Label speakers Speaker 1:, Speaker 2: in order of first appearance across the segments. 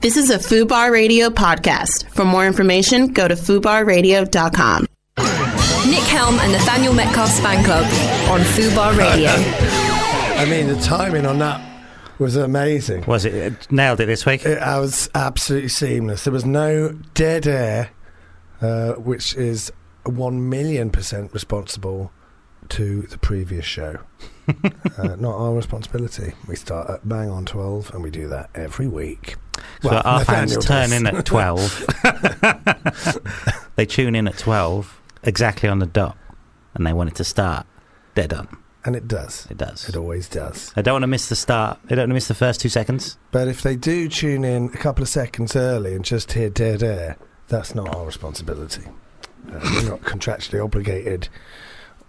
Speaker 1: This is a FUBAR Radio podcast. For more information, go to FUBARradio.com.
Speaker 2: Nick Helm and Nathaniel Metcalf's fan club on Fubar Radio.
Speaker 3: I mean, the timing on that was amazing.
Speaker 4: Was it? it Nailed it this week.
Speaker 3: It I was absolutely seamless. There was no dead air, uh, which is one million percent responsible to the previous show. uh, not our responsibility. We start at bang on twelve, and we do that every week.
Speaker 4: So our fans
Speaker 3: Nathaniel
Speaker 4: turn
Speaker 3: does.
Speaker 4: in at 12. they tune in at 12, exactly on the dot, and they want it to start. Dead on.
Speaker 3: and it does.
Speaker 4: It does.
Speaker 3: It always does.
Speaker 4: They don't want to miss the start. They don't want to miss the first two seconds.
Speaker 3: But if they do tune in a couple of seconds early and just hear dead air, that's not our responsibility. Uh, we're not contractually obligated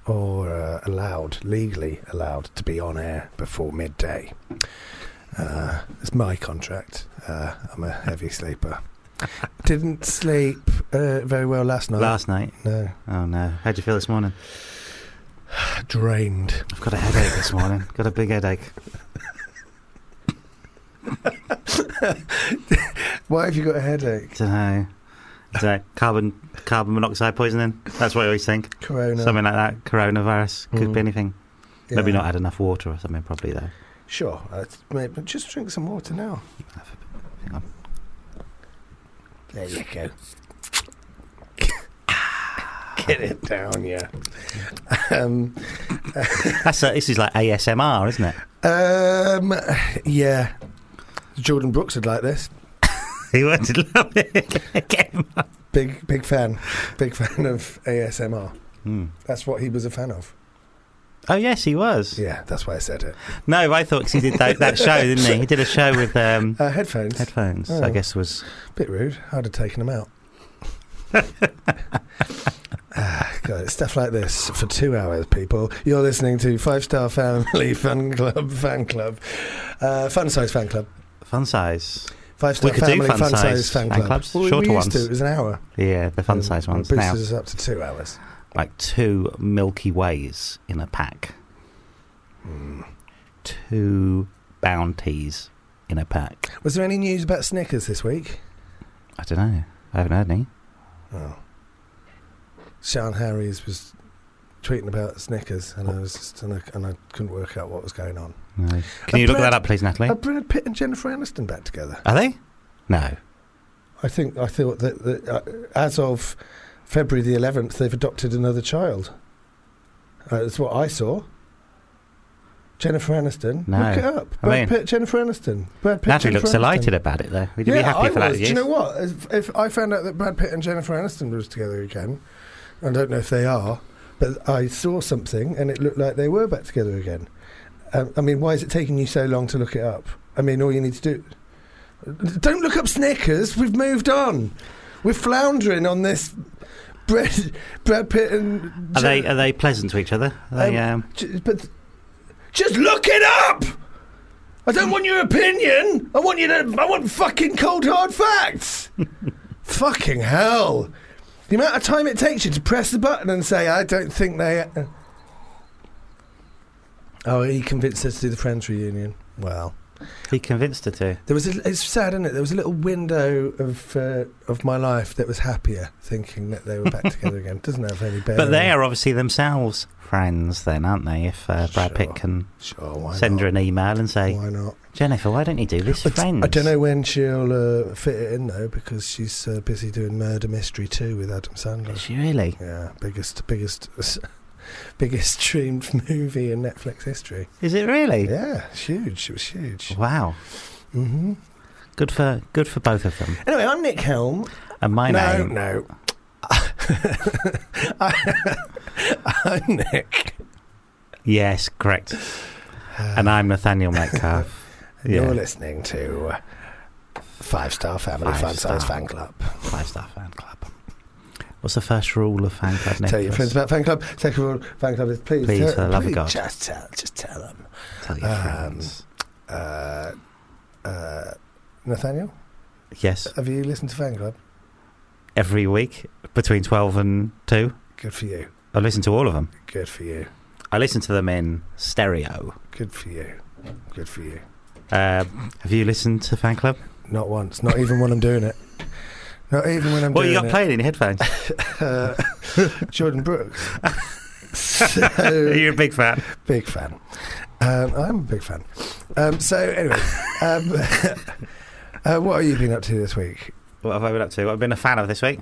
Speaker 3: or uh, allowed, legally allowed, to be on air before midday. Uh, it's my contract. Uh, I'm a heavy sleeper. Didn't sleep uh, very well last night.
Speaker 4: Last night.
Speaker 3: no,
Speaker 4: Oh no. How'd you feel this morning?
Speaker 3: drained.
Speaker 4: I've got a headache this morning. Got a big headache.
Speaker 3: Why have you got a headache?
Speaker 4: Don't know. Is that carbon carbon monoxide poisoning? That's what I always think.
Speaker 3: Corona.
Speaker 4: Something like that. Coronavirus. Could
Speaker 3: Mm.
Speaker 4: be anything.
Speaker 3: Yeah.
Speaker 4: Maybe not had enough water or something, probably, though.
Speaker 3: Sure. Uh, maybe, just drink some water now.
Speaker 4: Hang on.
Speaker 3: There you go. Get it down, yeah. Um,
Speaker 4: That's uh this is like ASMR, isn't it?
Speaker 3: um, yeah. Jordan Brooks would like this.
Speaker 4: He went to love it. Get him.
Speaker 3: Big, big fan. Big fan of ASMR.
Speaker 4: Hmm.
Speaker 3: That's what he was a fan of.
Speaker 4: Oh, yes, he was.
Speaker 3: Yeah, that's why I said it.
Speaker 4: No, I thought 'cause he did that, that show, didn't he? He did a show with um,
Speaker 3: Uh, headphones.
Speaker 4: headphones, I
Speaker 3: Oh.
Speaker 4: guess was.
Speaker 3: Bit rude. I'd have taken them out. Ah, God, it's stuff like this for two hours, people. You're listening to Five Star Family Fan Club, Fan Club, uh, Fun Size Fan Club.
Speaker 4: Fun size.
Speaker 3: Five star
Speaker 4: We could do
Speaker 3: family
Speaker 4: fun
Speaker 3: fun
Speaker 4: size
Speaker 3: size fan
Speaker 4: fan
Speaker 3: club.
Speaker 4: clubs,
Speaker 3: we-
Speaker 4: shorter
Speaker 3: we
Speaker 4: ones.
Speaker 3: used to, it was an hour.
Speaker 4: Yeah, the fun
Speaker 3: Um,
Speaker 4: size
Speaker 3: it
Speaker 4: ones.
Speaker 3: Boosted
Speaker 4: Now,
Speaker 3: us up to two hours.
Speaker 4: like two Milky Ways in a pack.
Speaker 3: Hmm.
Speaker 4: Two bounties in a pack.
Speaker 3: Was there any news about Snickers this week?
Speaker 4: I don't know. I haven't heard any.
Speaker 3: Oh. Sean Harries was tweeting about Snickers, and I was just, and I, and I couldn't work out what was going on.
Speaker 4: No. Can you
Speaker 3: Uh,
Speaker 4: look that
Speaker 3: Brad-
Speaker 4: up, please, Natalie?
Speaker 3: Are Brad Pitt and Jennifer Aniston back together?
Speaker 4: Are they? No.
Speaker 3: I think I thought that, that uh, as of February the 11th, they've adopted another child. Uh, that's what I saw. Jennifer Aniston.
Speaker 4: No.
Speaker 3: Look it up.
Speaker 4: I
Speaker 3: Brad
Speaker 4: mean-
Speaker 3: Pitt, Jennifer Aniston. Brad Pitt,
Speaker 4: Natalie
Speaker 3: Jennifer
Speaker 4: looks
Speaker 3: Aniston.
Speaker 4: delighted about it, though. Would you be happy
Speaker 3: I
Speaker 4: for that?
Speaker 3: was. Do you know what? If, if I found out that Brad Pitt and Jennifer Aniston was together again, I don't know if they are, but I saw something and it looked like they were back together again. Um, I mean, why is it taking you so long to look it up? I mean, all you need to do. Don't look up Snickers. We've moved on. We're floundering on this. Brad, Brad Pitt and.
Speaker 4: Are
Speaker 3: Jen-
Speaker 4: they are they pleasant to each other? Are they, um,
Speaker 3: Ju- but just look it up. I don't want your opinion. I want you to. I want fucking cold hard facts. fucking hell! The amount of time it takes you to press the button and say, "I don't think they." uh, Oh, he convinced us to do the Friends reunion. Well,
Speaker 4: he convinced her to.
Speaker 3: there was. A, it's sad, isn't it? There was a little window of uh, of my life that was happier, thinking that they were back together again. Doesn't have any bearing.
Speaker 4: But they are obviously themselves friends, then, aren't they? If uh, Brad
Speaker 3: Sure.
Speaker 4: Pitt can
Speaker 3: Sure, why
Speaker 4: send
Speaker 3: not?
Speaker 4: her an email and say,
Speaker 3: Why not?
Speaker 4: Jennifer, why don't you do this?
Speaker 3: But
Speaker 4: Friends.
Speaker 3: I don't know when she'll uh, fit it in though, because she's uh, busy doing Murder Mystery 2 with Adam
Speaker 4: Is
Speaker 3: Sandler.
Speaker 4: she really?
Speaker 3: Yeah, biggest, biggest, biggest streamed movie in Netflix history.
Speaker 4: Is it really?
Speaker 3: Yeah, it's huge. It was huge.
Speaker 4: Wow.
Speaker 3: hmm
Speaker 4: Good for good for both of them.
Speaker 3: Anyway, I'm Nick Helm.
Speaker 4: And my
Speaker 3: no,
Speaker 4: name.
Speaker 3: no. I, am Nick.
Speaker 4: Yes, correct. and I'm Nathaniel Metcalf. yeah,
Speaker 3: You're listening to Five Star Family
Speaker 4: Five
Speaker 3: Fun Size
Speaker 4: Star.
Speaker 3: Fan Club.
Speaker 4: five star fan club. What's the first rule of fan club? Nicholas?
Speaker 3: Tell your friends about fan club. Second of all, fan club is please,
Speaker 4: Please,
Speaker 3: tell-
Speaker 4: for the love of
Speaker 3: please
Speaker 4: God.
Speaker 3: just tell, just tell them.
Speaker 4: Tell your
Speaker 3: um,
Speaker 4: friends.
Speaker 3: Uh, uh, Nathaniel,
Speaker 4: Yes,
Speaker 3: have you listened to fan club?
Speaker 4: every week between twelve and two.
Speaker 3: Good for you.
Speaker 4: I listen to all of them.
Speaker 3: Good for you.
Speaker 4: I listen to them in stereo.
Speaker 3: Good for you. Good for you.
Speaker 4: Um have you Uh, listened to Fan Club?
Speaker 3: Not once. Not even when I'm doing it. Not even when I'm
Speaker 4: What
Speaker 3: doing
Speaker 4: you got
Speaker 3: it.
Speaker 4: playing in your headphones?
Speaker 3: Uh, Jordan Brooks. so,
Speaker 4: You're a big fan.
Speaker 3: big fan. Um, I'm a big fan. Um, so, anyway, um, uh, what have you been up to this week?
Speaker 4: What have I been up to? What I've been a fan of this week.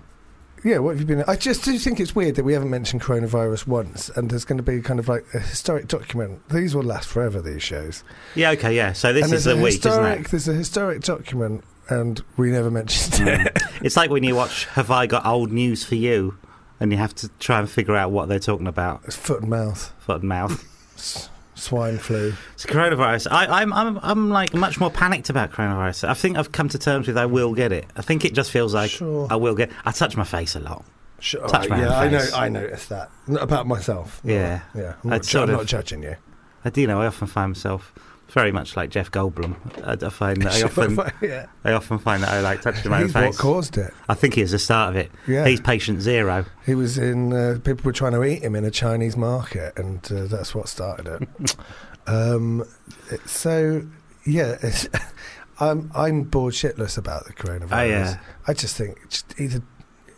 Speaker 3: Yeah, what have you been? I just do think it's weird that we haven't mentioned coronavirus once, and there's going to be kind of like a historic document. These will last forever. These shows.
Speaker 4: Yeah, okay, yeah. So this
Speaker 3: and
Speaker 4: is
Speaker 3: there's
Speaker 4: the
Speaker 3: a
Speaker 4: week,
Speaker 3: historic,
Speaker 4: isn't
Speaker 3: There's a historic document, and we never mentioned it.
Speaker 4: it? it's like when you watch Have I Got Old News for You? And you have to try and figure out what they're talking about.
Speaker 3: It's foot and mouth,
Speaker 4: Fucking mouth.
Speaker 3: S- swine flu.
Speaker 4: So coronavirus. I, I'm, I'm, I'm like much more panicked about coronavirus. I think I've come to terms with I will get it. I think it just feels like
Speaker 3: Sure.
Speaker 4: I will get. I touch my face a lot.
Speaker 3: Sure.
Speaker 4: Touch my
Speaker 3: yeah, I know.
Speaker 4: face.
Speaker 3: I noticed that Not about myself.
Speaker 4: oh, Yeah.
Speaker 3: yeah. I'm,
Speaker 4: I'd
Speaker 3: not, ju-
Speaker 4: sort
Speaker 3: I'm
Speaker 4: of-
Speaker 3: not judging you.
Speaker 4: I do know. I often find myself very much like Jeff Goldblum. I, I find that I often,
Speaker 3: yeah.
Speaker 4: I often find that I like touching my own
Speaker 3: He's what
Speaker 4: face.
Speaker 3: caused it.
Speaker 4: I think he was the start of it.
Speaker 3: Yeah.
Speaker 4: He's patient zero.
Speaker 3: He was in. Uh, people were trying to eat him in a Chinese market, and uh, that's what started it. um, it- so, yeah, it's, I'm I'm bored shitless about the coronavirus.
Speaker 4: Oh, yeah.
Speaker 3: I just think just either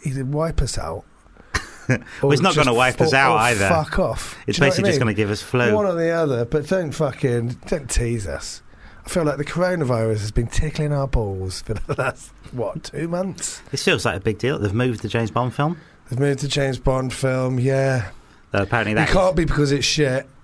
Speaker 3: either wipe us out.
Speaker 4: Well, it's not
Speaker 3: just
Speaker 4: gonna wipe us
Speaker 3: f- or-
Speaker 4: out
Speaker 3: or
Speaker 4: either.
Speaker 3: Fuck off.
Speaker 4: It's
Speaker 3: Do you know what I
Speaker 4: basically just
Speaker 3: mean?
Speaker 4: going to give us flu.
Speaker 3: one or the other, but don't fucking don't tease us. I feel like the coronavirus has been tickling our balls for the last what two months.
Speaker 4: This feels like a big deal. They've moved the James Bond film.
Speaker 3: They've moved to James Bond film. Yeah,
Speaker 4: Though apparently
Speaker 3: it
Speaker 4: that
Speaker 3: can't be because it's shit.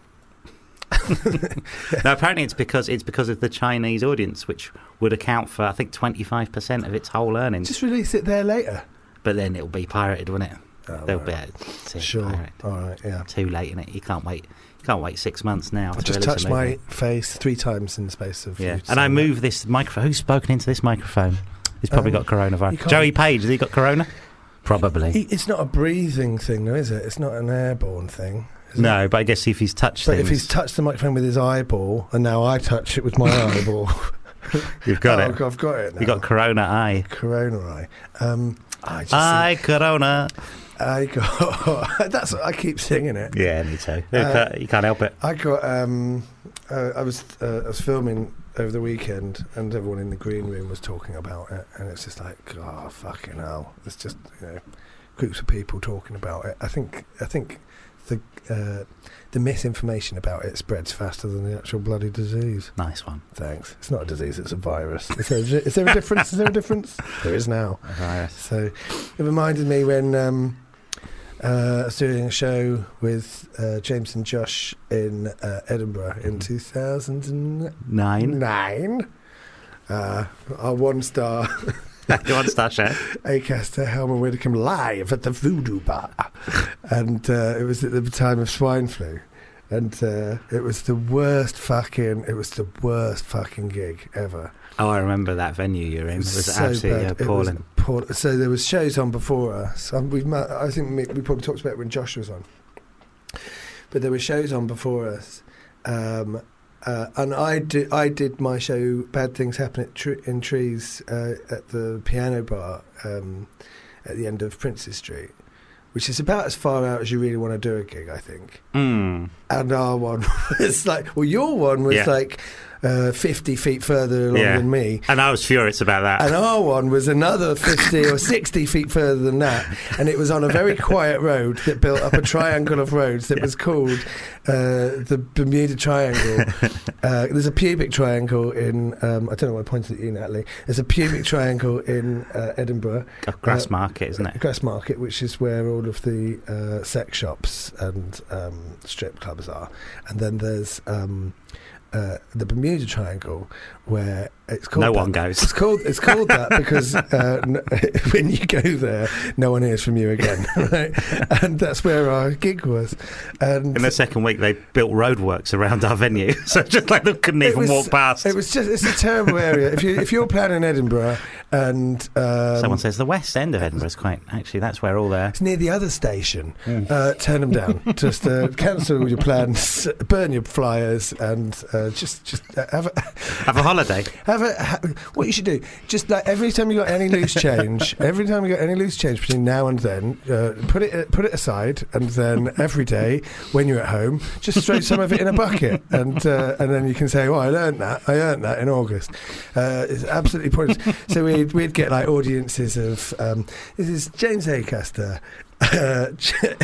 Speaker 4: Mm. no, apparently it's because it's because of the Chinese audience, which would account for I think twenty five percent of its whole earnings.
Speaker 3: Just release it there later.
Speaker 4: but then it'll be pirated, won't it?
Speaker 3: Oh,
Speaker 4: They'll
Speaker 3: right.
Speaker 4: be out. to
Speaker 3: Sure.
Speaker 4: pirate.
Speaker 3: All right. Yeah.
Speaker 4: Too late in it. You can't wait. You can't wait six months now.
Speaker 3: I
Speaker 4: to
Speaker 3: just
Speaker 4: release a
Speaker 3: touched my
Speaker 4: movie.
Speaker 3: face three times in the space of.
Speaker 4: Yeah,
Speaker 3: you
Speaker 4: and I
Speaker 3: saying
Speaker 4: move this microphone. Who's spoken into this microphone? He's probably
Speaker 3: Um,
Speaker 4: got coronavirus.
Speaker 3: you can't-
Speaker 4: Joey Page, has he got corona?
Speaker 3: that.
Speaker 4: Probably.
Speaker 3: It- It's not a breathing thing, though, is it? It's not an airborne thing. is it?
Speaker 4: No, but I guess if he's touched
Speaker 3: But
Speaker 4: things,
Speaker 3: if he's touched the microphone with his eyeball, and now I touch it with my eyeball,
Speaker 4: you've got
Speaker 3: Oh,
Speaker 4: it.
Speaker 3: I've got- I've got it. Now.
Speaker 4: You got corona eye.
Speaker 3: corona eye. Um, I just,
Speaker 4: Eye corona.
Speaker 3: I got. that's. I keep singing it.
Speaker 4: Yeah, me too. You
Speaker 3: Uh,
Speaker 4: can't- you can't help it.
Speaker 3: I got. Um, uh, I was. Uh, I was filming over the weekend, and everyone in the green room was talking about it, and it's just like, oh fucking hell! It's just you know, groups of people talking about it. I think. I think the uh, the misinformation about it spreads faster than the actual bloody disease.
Speaker 4: Nice one.
Speaker 3: Thanks. It's not a disease. It's a virus. Is there, is there a difference? Is there a difference? There is now. So it reminded me when um, uh, I was doing a show with uh, James and Josh in uh, Edinburgh in 2009.
Speaker 4: Nine.
Speaker 3: Uh, our one star Mm.
Speaker 4: you want Star Chef?
Speaker 3: Acaster Helmer Widdicombe live at the Voodoo Bar. And uh, it was at the time of swine flu. And uh, it was the worst fucking, it was the worst fucking gig ever.
Speaker 4: Oh, I remember that venue you're in. It was
Speaker 3: so
Speaker 4: absolutely
Speaker 3: bad. It was
Speaker 4: appalling.
Speaker 3: appall- so there was shows on before us. Um, we've met, I think Mick, we probably talked about it when Josh was on. But there were shows on before us, um, uh, and I did I did my show "Bad Things Happen at Tre- in Trees" uh, at the piano bar um, at the end of Princes Street, which is about as far out as you really want to do a gig, I think
Speaker 4: Mm.
Speaker 3: and our one was like, well, your one was
Speaker 4: Yeah.
Speaker 3: like uh, 50 feet further along
Speaker 4: Yeah.
Speaker 3: than me.
Speaker 4: And I was furious about that.
Speaker 3: And our one was another 50 or 60 feet further than that. And it was on a very quiet road that built up a triangle of roads that was called uh, the Bermuda Triangle. Uh, there's a pubic triangle in, um, I don't know why I pointed at you, Natalie. There's a pubic triangle in uh, Edinburgh.
Speaker 4: A grass
Speaker 3: uh,
Speaker 4: market, isn't it?
Speaker 3: Grass Market, which is where all of the uh, sex shops and um, strip clubs are, and then there's um, uh, the Bermuda Triangle, where it's called.
Speaker 4: No
Speaker 3: that-
Speaker 4: one goes.
Speaker 3: It's called. It's called that because uh, n- when you go there, no one hears from you again, right? And that's where our gig was, and
Speaker 4: In the second week, they built roadworks around our venue, so just like they couldn't
Speaker 3: It
Speaker 4: even
Speaker 3: was-
Speaker 4: walk past.
Speaker 3: It was just it's a terrible area. If you if you're planning Edinburgh and um,
Speaker 4: Someone says the west end of Edinburgh is quite. Actually, that's where all their.
Speaker 3: It's near the other station. Uh, turn them down. just uh, cancel all your plans, burn your flyers, and uh, just just uh, have a,
Speaker 4: Have a holiday.
Speaker 3: have a ha- what you should do. Just like every time you got any loose change, every time you got any loose change between now and then, uh, put it put it aside, and then every day when you're at home, just throw some of it in a bucket, and uh, and then you can say, "Well, I learned that. I earned that in August." Uh, it's absolutely pointless. so we'd we'd get like audiences of um, this is James Acaster, uh, J-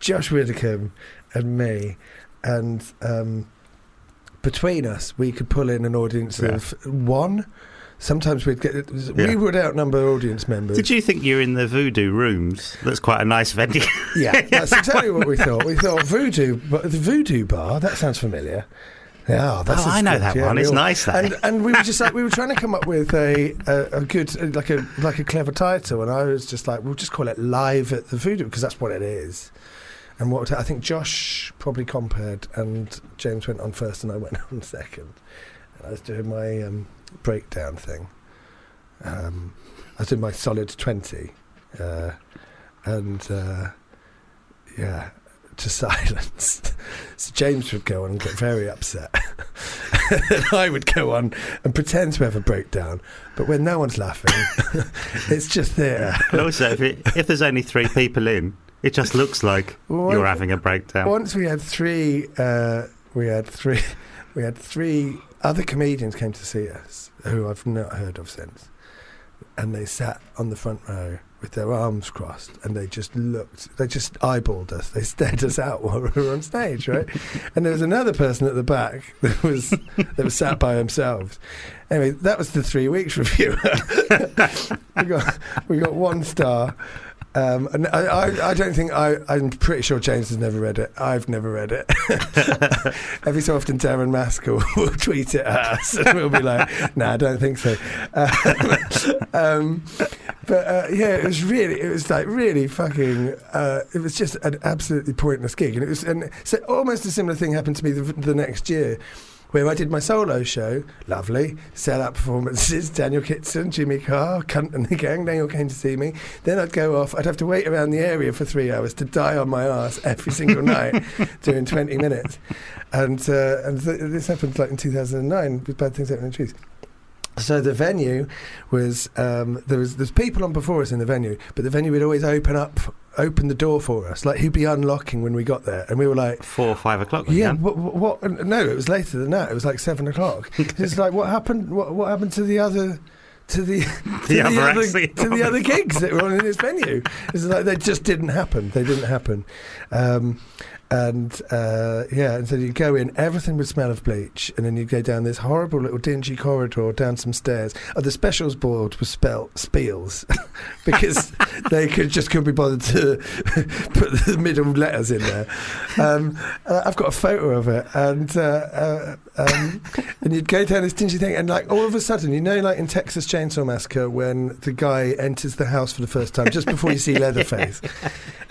Speaker 3: Josh Widdicombe, and me, and. Um, between us, we could pull in an audience
Speaker 4: Yeah.
Speaker 3: of one. Sometimes we'd get
Speaker 4: Yeah.
Speaker 3: we would outnumber audience members.
Speaker 4: Did you think you're in the voodoo rooms? That's quite a nice venue.
Speaker 3: Yeah, that's exactly what we thought. We thought voodoo, but the voodoo bar that sounds familiar. Yeah, that's
Speaker 4: Oh,
Speaker 3: a
Speaker 4: I know
Speaker 3: script,
Speaker 4: that
Speaker 3: yeah,
Speaker 4: one.
Speaker 3: we
Speaker 4: It's
Speaker 3: all-
Speaker 4: nice, that.
Speaker 3: And and we were just like we were trying to come up with a, a, a good uh, like a like a clever title, and I was just like we'll just call it live at the voodoo because that's what it is. And what I think Josh probably compared, and James went on first, and I went on second. And I was doing my um, breakdown thing. Um, I was doing my solid twenty, uh, and uh, yeah, to silence. So James would go on and get very upset. and I would go on and pretend to have a breakdown. But when no one's laughing, it's just there.
Speaker 4: and also, if, it, if there's only three people in, it just looks like
Speaker 3: What-
Speaker 4: you're having a breakdown.
Speaker 3: Once we had three, uh, we had three, we had three other comedians came to see us who I've not heard of since, and they sat on the front row with their arms crossed and they just looked, they just eyeballed us, they stared us out while we were on stage, right? and there was another person at the back that was that was sat by themselves. Anyway, that was the three weeks review. we got we got one star. Um, and I, I, I don't think I, I'm pretty sure James has never read it. I've never read it. Every so often, Darren Maskell will tweet it at us, and we'll be like, "No, I don't think so." Um, um, but uh, yeah, it was really, it was like really fucking. Uh, it was just an absolutely pointless gig, and it was, and so almost a similar thing happened to me the, the next year. Where I did my solo show, lovely, sell out performances, Daniel Kitson, Jimmy Carr, Cunt and the Gang, they all came to see me. Then I'd go off, I'd have to wait around the area for three hours to die on my ass every single night doing 20 minutes. And uh, and th- this happened like in 2009 with Bad Things Happen in Trees. So the venue was um, there was there's people on before us in the venue, but the venue would always open up, open the door for us. Like he'd be unlocking when we got there, and we were like,
Speaker 4: Four or five o'clock. we
Speaker 3: yeah,
Speaker 4: can.
Speaker 3: what, what, what? No, it was later than that. It was like seven o'clock. it's like, what happened? What, what happened to the other? To the to
Speaker 4: The other accident.
Speaker 3: to the other gigs that were on in this venue, it's like they just didn't happen. They didn't happen, um, and uh, yeah. And so you go in, everything would smell of bleach, and then you go down this horrible little dingy corridor, down some stairs. Oh, the specials board was spelt Spiels because they could just couldn't be bothered to put the middle letters in there. Um, uh, I've got a photo of it, and uh, uh, um, and you'd go down this dingy thing, and like all of a sudden, you know, like in Texas Chainsaw Massacre, when the guy enters the house for the first time, just before you see Leatherface,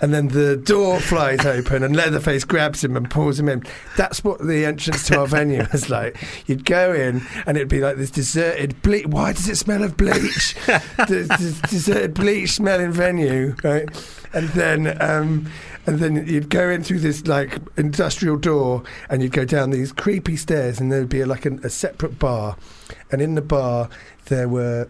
Speaker 3: and then the door flies open, and Leatherface grabs him and pulls him in. That's what the entrance to our venue was like. You'd go in, and it'd be like this deserted bleach. Why does it smell of bleach? the, the deserted bleach smelling venue, right? And then, um, and then you'd go in through this like industrial door, and you'd go down these creepy stairs, and there'd be like an, a separate bar, and in the bar there were.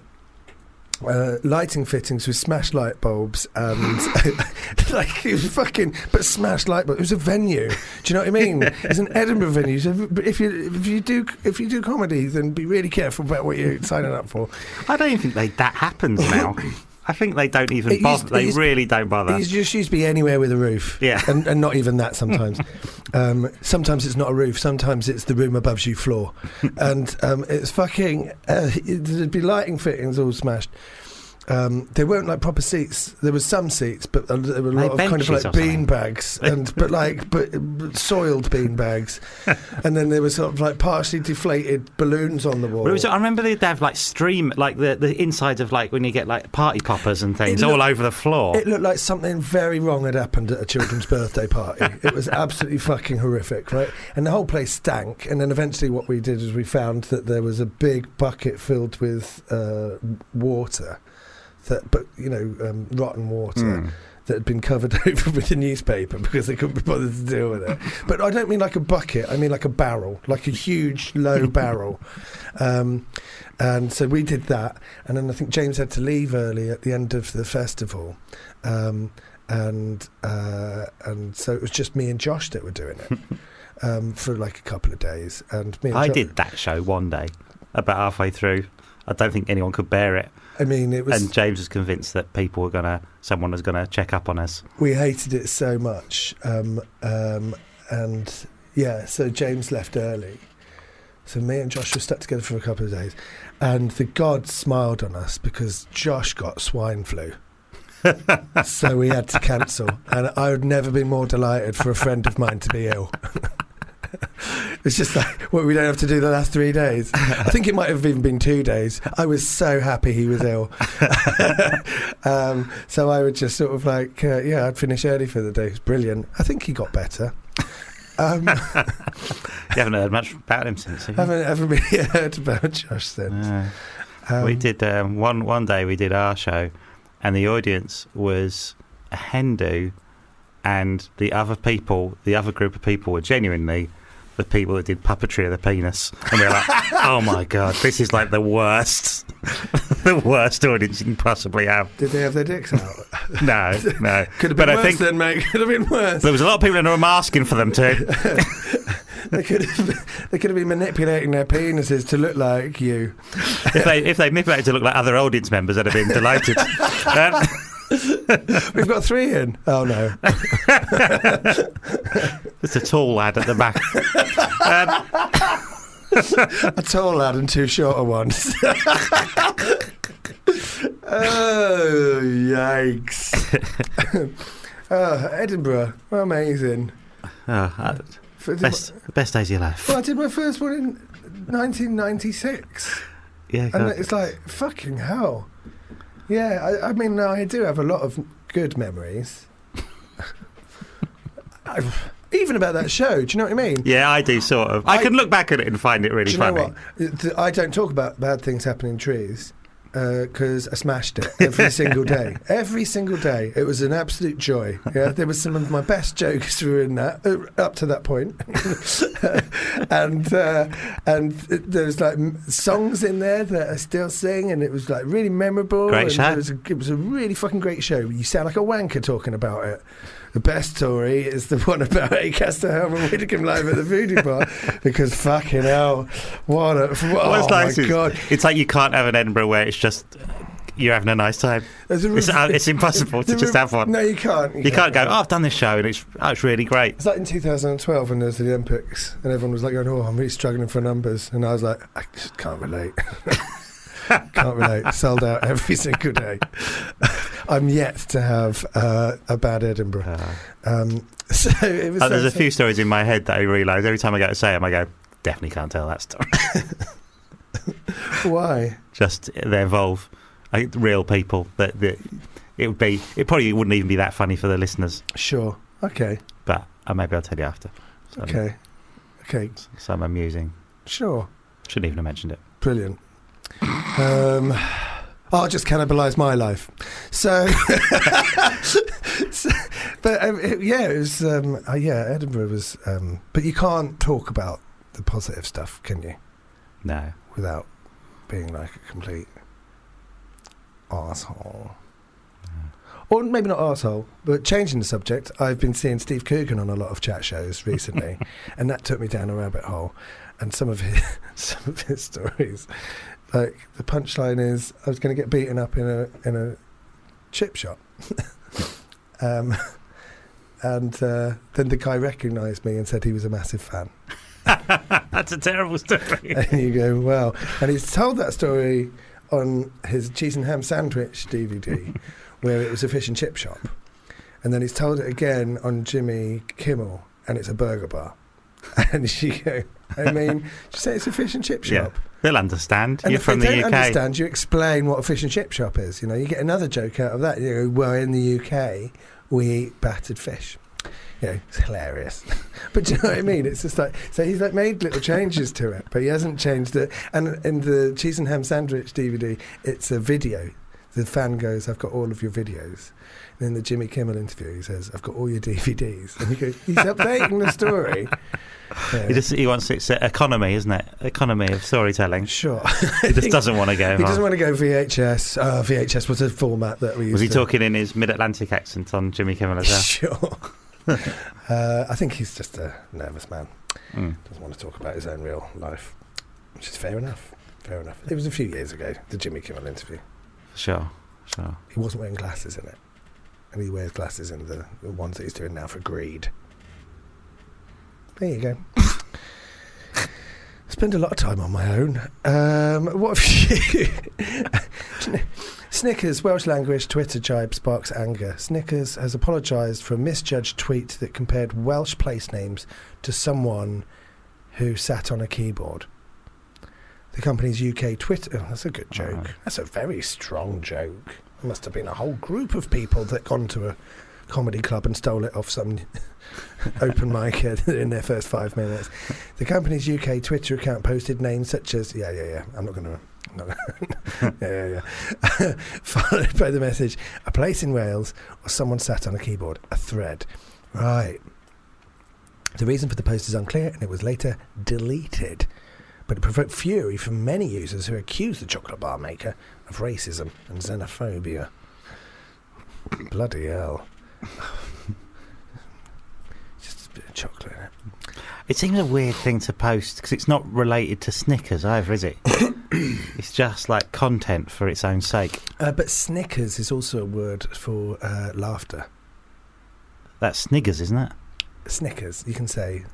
Speaker 3: Uh, lighting fittings with smash light bulbs and like it was fucking but smash light bulbs. It was a venue. Do you know what I mean? It's an Edinburgh venue. So if you if you do if you do comedy, then be really careful about what you're signing up for.
Speaker 4: I don't even think they, that happens now. I think they don't even
Speaker 3: It
Speaker 4: bother.
Speaker 3: used- it
Speaker 4: they
Speaker 3: used-
Speaker 4: really don't bother.
Speaker 3: It just used to be anywhere with a roof.
Speaker 4: Yeah.
Speaker 3: And, and not even that sometimes. um, sometimes it's not a roof. Sometimes it's the room above you floor. and um, it's fucking, uh, it- there'd be lighting fittings all smashed. Um, they weren't like proper seats. There were some seats, but uh, there were a lot
Speaker 4: Like
Speaker 3: of kind of
Speaker 4: benches
Speaker 3: like
Speaker 4: or something.
Speaker 3: bean bags, and but like but, but soiled bean bags, and then there were sort of like partially deflated balloons on the wall.
Speaker 4: But it was, I remember they'd have like stream, like the, the insides of like when you get like party poppers and things
Speaker 3: It
Speaker 4: all
Speaker 3: look-
Speaker 4: over the floor.
Speaker 3: It looked like something very wrong had happened at a children's birthday party. It was absolutely fucking horrific, right? And the whole place stank. And then eventually, what we did is we found that there was a big bucket filled with uh, water, that but you know, um, rotten water.
Speaker 4: Mm.
Speaker 3: That had been covered over with a newspaper because they couldn't be bothered to deal with it. But I don't mean like a bucket, I mean like a barrel, like a huge, low barrel. Um, and so we did that. And then I think James had to leave early at the end of the festival. Um, and uh, and so it was just me and Josh that were doing it um, for like a couple of days. And me and
Speaker 4: I
Speaker 3: Jo-
Speaker 4: did that show one day, about halfway through. I don't think anyone could bear it,
Speaker 3: I mean, it was
Speaker 4: and James was convinced that people were gonna, someone was gonna check up on us.
Speaker 3: we hated it so much. Um, um, and yeah, so James left early. So me and Josh were stuck together for a couple of days, and the god smiled on us because Josh got swine flu. so we had to cancel, and I would never be more delighted for a friend of mine to be ill. it's just like, well, we don't have to do the last three days. I think it might have even been two days. I was so happy he was ill. um, so I would just sort of like, uh, yeah, I'd finish early for the day. It was brilliant. I think he got better. Um,
Speaker 4: You haven't heard much about him since. have you?
Speaker 3: haven't ever really heard about Josh then.
Speaker 4: Yeah.
Speaker 3: Um,
Speaker 4: we did um, one one day. We did our show, and the audience was a Hindu, and the other people, the other group of people, were genuinely the people that did puppetry of the penis, and we were like, "Oh my god, this is like the worst, the worst audience you can possibly have."
Speaker 3: Did they have their dicks out?
Speaker 4: No, no,
Speaker 3: Could have been
Speaker 4: But I
Speaker 3: worse
Speaker 4: think-
Speaker 3: then, mate. Could have been worse.
Speaker 4: there was a lot of people in the room asking for them too.
Speaker 3: they could have, they could have been manipulating their penises to look like you.
Speaker 4: If they if they manipulated to look like other audience members, I'd have been delighted. Um,
Speaker 3: We've got three in. Oh no.
Speaker 4: it's a tall lad at the back. Um,
Speaker 3: a tall lad and two shorter ones. oh, yikes. oh, Edinburgh, amazing.
Speaker 4: oh, uh,
Speaker 3: For the-
Speaker 4: best best days of your life.
Speaker 3: well, I did my first one in 1996,
Speaker 4: Yeah,
Speaker 3: and
Speaker 4: God.
Speaker 3: it's like, fucking hell. Yeah, I, I mean, I do have a lot of good memories. I- even about that show, do you know what I mean?
Speaker 4: Yeah, I do sort of. I,
Speaker 3: I-
Speaker 4: can look back at it and find it really
Speaker 3: Do you
Speaker 4: funny.
Speaker 3: know what? Th- I don't talk about bad things happening in trees because I smashed it every single day. Every single day, it was an absolute joy. Yeah, there was some of my best jokes were in that uh, up to that point, and uh, and th- there was like m- songs in there that I still sing, and it was like really memorable.
Speaker 4: Great
Speaker 3: and
Speaker 4: show.
Speaker 3: It was, a, it was a really fucking great show. You sound like a wanker talking about it. The best story is the one about Acaster Helm and Widdicombe live at the Voodoo Bar because fucking hell, what a
Speaker 4: What's
Speaker 3: oh
Speaker 4: nice
Speaker 3: my
Speaker 4: is-
Speaker 3: god,
Speaker 4: It's like you can't have an Edinburgh where it's just you're having a nice time.
Speaker 3: There's a
Speaker 4: It's,
Speaker 3: rev-
Speaker 4: uh, it's impossible to
Speaker 3: the
Speaker 4: just
Speaker 3: rev-
Speaker 4: have one.
Speaker 3: No, you can't.
Speaker 4: You can't go. Oh, I've done this show and it's oh, it's really great.
Speaker 3: It's like in 2012 when there was the Olympics and everyone was like going, "Oh, I'm really struggling for numbers," and I was like, "I just can't relate." can't relate. Sold out every single day. I'm yet to have uh, a bad Edinburgh.
Speaker 4: Uh,
Speaker 3: Um, so it was.
Speaker 4: oh, there's
Speaker 3: so
Speaker 4: a few stories in my head that I realise every time I go to say them, I go definitely can't tell that story.
Speaker 3: Why?
Speaker 4: just they involve I think, real people that, that it would be. It probably wouldn't even be that funny for the listeners,
Speaker 3: Sure. Okay.
Speaker 4: but uh, maybe I'll tell you after. So,
Speaker 3: Okay. Okay.
Speaker 4: Some amusing.
Speaker 3: Sure.
Speaker 4: Shouldn't even have mentioned it.
Speaker 3: Brilliant. Um, I'll just cannibalise my life. So, so- but um, it- yeah, it was. Um, uh, yeah, Edinburgh was. Um, but you can't talk about the positive stuff, can you?
Speaker 4: No.
Speaker 3: Without being like a complete asshole. Or maybe not asshole, but changing the subject. I've been seeing Steve Coogan on a lot of chat shows recently, and that took me down a rabbit hole. And some of his some of his stories, like the punchline is, I was going to get beaten up in a in a chip shop, um, and uh, then the guy recognised me and said he was a massive fan.
Speaker 4: That's a terrible story.
Speaker 3: and you go, wow. And he's told that story on his cheese and ham sandwich DVD, where it was a fish and chip shop, and then he's told it again on Jimmy Kimmel, and it's a burger bar, and she go, I mean, she say it's a fish and chip
Speaker 4: Yeah.
Speaker 3: shop.
Speaker 4: They'll understand.
Speaker 3: And
Speaker 4: You're
Speaker 3: if
Speaker 4: from
Speaker 3: they
Speaker 4: the
Speaker 3: don't
Speaker 4: UK.
Speaker 3: understand, you explain what a fish and chip shop is. You know, you get another joke out of that. You go, well, in the UK, we eat battered fish. You know, it's hilarious. but do you know what I mean? It's just like, so he's like made little changes to it, but he hasn't changed it. And in the Cheese and Ham Sandwich DVD, it's a video. The fan goes, I've got all of your videos. And in the Jimmy Kimmel interview, he says, I've got all your DVDs. And he goes, he's updating the story. Yeah.
Speaker 4: He just he wants it's uh, economy, isn't it? Economy of storytelling.
Speaker 3: Sure.
Speaker 4: He just doesn't want to go.
Speaker 3: He
Speaker 4: hard.
Speaker 3: doesn't want to go VHS. Oh, VHS was a format that we used
Speaker 4: Was he
Speaker 3: to-
Speaker 4: talking in his mid-Atlantic accent on Jimmy Kimmel as well?
Speaker 3: Sure. uh, I think he's just a nervous man.
Speaker 4: Mm.
Speaker 3: Doesn't want to talk about his own real life, which is fair enough. Fair enough. It was a few years ago, the Jimmy Kimmel interview.
Speaker 4: Sure, sure.
Speaker 3: He wasn't wearing glasses in it. And he wears glasses in the, the ones that he's doing now for greed. There you go. Spend a lot of time on my own. Um, what have you? Snickers, Welsh language, Twitter jibe sparks anger. Snickers has apologised for a misjudged tweet that compared Welsh place names to someone who sat on a keyboard. The company's UK Twitter. Oh, that's a good joke.
Speaker 4: Wow.
Speaker 3: That's a very strong joke. There must have been a whole group of people that gone to a comedy club and stole it off some open mic in their first five minutes. The company's UK Twitter account posted names such as yeah, yeah, yeah. I'm not going to. yeah, yeah, yeah. Followed by the message: a place in Wales, or someone sat on a keyboard, a thread. Right. The reason for the post is unclear, and it was later deleted. But it provoked fury from many users who accused the chocolate bar maker of racism and xenophobia. Bloody hell! Just a bit of chocolate. In it.
Speaker 4: It seems a weird thing to post because it's not related to Snickers either, is it? it's just like content for its own sake.
Speaker 3: Uh, but Snickers is also a word for uh, laughter.
Speaker 4: That's Snickers, isn't it?
Speaker 3: Snickers, you can say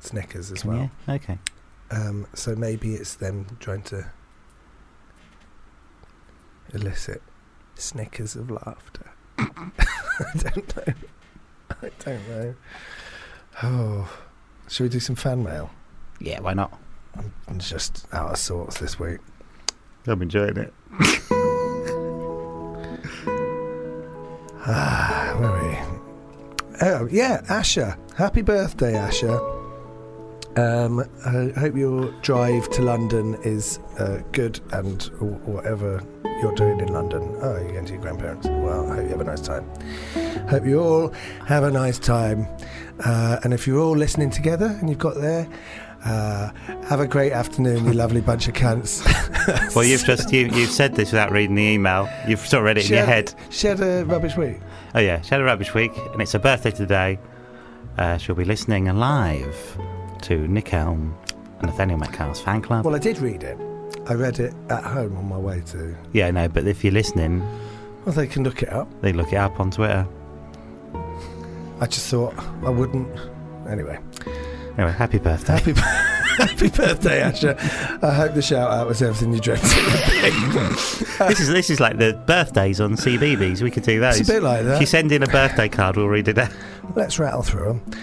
Speaker 3: Snickers as
Speaker 4: Can
Speaker 3: well.
Speaker 4: you? Okay.
Speaker 3: Um, so maybe it's them trying to elicit Snickers of laughter. I don't know. I don't know. Oh, should we do some fan mail?
Speaker 4: Yeah, why not?
Speaker 3: I'm just out of sorts this week.
Speaker 4: I'm enjoying it.
Speaker 3: Ah, where are we? Oh, yeah, Asher. Happy birthday, Asher. Um, I hope your drive to London is uh, good and w- whatever you're doing in London. Oh, you're going to your grandparents. Well, I hope you have a nice time. Hope you all have a nice time. Uh, and if you're all listening together and you've got there, uh, have a great afternoon, you lovely bunch of cunts.
Speaker 4: Well, you've just you, you've said this without reading the email. You've sort of read it in your head.
Speaker 3: She had a rubbish week.
Speaker 4: Oh yeah, she had a rubbish week, and it's her birthday today. Uh, she'll be listening live to Nick Elm and Nathaniel Metcalf's fan club.
Speaker 3: Well, I did read it. I read it at home on my way to.
Speaker 4: yeah, no, but if you're listening,
Speaker 3: Well, they can look it up.
Speaker 4: they look it up on Twitter.
Speaker 3: I just thought I wouldn't. Anyway,
Speaker 4: Anyway, happy birthday.
Speaker 3: happy, happy birthday, Asher. I hope the shout out was everything you dreamt it would
Speaker 4: this is this is like the birthdays on CBBS. We could do
Speaker 3: be.
Speaker 4: those.
Speaker 3: It's a bit like
Speaker 4: If you
Speaker 3: that.
Speaker 4: send in a birthday card, we'll read it out.
Speaker 3: Let's rattle through them.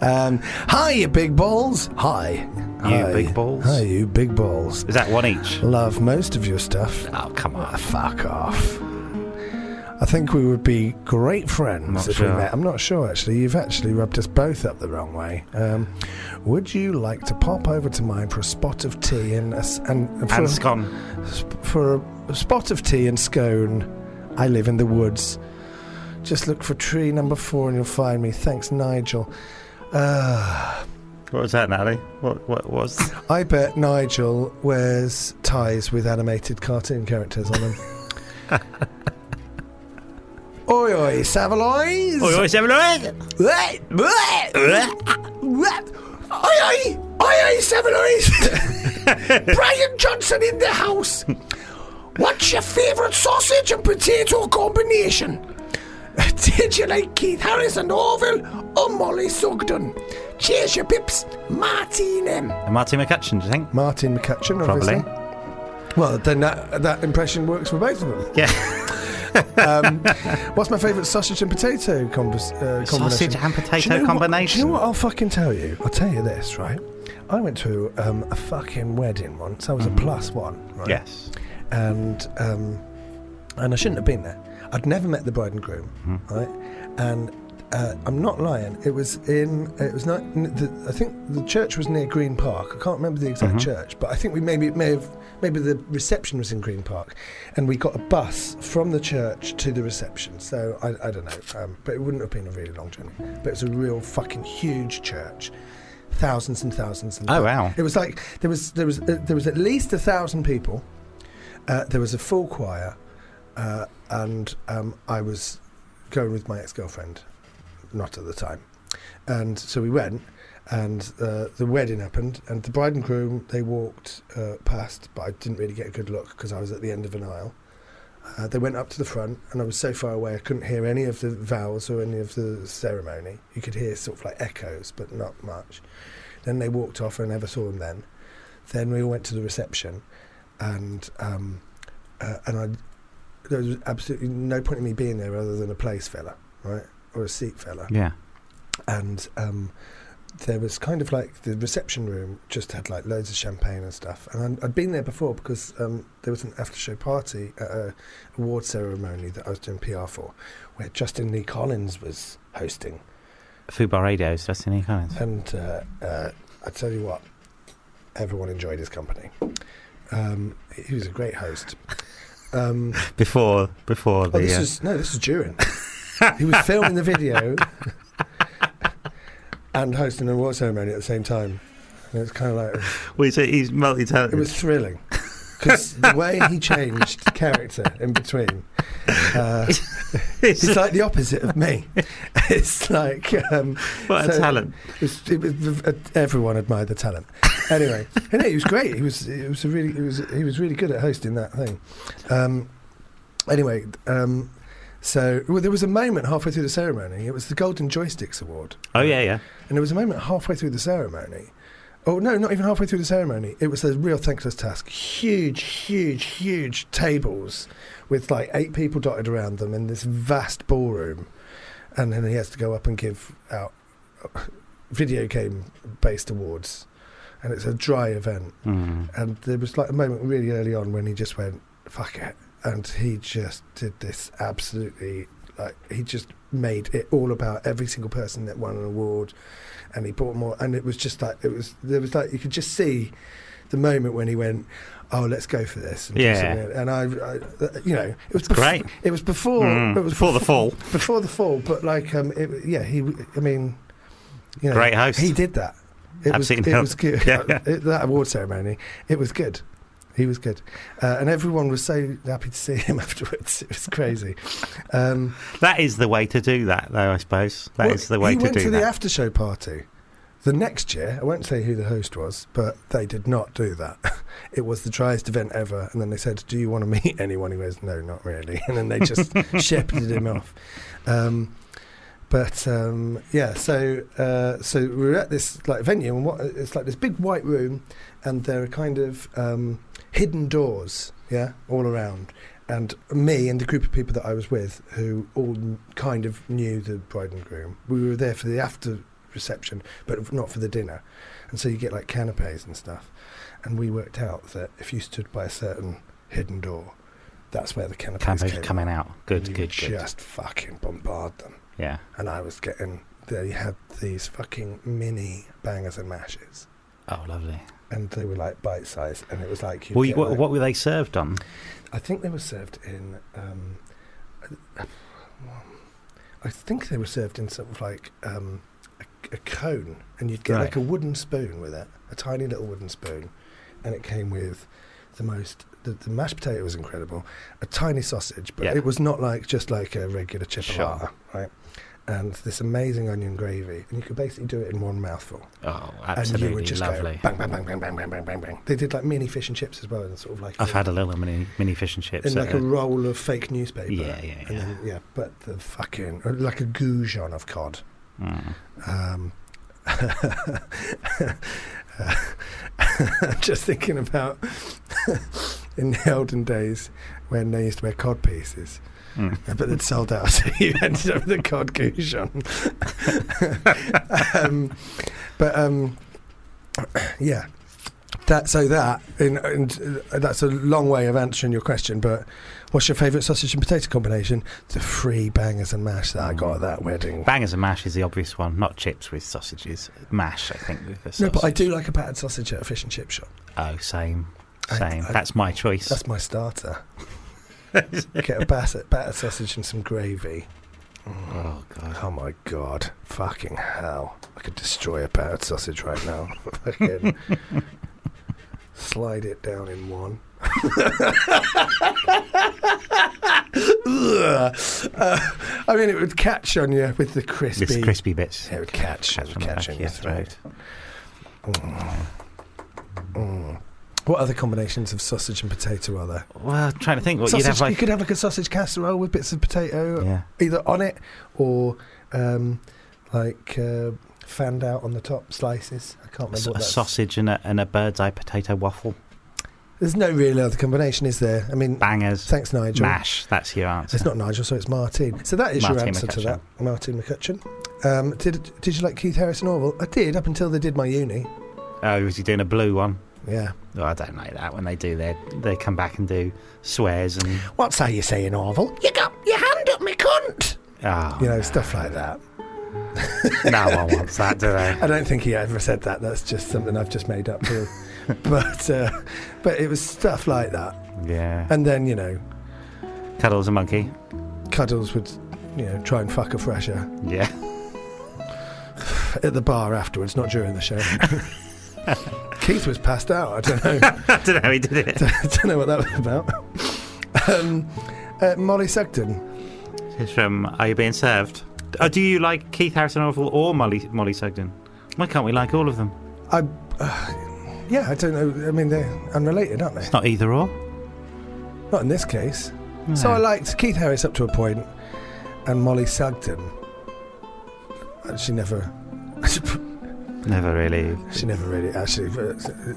Speaker 3: um, hi, you big balls. Hi.
Speaker 4: You
Speaker 3: Hi.
Speaker 4: big balls.
Speaker 3: Hi, you big balls.
Speaker 4: Is that one each?
Speaker 3: Love most of your stuff.
Speaker 4: Oh, come
Speaker 3: Ah,
Speaker 4: on.
Speaker 3: fuck off. I think we would be great friends
Speaker 4: Not
Speaker 3: if we
Speaker 4: sure.
Speaker 3: met. I'm not sure, actually. You've actually rubbed us both up the wrong way. Um, would you like to pop over to mine for a spot of tea and a s and, for,
Speaker 4: And scone.
Speaker 3: sp- for a, spot of tea and scone? I live in the woods. Just look for tree number four and you'll find me. Thanks, Nigel. Uh,
Speaker 4: What was that, Natalie? What what was?
Speaker 3: I bet Nigel wears ties with animated cartoon characters on them. oi oi, Savaloys!
Speaker 4: Oh, it's Evan Lloyd.
Speaker 3: Oi oi! Oi oi, Savaloys! Brian Johnson in the house! What's your favourite sausage and potato combination? Did you like Keith Harrison Orville or Molly Sugden? Cheers, your pips, Martin M.
Speaker 4: And Martin McCutcheon, do you think?
Speaker 3: Martin McCutcheon,
Speaker 4: Probably.
Speaker 3: obviously. Well, then that, that impression works for both of them.
Speaker 4: Yeah.
Speaker 3: um, what's my favourite sausage and potato combos- uh, combination?
Speaker 4: Sausage and potato
Speaker 3: Do you know what-
Speaker 4: combination.
Speaker 3: do you know what I'll fucking tell you? I'll tell you this, right? I went to um, a fucking wedding once. I was a plus one, right?
Speaker 4: Mm. Yes.
Speaker 3: and um, and I shouldn't have been there. I'd never met the bride and groom,
Speaker 4: Mm-hmm.
Speaker 3: right? And uh, I'm not lying. It was in. It was not. n- The, I think the church was near Green Park. I can't remember the
Speaker 4: Mm-hmm.
Speaker 3: exact church, but I think we maybe may have maybe the reception was in Green Park, and we got a bus from the church to the reception. So I, I don't know, um, but it wouldn't have been a really long journey. But it's a real fucking huge church. Thousands and thousands and
Speaker 4: Oh,
Speaker 3: thou-
Speaker 4: wow.
Speaker 3: It was like there was there was uh, there was at least a thousand people uh, there was a full choir, uh, and um, I was going with my ex girlfriend, not at the time. And so we went, and uh, the wedding happened, and the bride and groom they walked uh, past, but I didn't really get a good look because I was at the end of an aisle. Uh, they went up to the front, and I was so far away I couldn't hear any of the vows or any of the ceremony. You could hear sort of like echoes, but not much. Then they walked off, and I never saw them then. Then we all went to the reception, and um, uh, and I there was absolutely no point in me being there other than a place fella, right, or a seat fella
Speaker 4: Yeah.
Speaker 3: and um, there was kind of like the reception room just had like loads of champagne and stuff. And I'd, I'd been there before because um, there was an after show party at a award ceremony that I was doing PR for, where Justin Lee Collins was hosting.
Speaker 4: Fubar Radio is Justin E. Collins.
Speaker 3: And uh, uh, I tell you what, everyone enjoyed his company. Um, he was a great host. Um,
Speaker 4: Before, before
Speaker 3: Oh,
Speaker 4: the.
Speaker 3: this
Speaker 4: uh,
Speaker 3: is no, this is during. he was filming the video and hosting an award ceremony at the same time. And it's kind of like
Speaker 4: well, he's, he's
Speaker 3: it
Speaker 4: multi-talented.
Speaker 3: was thrilling because the way he changed character in between. Uh, it's like the opposite of me. It's like um,
Speaker 4: what a
Speaker 3: so-
Speaker 4: talent.
Speaker 3: it was, it was, uh, everyone admired the talent. Anyway, and he was great. He was it was a really he was he was really good at hosting that thing. Um, anyway, um, so well, there was a moment halfway through the ceremony. It was the Golden Joysticks Award,
Speaker 4: Oh, yeah, yeah.
Speaker 3: and there was a moment halfway through the ceremony. Oh no, not even halfway through the ceremony. It was a real thankless task. Huge, huge, huge tables with like eight people dotted around them in this vast ballroom, and then he has to go up and give out video game based awards, and it's a dry event.
Speaker 4: Mm.
Speaker 3: And there was like a moment really early on when he just went fuck it, and he just did this absolutely like he just made it all about every single person that won an award, and he bought more, and it was just like it was there was like you could just see the moment when he went. Oh, let's go for this! And do
Speaker 4: Yeah.
Speaker 3: something. and I, I, you know, it was
Speaker 4: great.
Speaker 3: It was before
Speaker 4: Mm.
Speaker 3: Oh, it was
Speaker 4: Before the fall.
Speaker 3: before the fall, but like, um, it, yeah, he. I mean, you know,
Speaker 4: Great host.
Speaker 3: He did that. It
Speaker 4: Absolutely
Speaker 3: was,
Speaker 4: not.
Speaker 3: it was good.
Speaker 4: Yeah, yeah.
Speaker 3: It- that award ceremony, it was good. He was good, uh, and everyone was so happy to see him afterwards. It was crazy. Um,
Speaker 4: That is the way to do that, though, I suppose. That is
Speaker 3: well,
Speaker 4: the way
Speaker 3: he
Speaker 4: to
Speaker 3: went
Speaker 4: do
Speaker 3: to
Speaker 4: that.
Speaker 3: the after show party. The next year, I won't say who the host was, but they did not do that. It was the driest event ever, and then they said, "Do you want to meet anyone?" He goes, "No, not really," and then they just shepherded him off. Um, but um, yeah, so uh, so we were at this like venue, and what it's like this big white room, and there are kind of um, hidden doors, yeah, all around. And me and the group of people that I was with, who all kn- kind of knew the bride and groom, we were there for the after reception, but not for the dinner. And so you get like canapes and stuff. And we worked out that if you stood by a certain hidden door, that's where the canapes,
Speaker 4: Campos
Speaker 3: came
Speaker 4: coming out. Good,
Speaker 3: you
Speaker 4: good, good.
Speaker 3: Just fucking bombard them.
Speaker 4: Yeah.
Speaker 3: And I was getting, they had these fucking mini bangers and mashes.
Speaker 4: Oh, lovely.
Speaker 3: And they were like bite sized. And it was like, you'd
Speaker 4: Well, you,
Speaker 3: get
Speaker 4: what,
Speaker 3: like-
Speaker 4: what were they served on?
Speaker 3: I think they were served in, um, I think they were served in sort of like um, a, a cone. And you'd get
Speaker 4: Right.
Speaker 3: like a wooden spoon with it, a tiny little wooden spoon. And it came with the most, the, the mashed potato was incredible, a tiny sausage, but
Speaker 4: Yeah.
Speaker 3: it was not like just like a regular chip
Speaker 4: Sure.
Speaker 3: chipolata, right? And this amazing onion gravy, and you could basically do it in one mouthful,
Speaker 4: Oh,
Speaker 3: and you
Speaker 4: absolutely
Speaker 3: would just
Speaker 4: lovely.
Speaker 3: go bang, bang, bang, bang, bang, bang, bang, bang, bang. They did like mini fish and chips as well, and sort of like
Speaker 4: I've
Speaker 3: a-
Speaker 4: had a little mini mini fish and chips.
Speaker 3: in
Speaker 4: at
Speaker 3: like a
Speaker 4: the-
Speaker 3: roll of fake newspaper.
Speaker 4: Yeah, yeah,
Speaker 3: And
Speaker 4: yeah.
Speaker 3: then, yeah, but the fucking or like a goujon of cod.
Speaker 4: Mm.
Speaker 3: Um, I'm just thinking about in the olden days when they used to wear cod pieces.
Speaker 4: Mm.
Speaker 3: Uh, But they'd sold out, so you ended up with a cod goose on. um, but um, yeah, that so that in, in, uh, that's a long way of answering your question. But what's your favourite sausage and potato combination? The free bangers and mash that I got at that wedding.
Speaker 4: Bangers and mash is the obvious one, not chips with sausages. Mash, I think, with the
Speaker 3: No,
Speaker 4: sausage.
Speaker 3: but I do like a battered sausage at a fish and chip shop.
Speaker 4: Oh, same.
Speaker 3: I-
Speaker 4: Same.
Speaker 3: I-
Speaker 4: That's my choice.
Speaker 3: That's my starter. Get a battered, battered sausage and some gravy.
Speaker 4: oh, God.
Speaker 3: Oh my god. Fucking hell. I could destroy a battered sausage right now. Fucking slide it down in one. Ugh. Uh, I mean, it would catch on you with the crispy.
Speaker 4: It's crispy bits.
Speaker 3: Yeah, it would catch. It
Speaker 4: Catch
Speaker 3: would
Speaker 4: on the back
Speaker 3: catch
Speaker 4: of
Speaker 3: on
Speaker 4: your
Speaker 3: your
Speaker 4: throat.
Speaker 3: throat. Mm. Mm. What other combinations of sausage and potato are there?
Speaker 4: Well, I'm trying to think what
Speaker 3: sausage,
Speaker 4: you'd have
Speaker 3: you
Speaker 4: like.
Speaker 3: could have like a sausage casserole with bits of potato
Speaker 4: yeah.
Speaker 3: either on it or um, like uh, fanned out on the top slices. I can't
Speaker 4: A s-
Speaker 3: remember.
Speaker 4: a
Speaker 3: what that's.
Speaker 4: sausage and a, and a bird's eye potato waffle.
Speaker 3: There's no real other combination, is there? I mean,
Speaker 4: Bangers.
Speaker 3: thanks, Nigel.
Speaker 4: Mash. That's your answer.
Speaker 3: It's not Nigel, so it's Martin. So that is your
Speaker 4: Martin
Speaker 3: answer to that, Martin McCutcheon. Um, did did you like Keith Harrison Orwell? I did up until they did my uni.
Speaker 4: Oh, was he doing a blue one?
Speaker 3: Yeah.
Speaker 4: Oh, I don't like that when they do their. They come back and do swears and.
Speaker 3: What's that you say in Orwell? You got your hand up me cunt.
Speaker 4: Oh,
Speaker 3: You know, stuff like that.
Speaker 4: no one wants that, do they?
Speaker 3: I don't think he ever said that. That's just something I've just made up here. but uh, but it was stuff like that.
Speaker 4: Yeah.
Speaker 3: And then you know,
Speaker 4: Cuddles a monkey.
Speaker 3: Cuddles would you know try and fuck a fresher
Speaker 4: Yeah.
Speaker 3: at the bar afterwards, not during the show. Keith was passed out. I don't know.
Speaker 4: I don't know how he did it.
Speaker 3: I don't know what that was about. Um, uh, Molly Sugden.
Speaker 4: It's from Are You Being Served? Oh, do you like Keith Harrison Orville or Molly, Molly Sugden? Why can't we like all of them?
Speaker 3: I. Uh, yeah, I don't know. I mean, they're unrelated, aren't they?
Speaker 4: It's not either or.
Speaker 3: Not in this case. So
Speaker 4: No.
Speaker 3: I liked Keith Harris up to a point, and Molly Sugden. Uh, She never.
Speaker 4: Never really.
Speaker 3: She never really actually. uh,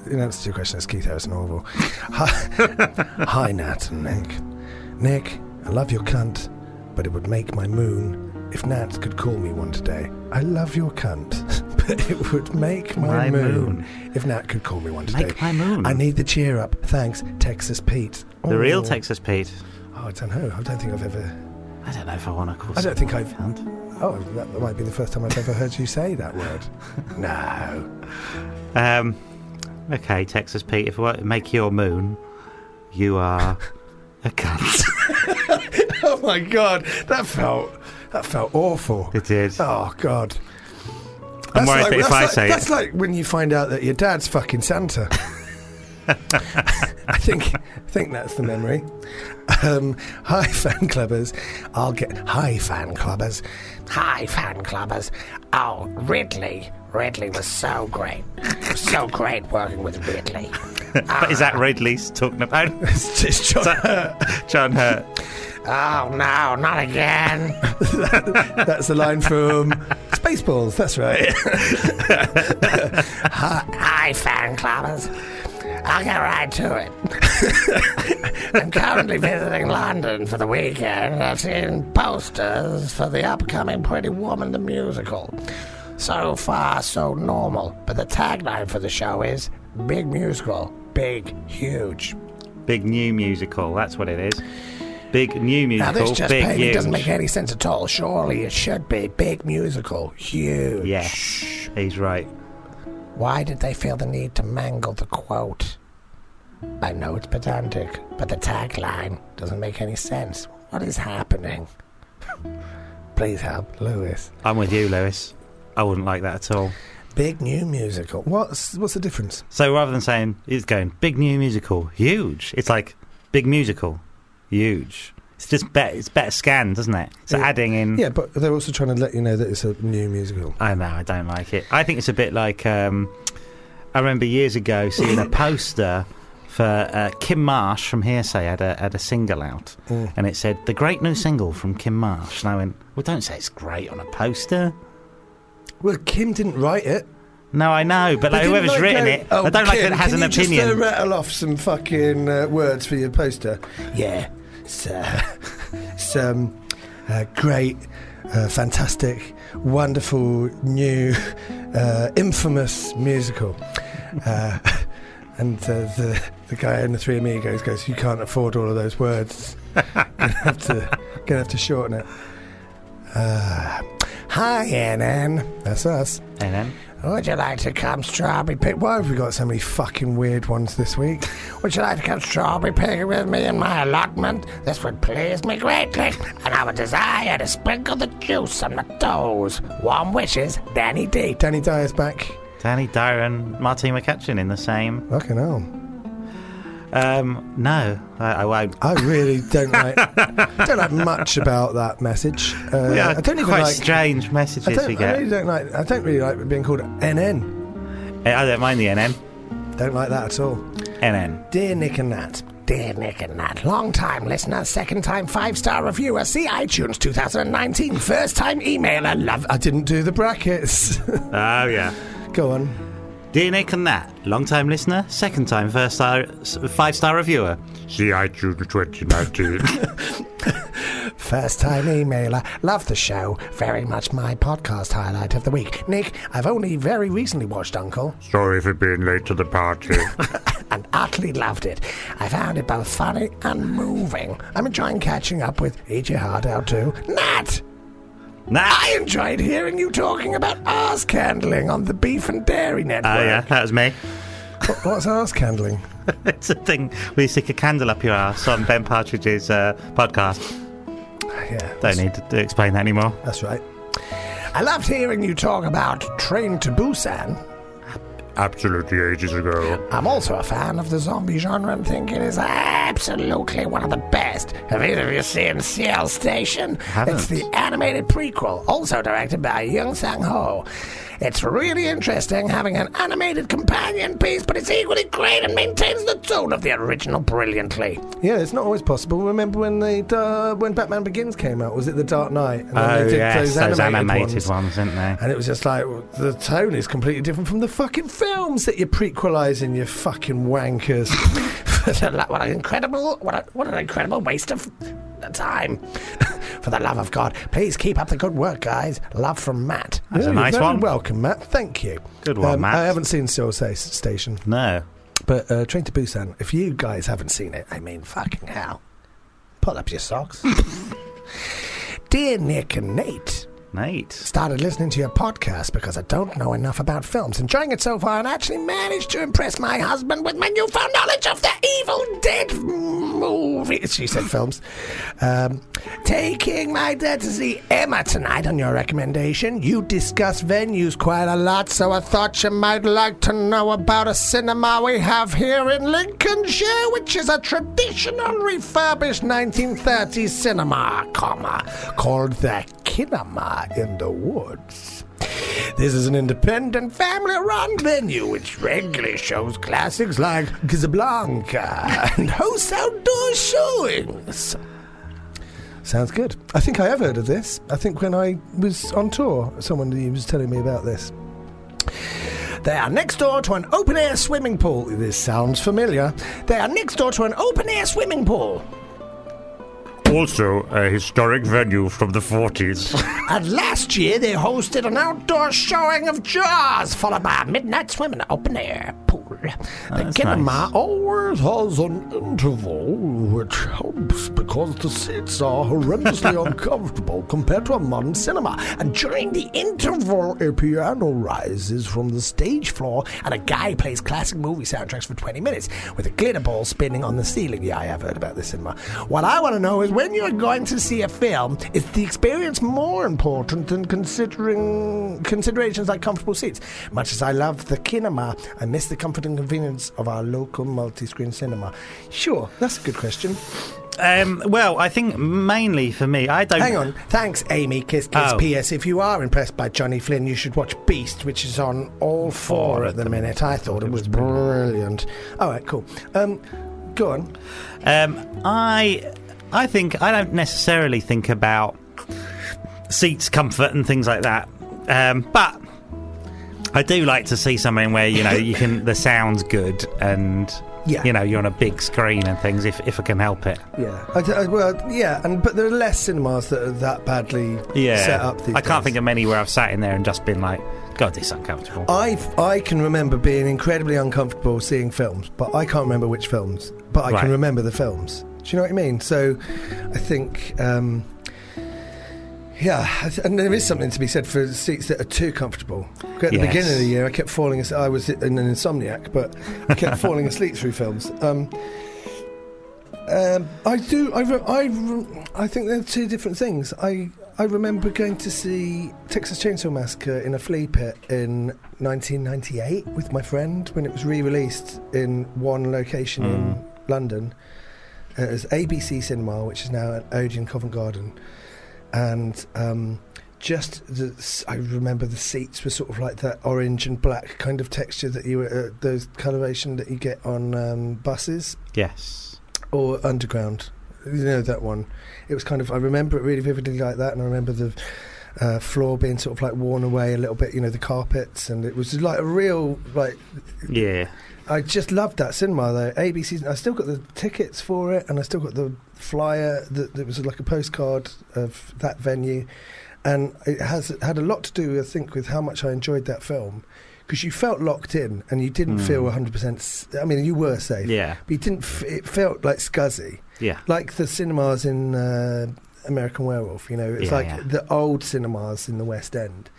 Speaker 3: In answer to your question, it's Keith Harrison Orville. Hi, hi, Nat and Nick. Nick, I love your cunt, but it would make my moon if Nat could call me one today. I love your cunt, but it would make my,
Speaker 4: My moon.
Speaker 3: moon, if Nat could call me one today.
Speaker 4: Make my moon.
Speaker 3: I need the cheer up. Thanks, Texas Pete.
Speaker 4: the real
Speaker 3: Oh.
Speaker 4: Texas Pete.
Speaker 3: Oh, I don't know. I don't think I've ever.
Speaker 4: I don't know if I want to call.
Speaker 3: I don't think I've-
Speaker 4: found.
Speaker 3: Oh, that might be the first time I've ever heard you say that word. No.
Speaker 4: Um, okay, Texas Pete. If I want to make your moon, you are a cunt.
Speaker 3: Oh my God, that felt that felt awful.
Speaker 4: it is.
Speaker 3: Oh God.
Speaker 4: I'm worried that if
Speaker 3: that's
Speaker 4: I
Speaker 3: like,
Speaker 4: say
Speaker 3: that's
Speaker 4: it,
Speaker 3: like when you find out that your dad's fucking Santa. I think I think that's the memory. Um, hi fan clubbers, I'll get hi fan clubbers, hi fan clubbers.
Speaker 5: Oh, Ridley. Ridley was so great. so great working with Ridley.
Speaker 4: but is that Ridley's talking about?
Speaker 3: It's just John,
Speaker 4: John Hurt.
Speaker 5: Oh, no, not again.
Speaker 3: that's the line from Spaceballs. That's right.
Speaker 5: Hi, fan clubbers. I'll get right to it. I'm currently visiting London for the weekend and I've seen posters for the upcoming Pretty Woman the musical. So far, so normal, but the tagline for the show is Big Musical, Big, Huge.
Speaker 4: Big new musical. That's what it is. Big new
Speaker 5: Now,
Speaker 4: musical.
Speaker 5: this just
Speaker 4: big
Speaker 5: plainly
Speaker 4: huge.
Speaker 5: doesn't make any sense at all. Surely it should be big musical, huge.
Speaker 4: Yes, he's right.
Speaker 5: Why did they feel the need to mangle the quote? I know it's pedantic, but the tagline doesn't make any sense. What is happening?
Speaker 3: Please help, Lewis.
Speaker 4: I'm with you, Lewis. I wouldn't like that at all.
Speaker 3: Big new musical. What's what's the difference?
Speaker 4: So rather than saying it's going big new musical, huge, it's like big musical, huge. It's just better. It's better scanned, doesn't it? So
Speaker 3: Yeah.
Speaker 4: adding in.
Speaker 3: Yeah, but they're also trying to let you know that it's a new musical.
Speaker 4: I know. I don't like it. I think it's a bit like. Um, I remember years ago seeing a poster for uh, Kim Marsh from Hearsay had a had a single out,
Speaker 3: Mm.
Speaker 4: and it said the great new single from Kim Marsh. And I went, well, don't say it's great on a poster.
Speaker 3: Well, Kim didn't write it.
Speaker 4: No, I know, but like,
Speaker 3: They didn't
Speaker 4: whoever's
Speaker 3: like
Speaker 4: written
Speaker 3: go-
Speaker 4: it,
Speaker 3: Oh,
Speaker 4: I don't like
Speaker 3: kid,
Speaker 4: that it has
Speaker 3: can
Speaker 4: an
Speaker 3: you
Speaker 4: opinion.
Speaker 3: Just uh, rattle off some fucking uh, words for your poster. Yeah, it's, uh, it's um, uh, great, uh, fantastic, wonderful, new, uh, infamous musical. Uh, and uh, the the guy in the Three Amigos goes, "You can't afford all of those words. gonna have to gonna have to shorten it." Uh, Hi, Annan. That's us.
Speaker 4: And then,
Speaker 5: Would you like to come strawberry
Speaker 3: Hey,
Speaker 5: pick?
Speaker 3: why have we got so many fucking weird ones this week?
Speaker 5: Would you like to come strawberry picking with me in my allotment? This would please me greatly, and I would desire to sprinkle the juice on my toes. Warm wishes, Danny D.
Speaker 3: Danny Dyer's back.
Speaker 4: Danny Dyer and Martin McCutcheon in the same.
Speaker 3: Fucking hell.
Speaker 4: Um, no, I, I won't.
Speaker 3: I really don't like don't like much about that message. Uh,
Speaker 4: Yeah,
Speaker 3: I don't even
Speaker 4: quite
Speaker 3: like.
Speaker 4: strange
Speaker 3: I,
Speaker 4: messages we
Speaker 3: don't, I
Speaker 4: get.
Speaker 3: really don't like. I don't really like being called NN.
Speaker 4: Uh, I don't mind the NN.
Speaker 3: Don't like that at all.
Speaker 4: NN.
Speaker 3: Dear Nick and Nat,
Speaker 5: Dear Nick and Nat, long time listener, second time five star reviewer, see iTunes 2019, first time emailer, love. uh,
Speaker 3: I didn't do the brackets.
Speaker 4: Oh, yeah.
Speaker 3: Go on.
Speaker 4: Dear Nick and Nat, long time listener, second time first star, five star reviewer. See iTunes 2019.
Speaker 5: First time emailer. Love the show. Very much my podcast highlight of the week. Nick, I've only very recently watched Uncle
Speaker 4: Sorry for being late to the party.
Speaker 5: and utterly loved it. I found it both funny and moving. I'm enjoying catching up with Eat Your Heart Out too. Nat! I
Speaker 4: Nat!
Speaker 5: enjoyed hearing you talking about arse candling on the Beef and Dairy Network.
Speaker 4: Oh, yeah, that was me.
Speaker 3: What, what's arse candling?
Speaker 4: It's a thing where you stick a candle up your ass on Ben Partridge's uh, podcast.
Speaker 3: Yeah,
Speaker 4: Don't need to explain that anymore.
Speaker 3: that's right.
Speaker 5: I loved hearing you talk about Train to Busan.
Speaker 4: Absolutely ages ago.
Speaker 5: I'm also a fan of the zombie genre and think it is absolutely one of the best. Have either of you seen Seal Station?
Speaker 4: Haven't.
Speaker 5: It's the animated prequel, also directed by Young Sang Ho. It's really interesting having an animated companion piece, but it's equally great and maintains the tone of the original brilliantly.
Speaker 3: Yeah, it's not always possible. Remember when they uh, when Batman Begins came out? Was it the Dark Knight? And then
Speaker 4: Oh, yes, those animated,
Speaker 3: ones.
Speaker 4: ones. didn't they?
Speaker 3: And it was just like the tone is completely different from the fucking films that you're prequelizing, you fucking wankers.
Speaker 5: what, a, lo- what an incredible, what, a, what an incredible waste of time. For the love of God, please keep up the good work, guys. Love from Matt.
Speaker 4: That's
Speaker 3: Yeah,
Speaker 4: a nice
Speaker 3: you're very
Speaker 4: one.
Speaker 3: Welcome, Matt. Thank you. Um,
Speaker 4: Good one, Matt.
Speaker 3: I haven't seen Seoul Sa- Station,
Speaker 4: No.
Speaker 3: but uh, Train to Busan. If you guys haven't seen it, I mean, fucking hell.
Speaker 5: Pull up your socks. Dear Nick and Nate,
Speaker 4: Nate.
Speaker 5: started listening to your podcast because I don't know enough about films. Enjoying it so far and actually managed to impress my husband with my newfound knowledge of the Evil Dead movie. She said films. Um, taking my dad to see Emma tonight on your recommendation. You discuss venues quite a lot, so I thought you might like to know about a cinema we have here in Lincolnshire, which is a traditional refurbished 1930s cinema, comma, called the Kinema in the Woods. This is an independent family run venue which regularly shows classics like Casablanca and hosts outdoor showings.
Speaker 3: Sounds good. I think I have heard of this. I think when I was on tour, someone was telling me about this.
Speaker 5: They are next door to an open air swimming pool.
Speaker 3: This sounds familiar.
Speaker 5: They are next door to an open air swimming pool.
Speaker 4: Also a historic venue from the 40s.
Speaker 5: And last year they hosted an outdoor showing of Jaws, followed by a midnight swim in an open air pool. the
Speaker 4: Ah, that's
Speaker 5: cinema
Speaker 4: nice.
Speaker 5: always has an interval, which helps because the seats are horrendously uncomfortable compared to a modern cinema. And during the interval, a piano rises from the stage floor, and a guy plays classic movie soundtracks for 20 minutes with a glitter ball spinning on the ceiling. Yeah, I have heard about this cinema. What I want to know is when you're going to see a film, is the experience more important than considering considerations like comfortable seats? Much as I love the kinema, I miss the comfort and convenience of our local multi-screen cinema.
Speaker 3: Sure, that's a good question.
Speaker 4: um, well, I think mainly for me, I don't.
Speaker 5: Hang on. Thanks, Amy. Kiss, kiss.
Speaker 4: Oh.
Speaker 5: P.S. If you are impressed by Johnny Flynn, you should watch Beast, which is on all four at the minute. I thought it was brilliant.
Speaker 3: All right, cool. Um, go on.
Speaker 4: Um, I, I think I don't necessarily think about seats, comfort, and things like that. Um, but I do like to see something where you know you can the sound's good and
Speaker 3: Yeah.
Speaker 4: you know you're on a big screen and things if if I can help it.
Speaker 3: Yeah. I, I, well, yeah, and but there are less cinemas that are that badly
Speaker 4: Yeah,
Speaker 3: set up. These
Speaker 4: I can't
Speaker 3: days.
Speaker 4: think of many where I've sat in there and just been like, God, this is uncomfortable.
Speaker 3: I've, I can remember being incredibly uncomfortable seeing films, but I can't remember which films. But I
Speaker 4: Right.
Speaker 3: can remember the films. Do you know what I mean? So, I think, um, yeah, I th- and there is something to be said for seats that are too comfortable. At the
Speaker 4: Yes.
Speaker 3: beginning of the year, I kept falling. Asleep. I was in an insomniac, but I kept falling asleep through films. Um, um, I do. I, re- I, re- I think they're two different things. I I remember going to see Texas Chainsaw Massacre in a flea pit in 1998 with my friend when it was re-released in one location in London. uh, It was ABC Cinema, which is now at Odeon Covent Garden, and. Um, just the, I remember the seats were sort of like that orange and black kind of texture that you uh, those coloration that you get on um, buses
Speaker 4: yes.
Speaker 3: or Underground. You know that one. It was kind of. I remember it really vividly like that, and I remember the uh, floor being sort of like worn away a little bit. You know the carpets, and it was like a real like.
Speaker 4: Yeah.
Speaker 3: I just loved that cinema though. ABC. I still got the tickets for it, and I still got the flyer that, that was like a postcard of that venue, and it has it had a lot to do, I think, with how much I enjoyed that film. Because you felt locked in, and you didn't
Speaker 4: Mm.
Speaker 3: feel 100%. s- I mean, you were safe,
Speaker 4: Yeah.
Speaker 3: but you didn't. F- it felt like scuzzy
Speaker 4: Yeah.
Speaker 3: like the cinemas in uh, American Werewolf. You know, it's
Speaker 4: Yeah,
Speaker 3: like
Speaker 4: yeah.
Speaker 3: the old cinemas in the West End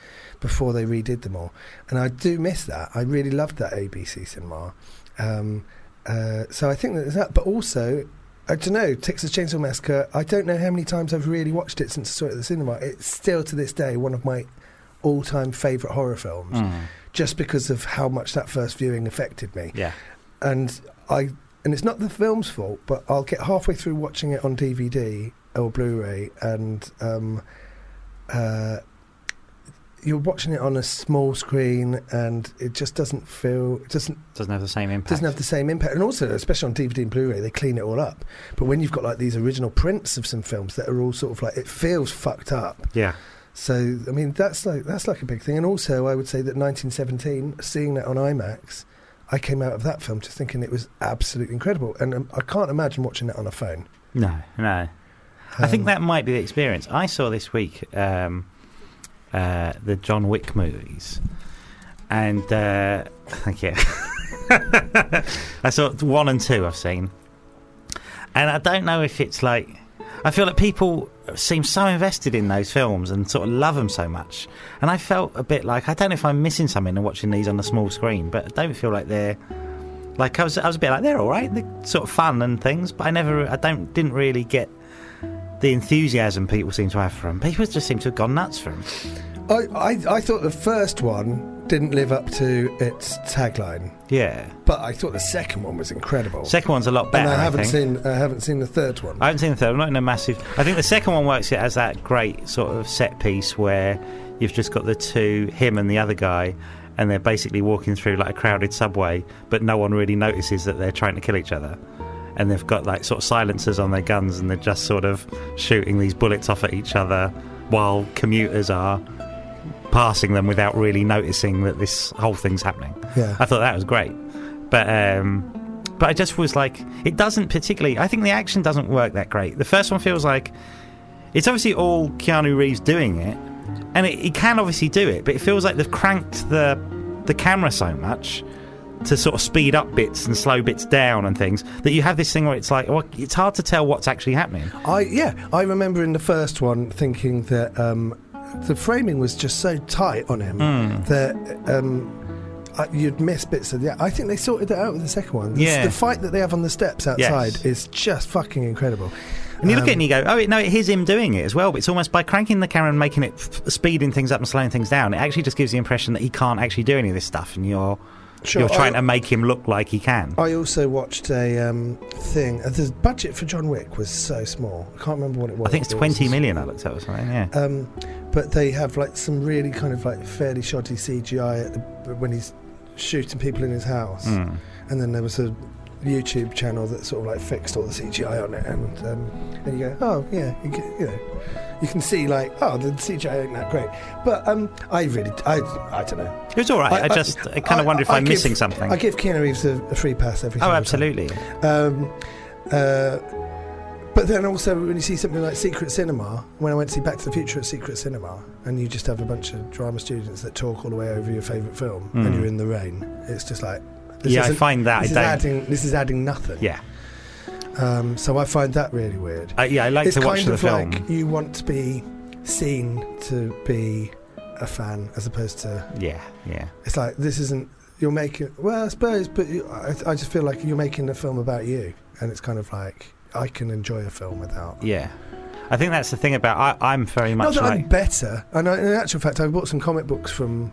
Speaker 3: before they redid them all. And I do miss that. I really loved that ABC cinema. Um, uh, so I think that there's that. But also, I don't know, Texas Chainsaw Massacre. I don't know how many times I've really watched it since I saw it at the cinema. It's still to this day one of my all-time favorite horror films,
Speaker 4: Mm.
Speaker 3: just because of how much that first viewing affected me
Speaker 4: Yeah.
Speaker 3: and I and it's not the film's fault, but I'll get halfway through watching it on DVD or Blu-ray, and um, uh, you're watching it on a small screen, and it just doesn't feel it doesn't
Speaker 4: Doesn't have the same impact.
Speaker 3: doesn't have the same impact. And also, especially on DVD and Blu-ray, they clean it all up. But when you've got like these original prints of some films that are all sort of like it feels fucked up.
Speaker 4: yeah.
Speaker 3: So I mean, that's like that's like a big thing. And also, I would say that 1917, seeing that on IMAX, I came out of that film just thinking it was absolutely incredible. And um, I can't imagine watching that on a phone.
Speaker 4: No. No. I think that might be the experience. I saw this week um, uh, the John Wick movies, and uh, thank you. I saw one and two. I've seen, and I don't know if it's like I feel like people seem so invested in those films and sort of love them so much, and I felt a bit like I don't know if I'm missing something and watching these on the small screen, but I don't feel like they're. Like I was, I was a bit like they're all right, they're sort of fun and things, but I never, I don't, didn't really get the enthusiasm people seem to have for him. People just seem to have gone nuts for him.
Speaker 3: I, I I thought the first one didn't live up to its tagline,
Speaker 4: Yeah.
Speaker 3: but I thought the second one was incredible.
Speaker 4: Second one's a lot better.
Speaker 3: and I
Speaker 4: I
Speaker 3: haven't
Speaker 4: think.
Speaker 3: seen I haven't seen the third one.
Speaker 4: I haven't seen the third. I'm not in a massive. I think the second one works it as that great sort of set piece where you've just got the two, him and the other guy, and they're basically walking through like a crowded subway, but no one really notices that they're trying to kill each other. And they've got like sort of silencers on their guns, and they're just sort of shooting these bullets off at each other while commuters are passing them without really noticing that this whole thing's happening.
Speaker 3: yeah.
Speaker 4: I thought that was great. But um, but I just was like, it doesn't particularly. I think the action doesn't work that great. The first one feels like it's obviously all Keanu Reeves doing it, and it, he can obviously do it, but it feels like they've cranked the the camera so much to sort of speed up bits and slow bits down and things that you have this thing where it's like, well, it's hard to tell what's actually happening.
Speaker 3: I yeah, I remember in the first one thinking that um, the framing was just so tight on him
Speaker 4: Hmm.
Speaker 3: that um, I, you'd miss bits of yeah. I think they sorted that out with the second one. The s-
Speaker 4: Yeah.
Speaker 3: the fight that they have on the steps outside
Speaker 4: Yes.
Speaker 3: is just fucking incredible.
Speaker 4: And you look at it
Speaker 3: Um,
Speaker 4: and you go, oh, it- no, it is him doing it as well. But it's almost by cranking the camera and making it, f- speeding things up and slowing things down, it actually just gives the impression that he can't actually do any of this stuff. And you're,
Speaker 3: Sure,
Speaker 4: you're trying
Speaker 3: I-
Speaker 4: to make him look like he can.
Speaker 3: I also watched a um, thing. uh, The budget for John Wick was so small. I can't remember what it was.
Speaker 4: I think it's
Speaker 3: It was
Speaker 4: 20 million, I looked at or something, yeah.
Speaker 3: Um, but they have like some really kind of like fairly shoddy CGI at the, when he's shooting people in his house.
Speaker 4: Mm.
Speaker 3: And then there was a YouTube channel that sort of like fixed all the CGI on it, and um, and you go, oh yeah, you, can, you know, you can see like, oh, the CGI ain't that great. But um, I really, I, I don't know.
Speaker 4: It was all right. I, just I kind of wonder if
Speaker 3: I
Speaker 4: I am
Speaker 3: give-
Speaker 4: missing something.
Speaker 3: I give Keanu Reeves a, a free pass every.
Speaker 4: oh,
Speaker 3: single time.
Speaker 4: absolutely.
Speaker 3: Um, uh, but then also, when you see something like Secret Cinema, when I went to see Back to the Future at Secret Cinema, and you just have a bunch of drama students that talk all the way over your favourite film, and
Speaker 4: Mm.
Speaker 3: you're in the rain, it's just like.
Speaker 4: yeah, I
Speaker 3: isn't-
Speaker 4: find that I
Speaker 3: This is,
Speaker 4: don't.
Speaker 3: adding, this is adding nothing.
Speaker 4: yeah,
Speaker 3: Um, so I find that really weird.
Speaker 4: uh, yeah. I like
Speaker 3: it's
Speaker 4: to watch
Speaker 3: kind
Speaker 4: the
Speaker 3: of
Speaker 4: film.
Speaker 3: like you want to be seen to be a fan as opposed to.
Speaker 4: yeah, yeah.
Speaker 3: It's like, this isn't. You're making. Well, I suppose, but you, I, I just feel like you're making a film about you. And it's kind of like, I can enjoy a film without.
Speaker 4: Yeah. I think that's the thing about I, I'm very
Speaker 3: Not
Speaker 4: much
Speaker 3: that
Speaker 4: like
Speaker 3: I'm better. And I, in actual fact, I bought some comic books from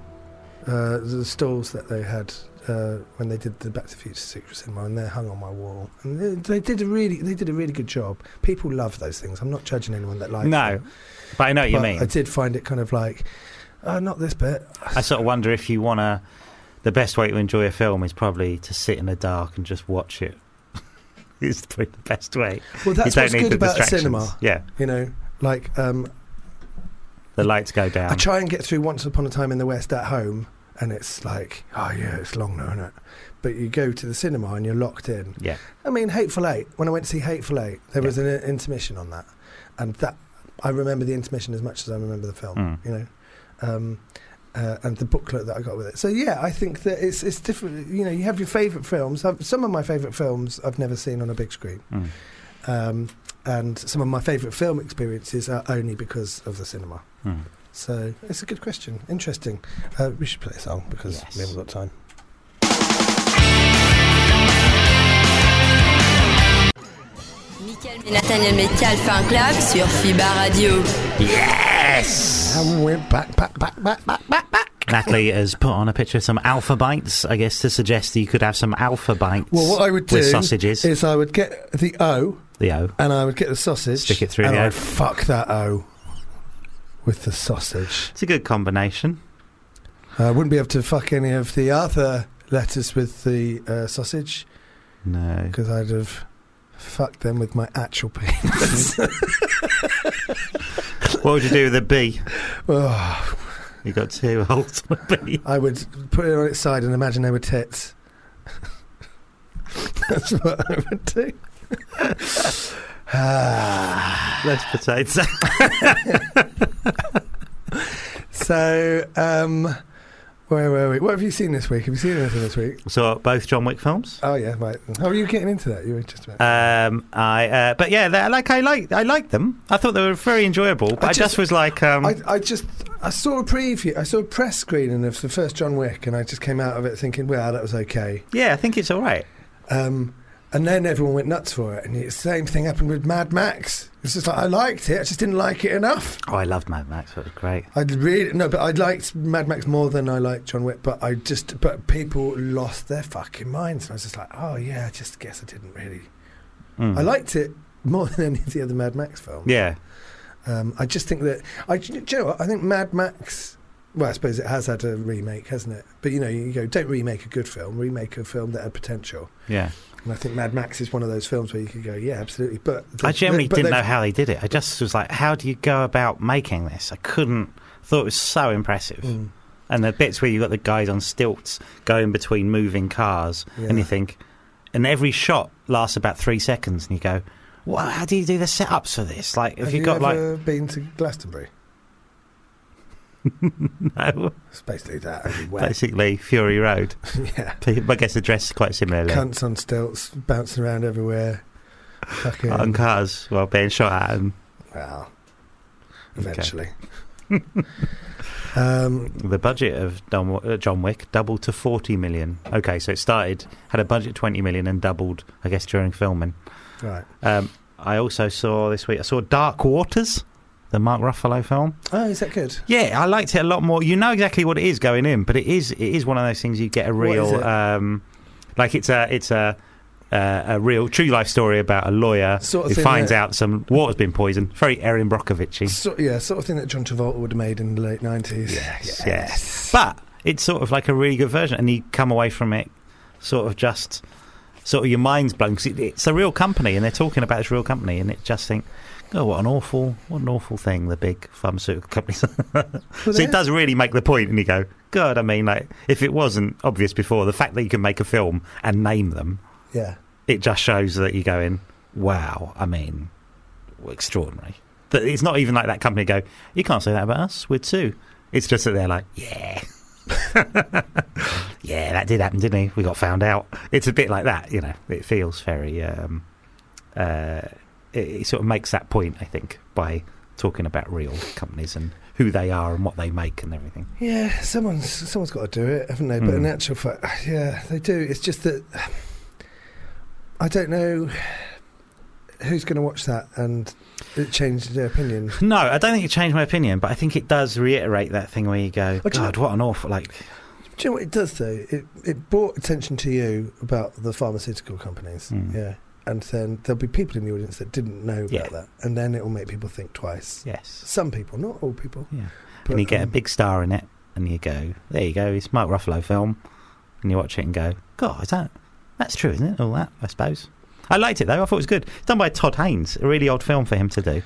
Speaker 3: uh, the stalls that they had uh, when they did the Back to the Future Secret Cinema, and they're hung on my wall. And they, they did a really, they did a really good job. People love those things. I'm not judging anyone that likes.
Speaker 4: no,
Speaker 3: them.
Speaker 4: but I know what you
Speaker 3: But
Speaker 4: mean.
Speaker 3: I did find it kind of like, oh, not this bit.
Speaker 4: I sort of wonder if you want to. The best way to enjoy a film is probably to sit in the dark and just watch it. it's probably the best way.
Speaker 3: Well, that's
Speaker 4: you don't
Speaker 3: what's
Speaker 4: need
Speaker 3: good
Speaker 4: the
Speaker 3: about
Speaker 4: distractions.
Speaker 3: cinema.
Speaker 4: Yeah,
Speaker 3: You know, like um,
Speaker 4: the lights go
Speaker 3: I
Speaker 4: down.
Speaker 3: try and get through Once Upon a Time in the West at home, and it's like, oh yeah, it's long now, isn't it? But you go to the cinema and you're locked in.
Speaker 4: yeah,
Speaker 3: I mean, Hateful Eight. When I went to see Hateful Eight, there was an uh, intermission on that, and that I remember the intermission as much as I remember the film.
Speaker 4: Mm.
Speaker 3: You know, um, uh, and the booklet that I got with it. So yeah, I think that it's it's different. You know, you have your favourite films. I've, some of my favourite films I've never seen on a big screen,
Speaker 4: Mm.
Speaker 3: um, and some of my favourite film experiences are only because of the cinema.
Speaker 4: Mm.
Speaker 3: So it's a good question. Interesting. Uh, we should play a song because
Speaker 4: Yes.
Speaker 3: we haven't got time.
Speaker 2: Mickaël et Nathaniel Metcalf Fan Club sur FIBA Radio.
Speaker 4: Yes.
Speaker 3: And we're back, back, back, back, back, back.
Speaker 4: Natalie has put on a picture of some alpha bites, I guess, to suggest that you could have some alpha bites.
Speaker 3: Well, what I would do
Speaker 4: with sausages,
Speaker 3: is I would get the O.
Speaker 4: the O.
Speaker 3: and I would get the sausage.
Speaker 4: Stick it through
Speaker 3: and
Speaker 4: the
Speaker 3: I'd
Speaker 4: egg.
Speaker 3: fuck that O with the sausage.
Speaker 4: It's a good combination.
Speaker 3: I wouldn't be able to fuck any of the other letters with the uh, sausage
Speaker 4: No.
Speaker 3: because I'd have fucked them with my actual penis.
Speaker 4: What would you do with a B?
Speaker 3: oh,
Speaker 4: You got two holes on a B.
Speaker 3: I would put it on its side and imagine they were tits. That's what I would do. Ah.
Speaker 4: Less potato.
Speaker 3: so, um, where were we? What have you seen this week? Have you seen anything this week?
Speaker 4: so both John Wick films.
Speaker 3: Oh yeah, right. How are you getting into that? You were just about.
Speaker 4: Um, I uh, but yeah, they're- like I like I like them. I thought they were very enjoyable. But I,
Speaker 3: I
Speaker 4: just,
Speaker 3: just-
Speaker 4: was like, um,
Speaker 3: I, I just I saw a preview, I saw a press screening of the first John Wick, and I just came out of it thinking, well, that was okay.
Speaker 4: yeah, I think it's all right.
Speaker 3: Um, and then everyone went nuts for it, and the same thing happened with Mad Max. It's just like I liked it, I just didn't like it enough.
Speaker 4: Oh, I loved Mad Max. That was great.
Speaker 3: I really no, but I liked Mad Max more than I liked John Wick. But I just but people lost their fucking minds, and I was just like, oh yeah, I just guess I didn't really.
Speaker 4: Mm.
Speaker 3: I liked it more than any of the other Mad Max films.
Speaker 4: Yeah,
Speaker 3: Um, I just think that I do you know what? I think Mad Max. Well, I suppose it has had a remake, hasn't it? But you know, you go don't remake a good film, remake a film that had potential.
Speaker 4: yeah.
Speaker 3: And I think Mad Max is one of those films where you could go, yeah, absolutely. But the-
Speaker 4: I generally
Speaker 3: but
Speaker 4: didn't
Speaker 3: they've-
Speaker 4: know how they did it. I just was like, how do you go about making this? I couldn't. Thought it was so impressive.
Speaker 3: Mm,
Speaker 4: And the bits where you got the guys on stilts going between moving cars,
Speaker 3: Yeah.
Speaker 4: and you think, and every shot lasts about three seconds, and you go, "Wow, how do you do the setups for this? Like, have,
Speaker 3: have
Speaker 4: you, got
Speaker 3: ever been to Glastonbury?
Speaker 4: like no,
Speaker 3: It's basically that. only wet.
Speaker 4: basically Fury Road?
Speaker 3: yeah,
Speaker 4: People, I guess the dress is quite similarly.
Speaker 3: cunts on stilts, bouncing around everywhere. Fucking
Speaker 4: on cars while being shot at and
Speaker 3: well, eventually. um,
Speaker 4: the budget of Don, uh, John Wick doubled to 40 million okay so it started had a budget of 20 million and doubled I guess during filming
Speaker 3: right.
Speaker 4: um, I also saw this week I saw Dark Waters the Mark Ruffalo film
Speaker 3: Oh, is that good?
Speaker 4: yeah I liked it a lot more you know exactly what it is going in but it is it is one of those things you get a
Speaker 3: What is
Speaker 4: real
Speaker 3: it?
Speaker 4: um, like it's a it's a uh, a real true life story about a lawyer
Speaker 3: Sort of
Speaker 4: who
Speaker 3: thing
Speaker 4: finds
Speaker 3: that-
Speaker 4: out some water's been poisoned very Erin Brockovichy
Speaker 3: So, yeah, sort of thing that John Travolta would have made in the late nineties.
Speaker 4: Yes, yes. But it's sort of like a really good version, and you come away from it sort of just sort of your mind's blown 'cause it, it's a real company and they're talking about this real company and it just think, oh, what an awful, what an awful thing the big pharmaceutical companies. so
Speaker 3: they're-
Speaker 4: it does really make the point, and you go, God, I mean, like if it wasn't obvious before, the fact that you can make a film and name them,
Speaker 3: Yeah.
Speaker 4: it just shows that you're going, wow. I mean, extraordinary. That it's not even like that company go, you can't say that about us. We're two. It's just that they're like, yeah. yeah, that did happen, didn't he? We got found out. It's a bit like that, you know. It feels very. Um, uh, it, it sort of makes that point, I think, by talking about real companies and who they are and what they make and everything.
Speaker 3: Yeah, someone's someone's got to do it, haven't they? But in
Speaker 4: Hmm.
Speaker 3: actual fact, yeah, they do. It's just that I don't know who's going to watch that and it changed their opinion.
Speaker 4: No, I don't think it changed my opinion, but I think it does reiterate that thing where you go,
Speaker 3: Oh, do you-
Speaker 4: God, what an awful like.
Speaker 3: Do you know what it does though? It it brought attention to you about the pharmaceutical companies.
Speaker 4: Hmm.
Speaker 3: Yeah. And then there'll be people in the audience that didn't know about
Speaker 4: Yeah.
Speaker 3: that. And then it will make people think twice.
Speaker 4: Yes.
Speaker 3: Some people, not all people.
Speaker 4: Yeah.
Speaker 3: But,
Speaker 4: and you get a
Speaker 3: um,
Speaker 4: big star in it, and you go, "There you go, it's Mark Ruffalo film," and you watch it and go, "God, is that that's true, isn't it? All that, I suppose." I liked it though; I thought it was good. It's done by Todd Haynes, a really odd film for him to do.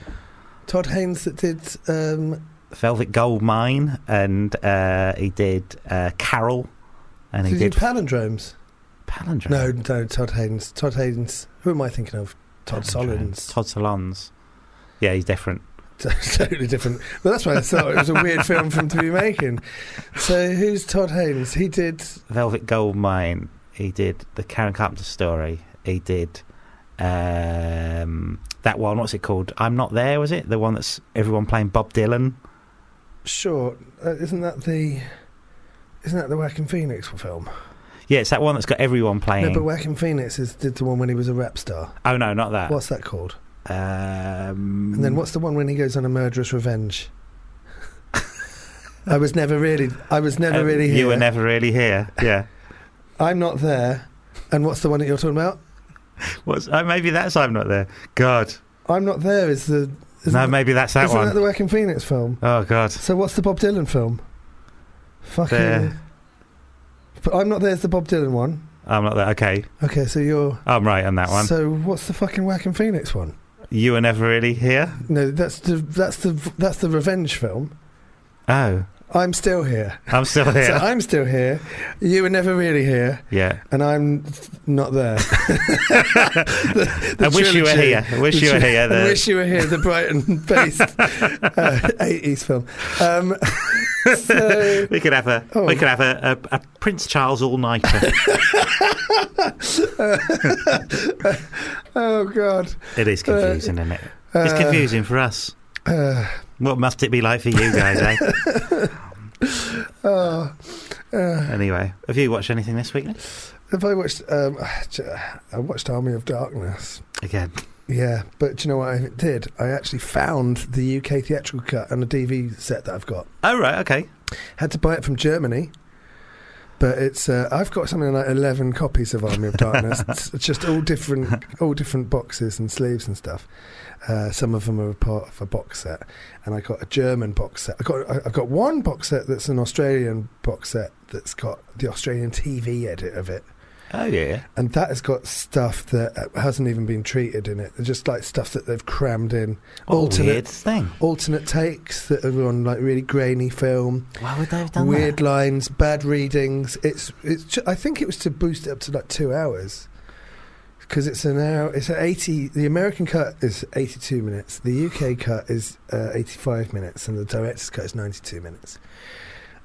Speaker 3: Todd Haynes that did um,
Speaker 4: Velvet Gold Mine, and uh, he did uh, Carol, and he
Speaker 3: did, he
Speaker 4: did,
Speaker 3: do palindromes.
Speaker 4: Palindrome.
Speaker 3: No, no, Todd Haynes. Todd Haynes. Who am I thinking of? Todd
Speaker 4: Palindrome.
Speaker 3: Solondz.
Speaker 4: Todd Solondz. Yeah, he's different.
Speaker 3: totally different. But that's why I thought it was a weird film for him to be making. So who's Todd Haynes? He did.
Speaker 4: Velvet Gold Mine. He did the Karen Carpenter story. He did um, that one. What's it called? I'm not there. Was it the one that's everyone playing Bob Dylan?
Speaker 3: Sure, uh, isn't that the? Isn't that the Whacking Phoenix film?
Speaker 4: Yeah, it's that one that's got everyone
Speaker 3: No,
Speaker 4: playing.
Speaker 3: but Whacking Phoenix is did the one when he was a rap star.
Speaker 4: oh no, not that.
Speaker 3: What's that called?
Speaker 4: Um,
Speaker 3: And then what's the one when he goes on a murderous revenge? I was never really. I was never
Speaker 4: uh,
Speaker 3: really
Speaker 4: You
Speaker 3: here.
Speaker 4: were never really here. Yeah.
Speaker 3: I'm not there. And what's the one that you're talking about?
Speaker 4: What's? Oh, maybe that's I'm not there. God.
Speaker 3: I'm not there. Is the isn't
Speaker 4: no,
Speaker 3: the-
Speaker 4: maybe that's that
Speaker 3: Isn't
Speaker 4: one.
Speaker 3: that the Working Phoenix film?
Speaker 4: oh God.
Speaker 3: So what's the Bob Dylan film? Fucking.
Speaker 4: There.
Speaker 3: But I'm not there's the Bob Dylan one.
Speaker 4: I'm not there. Okay,
Speaker 3: Okay, so you're.
Speaker 4: I'm right on that one.
Speaker 3: So what's the fucking Whacking Phoenix one?
Speaker 4: you were never really here.
Speaker 3: No, that's the that's the that's the revenge film.
Speaker 4: Oh,
Speaker 3: I'm still here.
Speaker 4: I'm still here.
Speaker 3: So I'm still here. You were never really here,
Speaker 4: yeah.
Speaker 3: and I'm not there. The- the
Speaker 4: I wish you were
Speaker 3: trilogy.
Speaker 4: here. I wish
Speaker 3: The
Speaker 4: you were
Speaker 3: tri-
Speaker 4: here.
Speaker 3: I
Speaker 4: The-
Speaker 3: wish you were here. The Brighton-based uh, '80s film. Um, so,
Speaker 4: We could have a
Speaker 3: Oh.
Speaker 4: we could have a, a, a Prince Charles all nighter.
Speaker 3: oh god.
Speaker 4: it is confusing, isn't it? It's
Speaker 3: uh,
Speaker 4: confusing for us.
Speaker 3: Uh,
Speaker 4: What must it be like for you guys, eh?
Speaker 3: oh, uh,
Speaker 4: Anyway, have you watched anything this week? Nick?
Speaker 3: have I watched? Um, I watched Army of Darkness.
Speaker 4: Again,
Speaker 3: Yeah, but do you know what I did? I actually found the UK theatrical cut and a DV set that I've got.
Speaker 4: oh right, okay.
Speaker 3: Had to buy it from Germany, but it's uh, I've got something like eleven copies of Army of Darkness. it's just all different, all different boxes and sleeves and stuff. Uh, some of them are a part of a box set, and I got a German box set. I got I, I got one box set that's an Australian box set that's got the Australian TV edit of it.
Speaker 4: Oh yeah,
Speaker 3: and that has got stuff that uh, hasn't even been treated in it. They're just like stuff that they've crammed in
Speaker 4: what a
Speaker 3: Alternate-
Speaker 4: Oh, weird thing.
Speaker 3: alternate takes that are on like really grainy film,
Speaker 4: Why would they have done
Speaker 3: weird
Speaker 4: that?
Speaker 3: lines, bad readings. It's it's. Ju- I think it was to boost it up to like two hours because it's an hour. It's at eighty. The American cut is eighty-two minutes. The UK cut is uh, eighty-five minutes, and the director's cut is ninety-two minutes.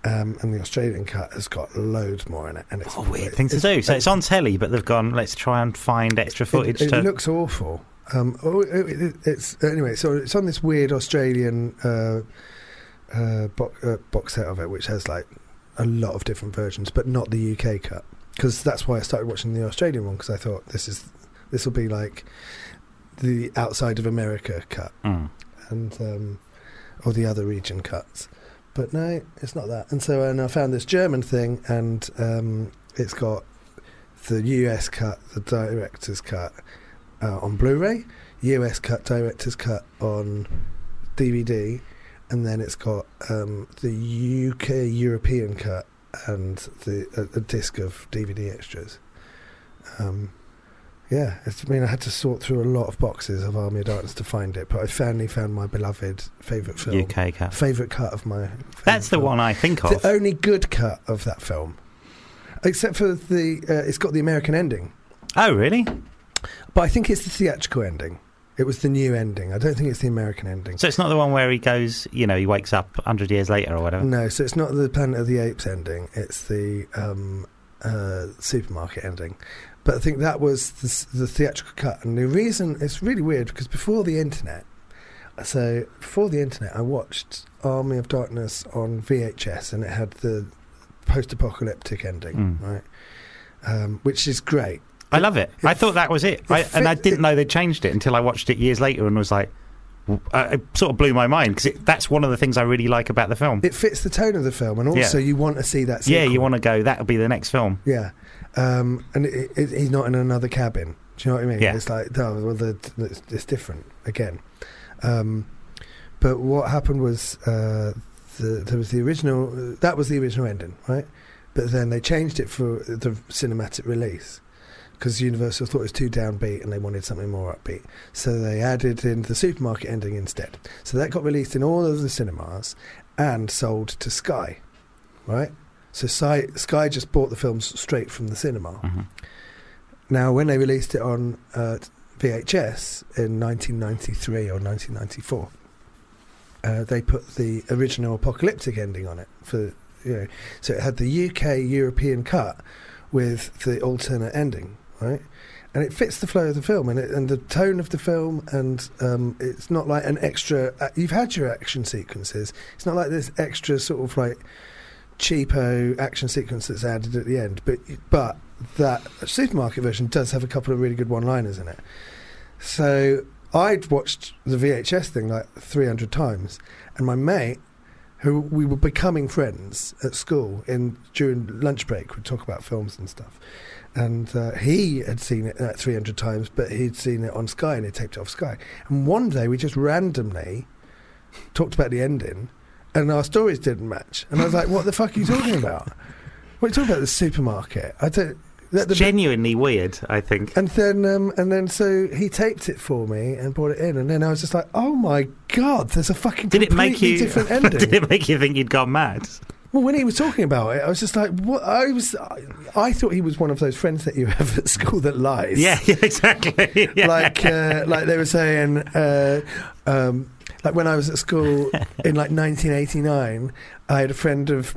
Speaker 3: Um, and the Australian cut has got loads more in it, and it's
Speaker 4: What a weird thing to do. So it's on telly, but they've gone. Let's try and find extra footage
Speaker 3: It, it
Speaker 4: to.
Speaker 3: looks awful. Um, oh, it, it, it's anyway. So it's on this weird Australian uh, uh, bo- uh, box set of it, which has like a lot of different versions, but not the UK cut. Because that's why I started watching the Australian one because I thought this is this will be like the outside of America cut
Speaker 4: Mm.
Speaker 3: and um, or the other region cuts. But no, it's not that. And so and I found this German thing, and um, it's got the US cut, the director's cut uh, on Blu-ray, US cut, director's cut on DVD, and then it's got um, the UK European uh, cut and the a, a disc of DVD extras. Um, Yeah, it's, I mean, I had to sort through a lot of boxes of Army of Darkness to find it, but I finally found my beloved favourite film.
Speaker 4: UK cat.
Speaker 3: Favourite cut of my. favourite
Speaker 4: That's the
Speaker 3: film.
Speaker 4: one I think of.
Speaker 3: The uh, only good cut of that film. Except for the. Uh, it's got the American ending,
Speaker 4: Oh, really?
Speaker 3: but I think it's the theatrical ending. It was the new ending. I don't think it's the American ending.
Speaker 4: So it's not the one where he goes, you know, he wakes up 100 years later or whatever.
Speaker 3: No, so it's not the Planet of the Apes ending. It's the um, uh, supermarket ending. But I think that was the, s- the theatrical cut, and the reason it's really weird because before the internet, so before the internet, I watched Army of Darkness on VHS, and it had the post-apocalyptic ending,
Speaker 4: Mm.
Speaker 3: right? Um, which is great.
Speaker 4: I love it. I thought that was it. I,
Speaker 3: it
Speaker 4: and I
Speaker 3: fit-
Speaker 4: didn't
Speaker 3: it-
Speaker 4: know they changed it until I watched it years later and was like, w- uh, it sort of blew my mind because that's one of the things I really like about the film.
Speaker 3: It fits the tone of the film, and
Speaker 4: Yeah.
Speaker 3: also you want to see that.
Speaker 4: yeah, you
Speaker 3: sequel.
Speaker 4: want to go, that'll be the next film.
Speaker 3: Yeah, um, and it, it, he's not in another cabin. Do you know what I mean?
Speaker 4: Yeah.
Speaker 3: It's like no, well, the, it's, it's different again. Um, but what happened was uh, the, there was the original. That was the original ending, right? But then they changed it for the cinematic release because Universal thought it was too downbeat and they wanted something more upbeat. So they added in the supermarket ending instead. So that got released in all of the cinemas and sold to Sky, right? So Sky, Sky just bought the films straight from the cinema.
Speaker 4: Mhm.
Speaker 3: Now, when they released it on uh, VHS in 1993 or 1994, uh, they put the original apocalyptic ending on it for you know, so it had the UK European cut with the alternate ending, right? And it fits the flow of the film and, it, and the tone of the film, and um, it's not like an extra. Uh, you've had your action sequences. It's not like this extra sort of like cheapo action sequence that's added at the end. But but that supermarket version does have a couple of really good one-liners in it. So I'd watched the VHS thing like 300 times, and my mate, who we were becoming friends at school, in during lunch break, would talk about films and stuff. And uh, he had seen it uh, 300 times, but he'd seen it on Sky and he taped it off Sky. And one day we just randomly talked about the ending, and our stories didn't match. And I was like, "What the fuck are you talking about? What are you talking about? The supermarket? I don't." Let the
Speaker 4: Genuinely weird, I think.
Speaker 3: and then, um, and then, so he taped it for me and brought it in, and then I was just like, "Oh my god, there's a fucking
Speaker 4: Did it make
Speaker 3: completely
Speaker 4: you?
Speaker 3: different ending."
Speaker 4: did it make you think you'd gone mad?
Speaker 3: Well, when he was talking about it, I was just like, "What?" I was, I, I thought he was one of those friends that you have at school that lies.
Speaker 4: Yeah, yeah, exactly. Yeah.
Speaker 3: like uh, like they were saying, uh, um, like when I was at school in like 1989, I had a friend of.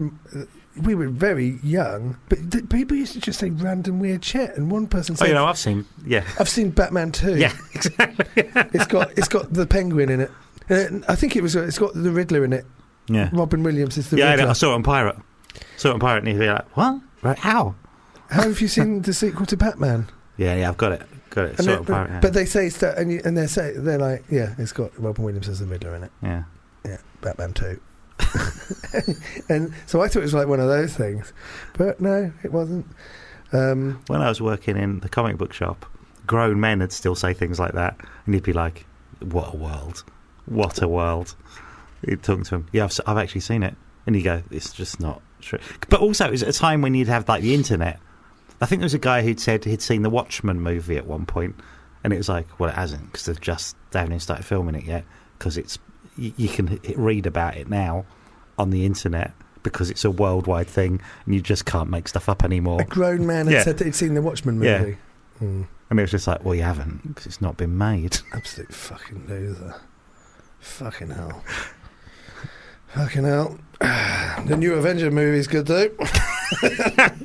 Speaker 3: We were very young, but th- people used to just say random weird shit, and one person
Speaker 4: oh,
Speaker 3: said,
Speaker 4: you know, I've seen. Yeah,
Speaker 3: "I've seen Batman 2.
Speaker 4: yeah, exactly.
Speaker 3: it's got it's got the penguin in it. Uh, I think it was. It's got the Riddler in it.
Speaker 4: Yeah,
Speaker 3: Robin Williams is the
Speaker 4: yeah. I, know,
Speaker 3: Riddler.
Speaker 4: I saw it on Pirate. Saw it on Pirate, and he'd be like, "What? Right? How?
Speaker 3: How have you seen the sequel to Batman?
Speaker 4: Yeah, yeah. I've got it. Got it.
Speaker 3: And
Speaker 4: Saw
Speaker 3: they-
Speaker 4: it on Pirate. Yeah.
Speaker 3: But they say it's that, and, you, and they say they're like, yeah, it's got Robin Williams as the Riddler in it.
Speaker 4: yeah.
Speaker 3: Yeah, Batman too. and so I thought it was like one of those things, but no, it wasn't. Um,
Speaker 4: when I was working in the comic book shop, grown men would still say things like that, and you'd be like, "What a world! What a world!" You'd talk to him. Yeah, I've, s- I've actually seen it, and you go, "It's just not true." But also, it was at a time when you'd have like the internet. I think there was a guy who'd said he'd seen the Watchmen movie at one point, and it was like, "Well, it hasn't because they've just they haven't even started filming it yet because it's you, you can h- read about it now on the internet." Because it's a worldwide thing, and you just can't make stuff up anymore.
Speaker 3: a grown man had
Speaker 4: Yeah.
Speaker 3: said that he'd seen the Watchmen
Speaker 4: Yeah.
Speaker 3: movie. Mm,
Speaker 4: And it was just like, well, you haven't, because it's not been made.
Speaker 3: absolute fucking loser. Fucking hell. fucking hell. The new Avenger movie's good though. Got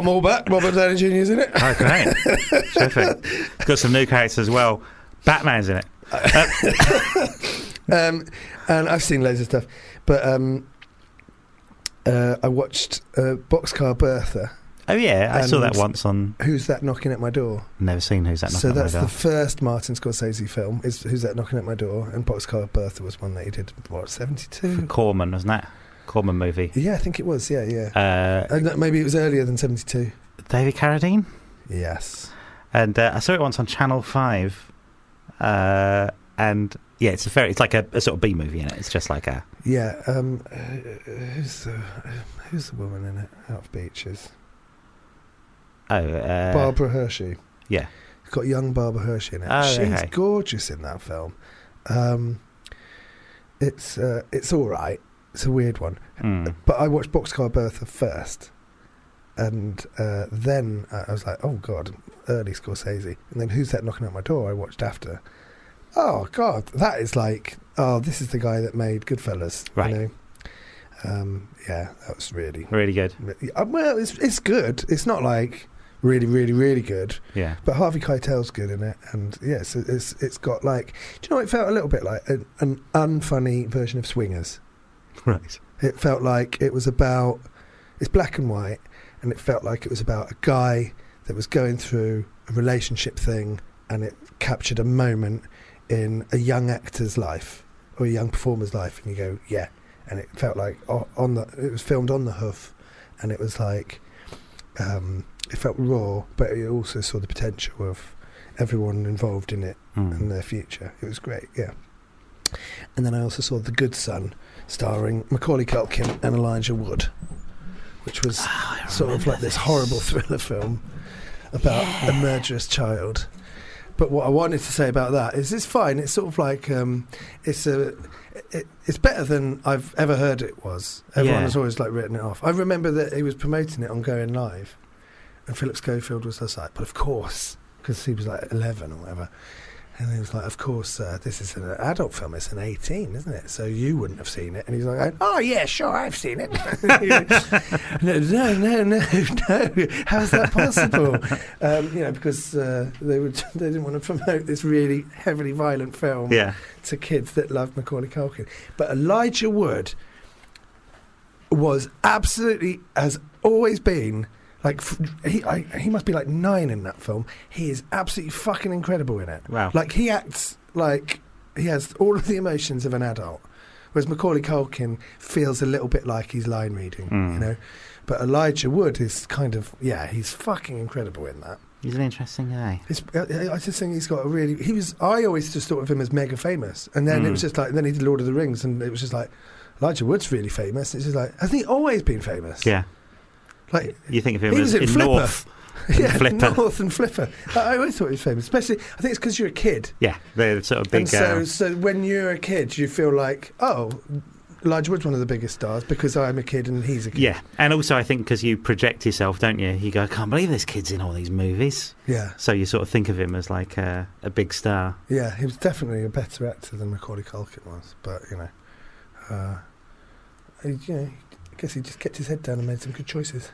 Speaker 3: them all back. Robert Downey Jr.'s in it.
Speaker 4: Oh, great. Terrific. It's got some new characters as well. Batman's in it.
Speaker 3: Um, and I've seen loads of stuff, but um, uh, I watched uh, Boxcar Bertha.
Speaker 4: Oh, yeah. I saw that
Speaker 3: And-
Speaker 4: once on.
Speaker 3: Who's that knocking at my door?
Speaker 4: Never seen Who's That Knocking
Speaker 3: so
Speaker 4: at My
Speaker 3: that's the
Speaker 4: Door.
Speaker 3: first Martin Scorsese film. Is Who's that knocking at my door? And Boxcar Bertha was one that he did what seventy two?
Speaker 4: Corman, wasn't that? Corman movie.
Speaker 3: Yeah, I think it was. Yeah, yeah.
Speaker 4: Uh,
Speaker 3: And that- maybe it was earlier than seventy two.
Speaker 4: David Carradine?
Speaker 3: Yes.
Speaker 4: And uh, I saw it once on Channel 5. Uh, and yeah, it's a very, it's like a, a sort of B movie in it. It's just like a.
Speaker 3: Yeah. Um, uh, who's the Who's the woman in it? Out of Beaches.
Speaker 4: Oh, uh,
Speaker 3: Barbara Hershey.
Speaker 4: yeah.
Speaker 3: It's got young Barbara Hershey in it.
Speaker 4: Oh,
Speaker 3: She's
Speaker 4: okay.
Speaker 3: gorgeous in that film. Um, it's uh, it's all right. It's a weird one,
Speaker 4: Hmm.
Speaker 3: but I watched Boxcar Bertha first, and uh, then I I was like, "Oh God, early Scorsese." And then who's that knocking at my door? I watched after. Oh God, that is like, oh, this is the guy that made Goodfellas,
Speaker 4: Right.
Speaker 3: You know? um, yeah, that was really.
Speaker 4: Really good.
Speaker 3: uh, Well, it's it's good. It's not like really, really, really good.
Speaker 4: Yeah.
Speaker 3: But Harvey Keitel's good in it, and yes, it- it's it's got like. Do you know? It felt a little bit like an, an unfunny version of Swingers.
Speaker 4: Right.
Speaker 3: It felt like it was about. It's black and white, and it felt like it was about a guy that was going through a relationship thing, and it captured a moment in a young actor's life or a young performer's life, and you go, yeah. And it felt like o- on the. It was filmed on the hoof, and it was like. Um, it felt raw, but it also saw the potential of everyone involved in it
Speaker 4: Hmm.
Speaker 3: and their future. It was great, yeah. And then I also saw The Good Son, starring Macaulay Culkin and Elijah Wood, which was sort of like this horrible thriller film about a murderous child. But what I wanted to say about that is it's fine. It's sort of like um, it's a it, it's better than I've ever heard it was. Everyone
Speaker 4: Yeah.
Speaker 3: has always like written it off. I remember that he was promoting it on Going Live, and Philip Schofield was just like, "But of course," because he was like eleven or whatever. And he was like, "Of course, uh, this is an adult film. It's an eighteen, isn't it? So you wouldn't have seen it." And he's like, "Oh yeah, sure, I've seen it." no, no, no, no, no. How's that possible? um, you know, because uh, they would they didn't want to promote this really heavily violent film
Speaker 4: Yeah.
Speaker 3: to kids that loved Macaulay Culkin. But Elijah Wood was absolutely has always been like f- he I, he must be like nine in that film. He is absolutely fucking incredible in it.
Speaker 4: Wow.
Speaker 3: Like he acts like he has all of the emotions of an adult, whereas Macaulay Culkin feels a little bit like he's line reading,
Speaker 4: Mm.
Speaker 3: you know. But Elijah Wood is kind of yeah, he's fucking incredible in that.
Speaker 4: He's an interesting guy.
Speaker 3: It's, I I just think he's got a really. He was. I always just thought of him as mega famous, and then it
Speaker 4: Mm.
Speaker 3: was just like. Then he did Lord of the Rings, and it was just like Elijah Wood's really famous. It's just like, has he always been famous?
Speaker 4: Yeah.
Speaker 3: Like
Speaker 4: You think of him
Speaker 3: He was
Speaker 4: as
Speaker 3: in
Speaker 4: in
Speaker 3: Flipper.
Speaker 4: North.
Speaker 3: yeah,
Speaker 4: Flipper.
Speaker 3: North and Flipper. Like, I always thought he was famous, especially. I think it's because you're a kid,
Speaker 4: Yeah. They're sort of big.
Speaker 3: and so
Speaker 4: uh,
Speaker 3: so when you're a kid, you feel like oh. Elijah Wood's one of the biggest stars because I'm a kid and he's a kid.
Speaker 4: yeah. And also, I think because you project yourself, don't you? You go, I can't believe this kid's in all these movies.
Speaker 3: yeah,
Speaker 4: So you sort of think of him as like uh, a big star.
Speaker 3: yeah. He was definitely a better actor than Macaulay Culkin was, but you know, uh, he, you know, I guess he just kept his head down and made some good choices.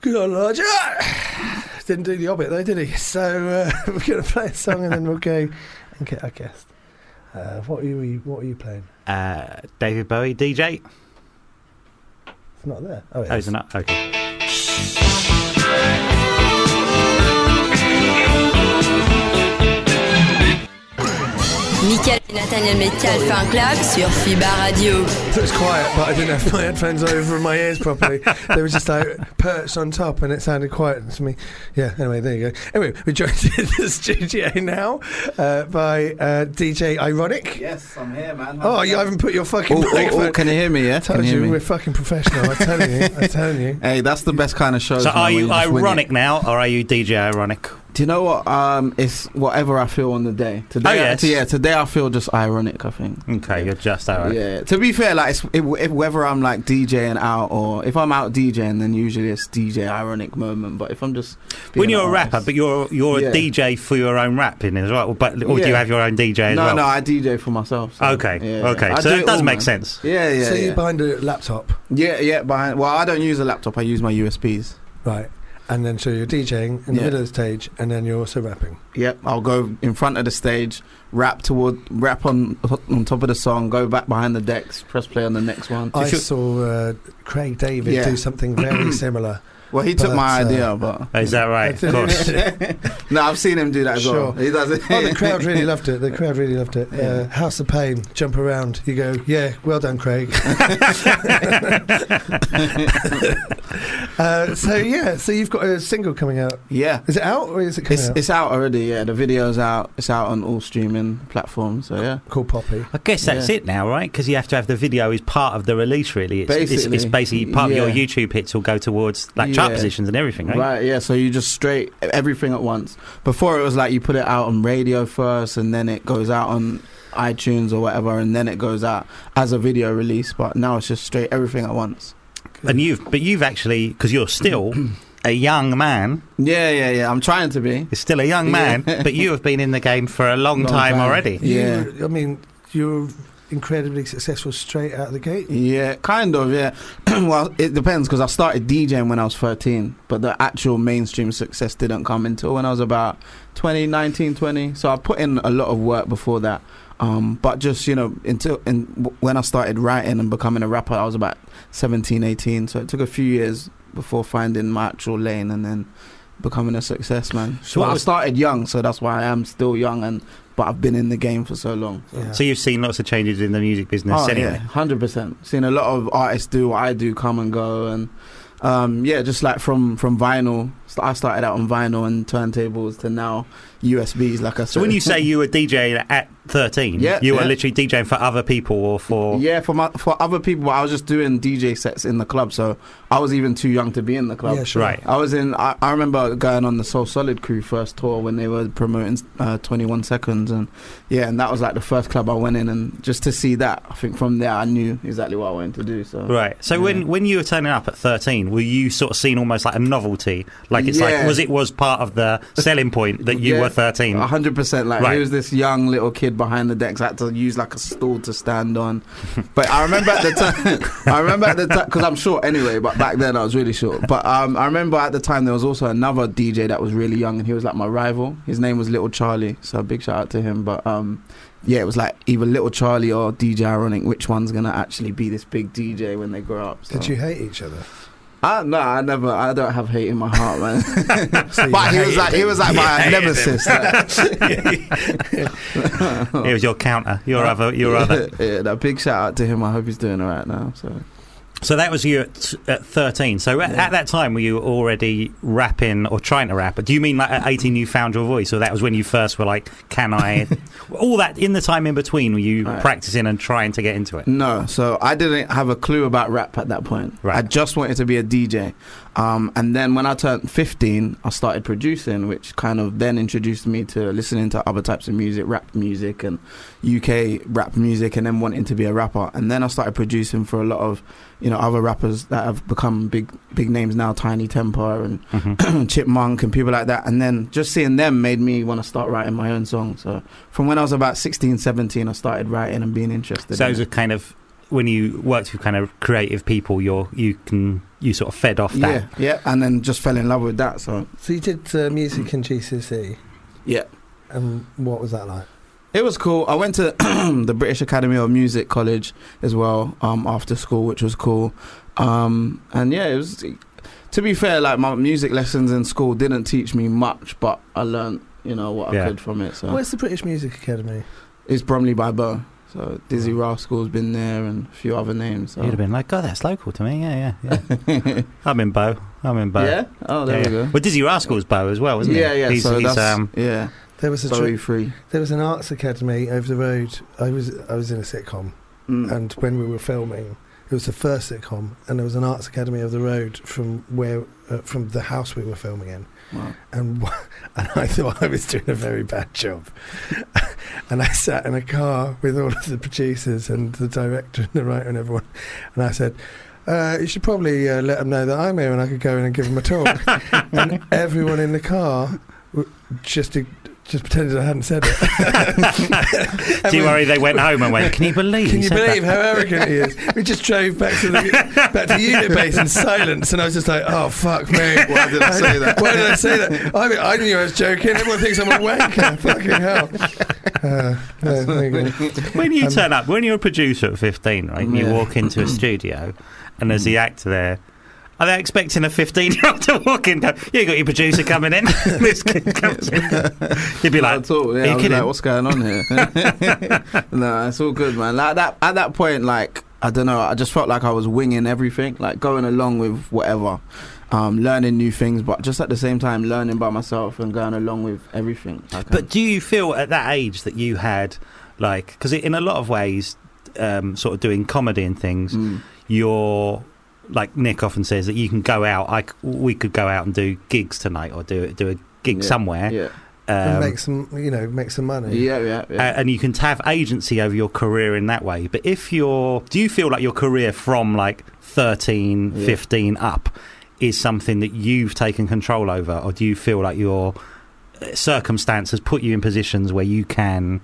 Speaker 3: Good old Roger. Didn't do the Hobbit though, did he? So uh, we're going to play a song and then we'll go and get our guest. Uh, what are you? What are you playing?
Speaker 4: Uh, David Bowie, DJ.
Speaker 3: It's not there. Oh, it
Speaker 4: Oh,
Speaker 3: is.
Speaker 4: is it not? Okay.
Speaker 2: Mickaël et Nathaniel Metcalf un club sur FIBA Radio.
Speaker 3: So it's quiet, but I didn't have my headphones over my ears properly. they were just like perched on top, and it sounded quiet to me. Yeah. Anyway, there you go. Anyway, we're joined in the studio now uh, by uh, DJ Ironic.
Speaker 6: Yes, I'm here, man.
Speaker 3: Oh, you haven't put your fucking
Speaker 6: Oh, oh,
Speaker 3: microphone.
Speaker 6: oh, can you hear me? Yeah,
Speaker 3: Told
Speaker 6: can you
Speaker 3: you
Speaker 6: hear
Speaker 3: we're
Speaker 6: me?
Speaker 3: fucking professional. I tell you, I tell you.
Speaker 6: Hey, that's the best kind of show.
Speaker 4: So are you ironic now, or are you DJ ironic?
Speaker 6: Do you know what? Um, it's whatever I feel on the day. Today,
Speaker 4: Oh, yes.
Speaker 6: yeah, today I feel just ironic. I think.
Speaker 4: Okay, you're just ironic.
Speaker 6: Yeah. To be fair, like it's, it, if whether I'm like DJing out or if I'm out DJing, then usually it's DJ ironic moment. But if I'm just
Speaker 4: when you're a rapper, but you're you're
Speaker 6: Yeah.
Speaker 4: a DJ for your own rapping as well, but or do you
Speaker 6: Yeah.
Speaker 4: have your own DJ as
Speaker 6: no,
Speaker 4: well?
Speaker 6: no, I DJ for myself. so,
Speaker 4: Okay,
Speaker 6: yeah.
Speaker 4: okay,
Speaker 6: I
Speaker 4: so
Speaker 6: do
Speaker 4: that
Speaker 6: it
Speaker 4: does
Speaker 6: all,
Speaker 4: make
Speaker 6: man.
Speaker 4: sense.
Speaker 6: Yeah, yeah,
Speaker 3: so
Speaker 6: yeah.
Speaker 3: you're behind a laptop,
Speaker 6: yeah, yeah. Behind. Well, I don't use a laptop. I use my USBs.
Speaker 3: right? And then so you're DJing in the
Speaker 6: Yeah.
Speaker 3: middle of the stage, and then you're also rapping.
Speaker 6: Yep, I'll go in front of the stage, rap toward, rap on on top of the song, go back behind the decks, press play on the next one.
Speaker 3: I
Speaker 4: If you-
Speaker 3: saw uh, Craig David
Speaker 6: Yeah.
Speaker 3: do something very similar.
Speaker 6: Well, he took
Speaker 3: But,
Speaker 6: my
Speaker 3: uh,
Speaker 6: idea, but
Speaker 4: Is that right? Of course.
Speaker 6: no, I've seen him do that as well.
Speaker 3: Sure.
Speaker 6: He does it.
Speaker 3: Oh, the crowd really loved it. The crowd really loved it. Uh,
Speaker 6: Yeah.
Speaker 3: House of Pain, jump around. You go, yeah, well done, Craig. uh, so yeah, so you've got a single coming out.
Speaker 6: yeah,
Speaker 3: Is it out or is it coming
Speaker 6: it's
Speaker 3: out?
Speaker 6: it's out already. Yeah, the video's out. It's out on all streaming platforms. So yeah,
Speaker 3: called Poppy.
Speaker 4: I guess that's
Speaker 6: Yeah.
Speaker 4: it now, right? Because you have to have the video as part of the release, really. It's, it's,
Speaker 6: Basically,
Speaker 4: it's basically part of
Speaker 6: yeah.
Speaker 4: your YouTube hits will go towards that chart
Speaker 6: Yeah.
Speaker 4: positions and everything, right?
Speaker 6: Right, yeah. So you just straight everything at once. Before it was like you put it out on radio first, and then it goes out on iTunes or whatever, and then it goes out as a video release. But now it's just straight everything at once.
Speaker 4: And you've, but you've actually, because you're still a young man,
Speaker 6: Yeah, yeah, yeah. I'm trying to be.
Speaker 4: you're still a young man, but you have been in the game for a long,
Speaker 6: Long
Speaker 4: time,
Speaker 6: time.
Speaker 4: already.
Speaker 6: Yeah.
Speaker 3: You, I mean, you're incredibly successful straight out of the gate.
Speaker 6: Yeah, kind of. Yeah. well, it depends because I started DJing when I was 13, but the actual mainstream success didn't come until when I was about 20, 19, 20. So I put in a lot of work before that. Um, but just you know, until in, w- when I started writing and becoming a rapper, I was about 17, 18. So it took a few years before finding my actual lane and then becoming a success, man.
Speaker 4: So
Speaker 6: So
Speaker 4: what
Speaker 6: I
Speaker 4: was-
Speaker 6: started young, so that's why I am still young, and but I've been in the game for so long.
Speaker 3: Yeah.
Speaker 4: So you've seen lots of changes in the music
Speaker 6: Oh,
Speaker 4: business anyway.
Speaker 6: Hundred percent. Seen a lot of artists do what I do, come and go, and um, yeah, just like from from vinyl. So I started out on vinyl and turntables to now USBs. Like I said.
Speaker 4: So when you say you were DJing at 13,
Speaker 6: Yeah,
Speaker 4: you were
Speaker 6: yeah.
Speaker 4: literally DJing for other people or for.
Speaker 6: yeah, for my for other people, I was just doing DJ sets in the club, so I was even too young to be in the club.
Speaker 3: Yeah, sure.
Speaker 4: Right.
Speaker 6: I was in. I, I remember going on the Soul Solid Crew first tour when they were promoting uh, Twenty One Seconds, and yeah, and that was like the first club I went in, and just to see that, I think from there I knew exactly what I wanted to do. So
Speaker 4: Right. So
Speaker 6: Yeah.
Speaker 4: when, when you were turning up at 13, were you sort of seen almost like a novelty? Like it's like,
Speaker 6: Yeah.
Speaker 4: was it was part of the selling point that you
Speaker 6: Yeah. Oh.
Speaker 4: were 13?
Speaker 6: A hundred percent. Like
Speaker 4: Right.
Speaker 6: he was this young little kid behind the decks. Had to use like a stool to stand on. But I remember at the time. I remember at the time because I'm short anyway. But back then I was really short. But um, I remember at the time there was also another DJ that was really young and he was like my rival. His name was Little Charlie. So big shout out to him. But um. Yeah, it was like either Little Charlie or DJ Ironic. Which one's gonna actually be this big DJ when they grow up? So.
Speaker 3: Did you hate each other?
Speaker 6: I, no, I never. I don't have hate in my heart, man.
Speaker 3: So you
Speaker 6: but he
Speaker 3: hated
Speaker 6: was like, he
Speaker 3: him.
Speaker 6: was like my nemesis.
Speaker 4: It was your counter, your other, your other.
Speaker 6: yeah, that big shout out to him. I hope he's doing all right now. So
Speaker 4: So that was you at, at 13. So at,
Speaker 6: Yeah.
Speaker 4: at that time, were you already rapping or trying to rap? Do you mean like at 18 you found your voice, or that was when you first were like, can I? All that in the time in between, were you
Speaker 6: Right.
Speaker 4: practicing and trying to get into it?
Speaker 6: no, so I didn't have a clue about rap at that point.
Speaker 4: Right.
Speaker 6: I just wanted to be a DJ. Um, and then when I turned 15, I started producing, which kind of then introduced me to listening to other types of music, rap music and UK rap music, and then wanting to be a rapper. And then I started producing for a lot of, you know, other rappers that have become big, big names now, Tiny Temper and
Speaker 4: Mhm.
Speaker 6: Chipmunk and people like that. And then just seeing them made me want to start writing my own songs. So from when I was about 16, 17, I started writing and being interested.
Speaker 4: so it
Speaker 6: in
Speaker 4: was
Speaker 6: it.
Speaker 4: a kind of when you worked with kind of creative people, you're you can you sort of fed off that.
Speaker 6: yeah, yeah, and then just fell in love with that. So
Speaker 3: So you did uh, music in GCSE.
Speaker 6: Yeah.
Speaker 3: E? And what was that like?
Speaker 6: It was cool. I went to the British Academy of Music College as well um, after school, which was cool. Um, and yeah, it was. To be fair, like my music lessons in school didn't teach me much, but I learned, you know, what
Speaker 4: Yeah.
Speaker 6: I could from it. So
Speaker 3: Where's the British Music Academy?
Speaker 6: it's Bromley by Bow. So Dizzy Rascal's been there and a few other names. So.
Speaker 4: You'd have been like, God, that's local to me. Yeah, yeah. yeah. Oh. I'm in Bow. I'm in Bow.
Speaker 6: yeah. Oh, there
Speaker 4: Yeah,
Speaker 6: we
Speaker 4: yeah.
Speaker 6: go.
Speaker 4: Well, Dizzy Rascal's Bow as well, isn't
Speaker 6: yeah,
Speaker 4: he?
Speaker 6: yeah.
Speaker 4: He's,
Speaker 6: so
Speaker 4: he's,
Speaker 6: that's
Speaker 4: um,
Speaker 6: yeah.
Speaker 3: There was a
Speaker 6: Bowie
Speaker 3: tr-
Speaker 6: free.
Speaker 3: there was an arts academy over the road. I was I was in a sitcom,
Speaker 6: Mm.
Speaker 3: and when we were filming, it was the first sitcom, and there was an arts academy over the road from where uh, from the house we were filming in.
Speaker 6: Wow.
Speaker 3: and wh- and I thought I was doing a very bad job. and I sat in a car with all of the producers and the director and the writer and everyone, and I said. Uh, you should probably uh, let them know that I'm here and I could go in and give them a talk. and everyone in the car w- just ig- just pretended I hadn't said it.
Speaker 4: Do you worry they went home and went, Can you believe?
Speaker 3: Can
Speaker 4: he
Speaker 3: you
Speaker 4: said
Speaker 3: believe
Speaker 4: that?
Speaker 3: how arrogant he is? We just drove back to the back to the unit base in silence, and I was just like, "Oh fuck me!
Speaker 6: Why did I say that?
Speaker 3: Why did I say that? I, mean, I knew I was joking. Everyone thinks I'm a wanker. Fucking hell. Uh, no, there you go.
Speaker 4: When you
Speaker 3: Um,
Speaker 4: turn up, when you're a producer at 15, right, you
Speaker 6: Yeah.
Speaker 4: walk into a studio and there's the actor there. Are they expecting a 15 year old to walk in? Go, yeah, you got your producer coming in. this kid comes in. You'd be like,
Speaker 6: Not at all.
Speaker 4: Are you
Speaker 6: Yeah, I was
Speaker 4: kidding?
Speaker 6: like, what's going on here? no, it's all good, man. Like that at that point, like I don't know, I just felt like I was winging everything, like going along with whatever, um, learning new things, but just at the same time learning by myself and going along with everything. I can.
Speaker 4: But do you feel at that age that you had, like, because in a lot of ways, um, sort of doing comedy and things,
Speaker 6: Mm.
Speaker 4: you're like Nick often says that you can go out. I c- we could go out and do gigs tonight, or do do a gig
Speaker 6: Yeah.
Speaker 4: somewhere,
Speaker 6: Yeah.
Speaker 3: and
Speaker 4: um,
Speaker 3: make some, you know, make some money.
Speaker 6: mm. Yeah, yeah, yeah.
Speaker 4: a- and you can have agency over your career in that way. But if you're, do you feel like your career from like 13,
Speaker 6: Yeah.
Speaker 4: 15 up is something that you've taken control over, or do you feel like your uh, circumstance has put you in positions where you can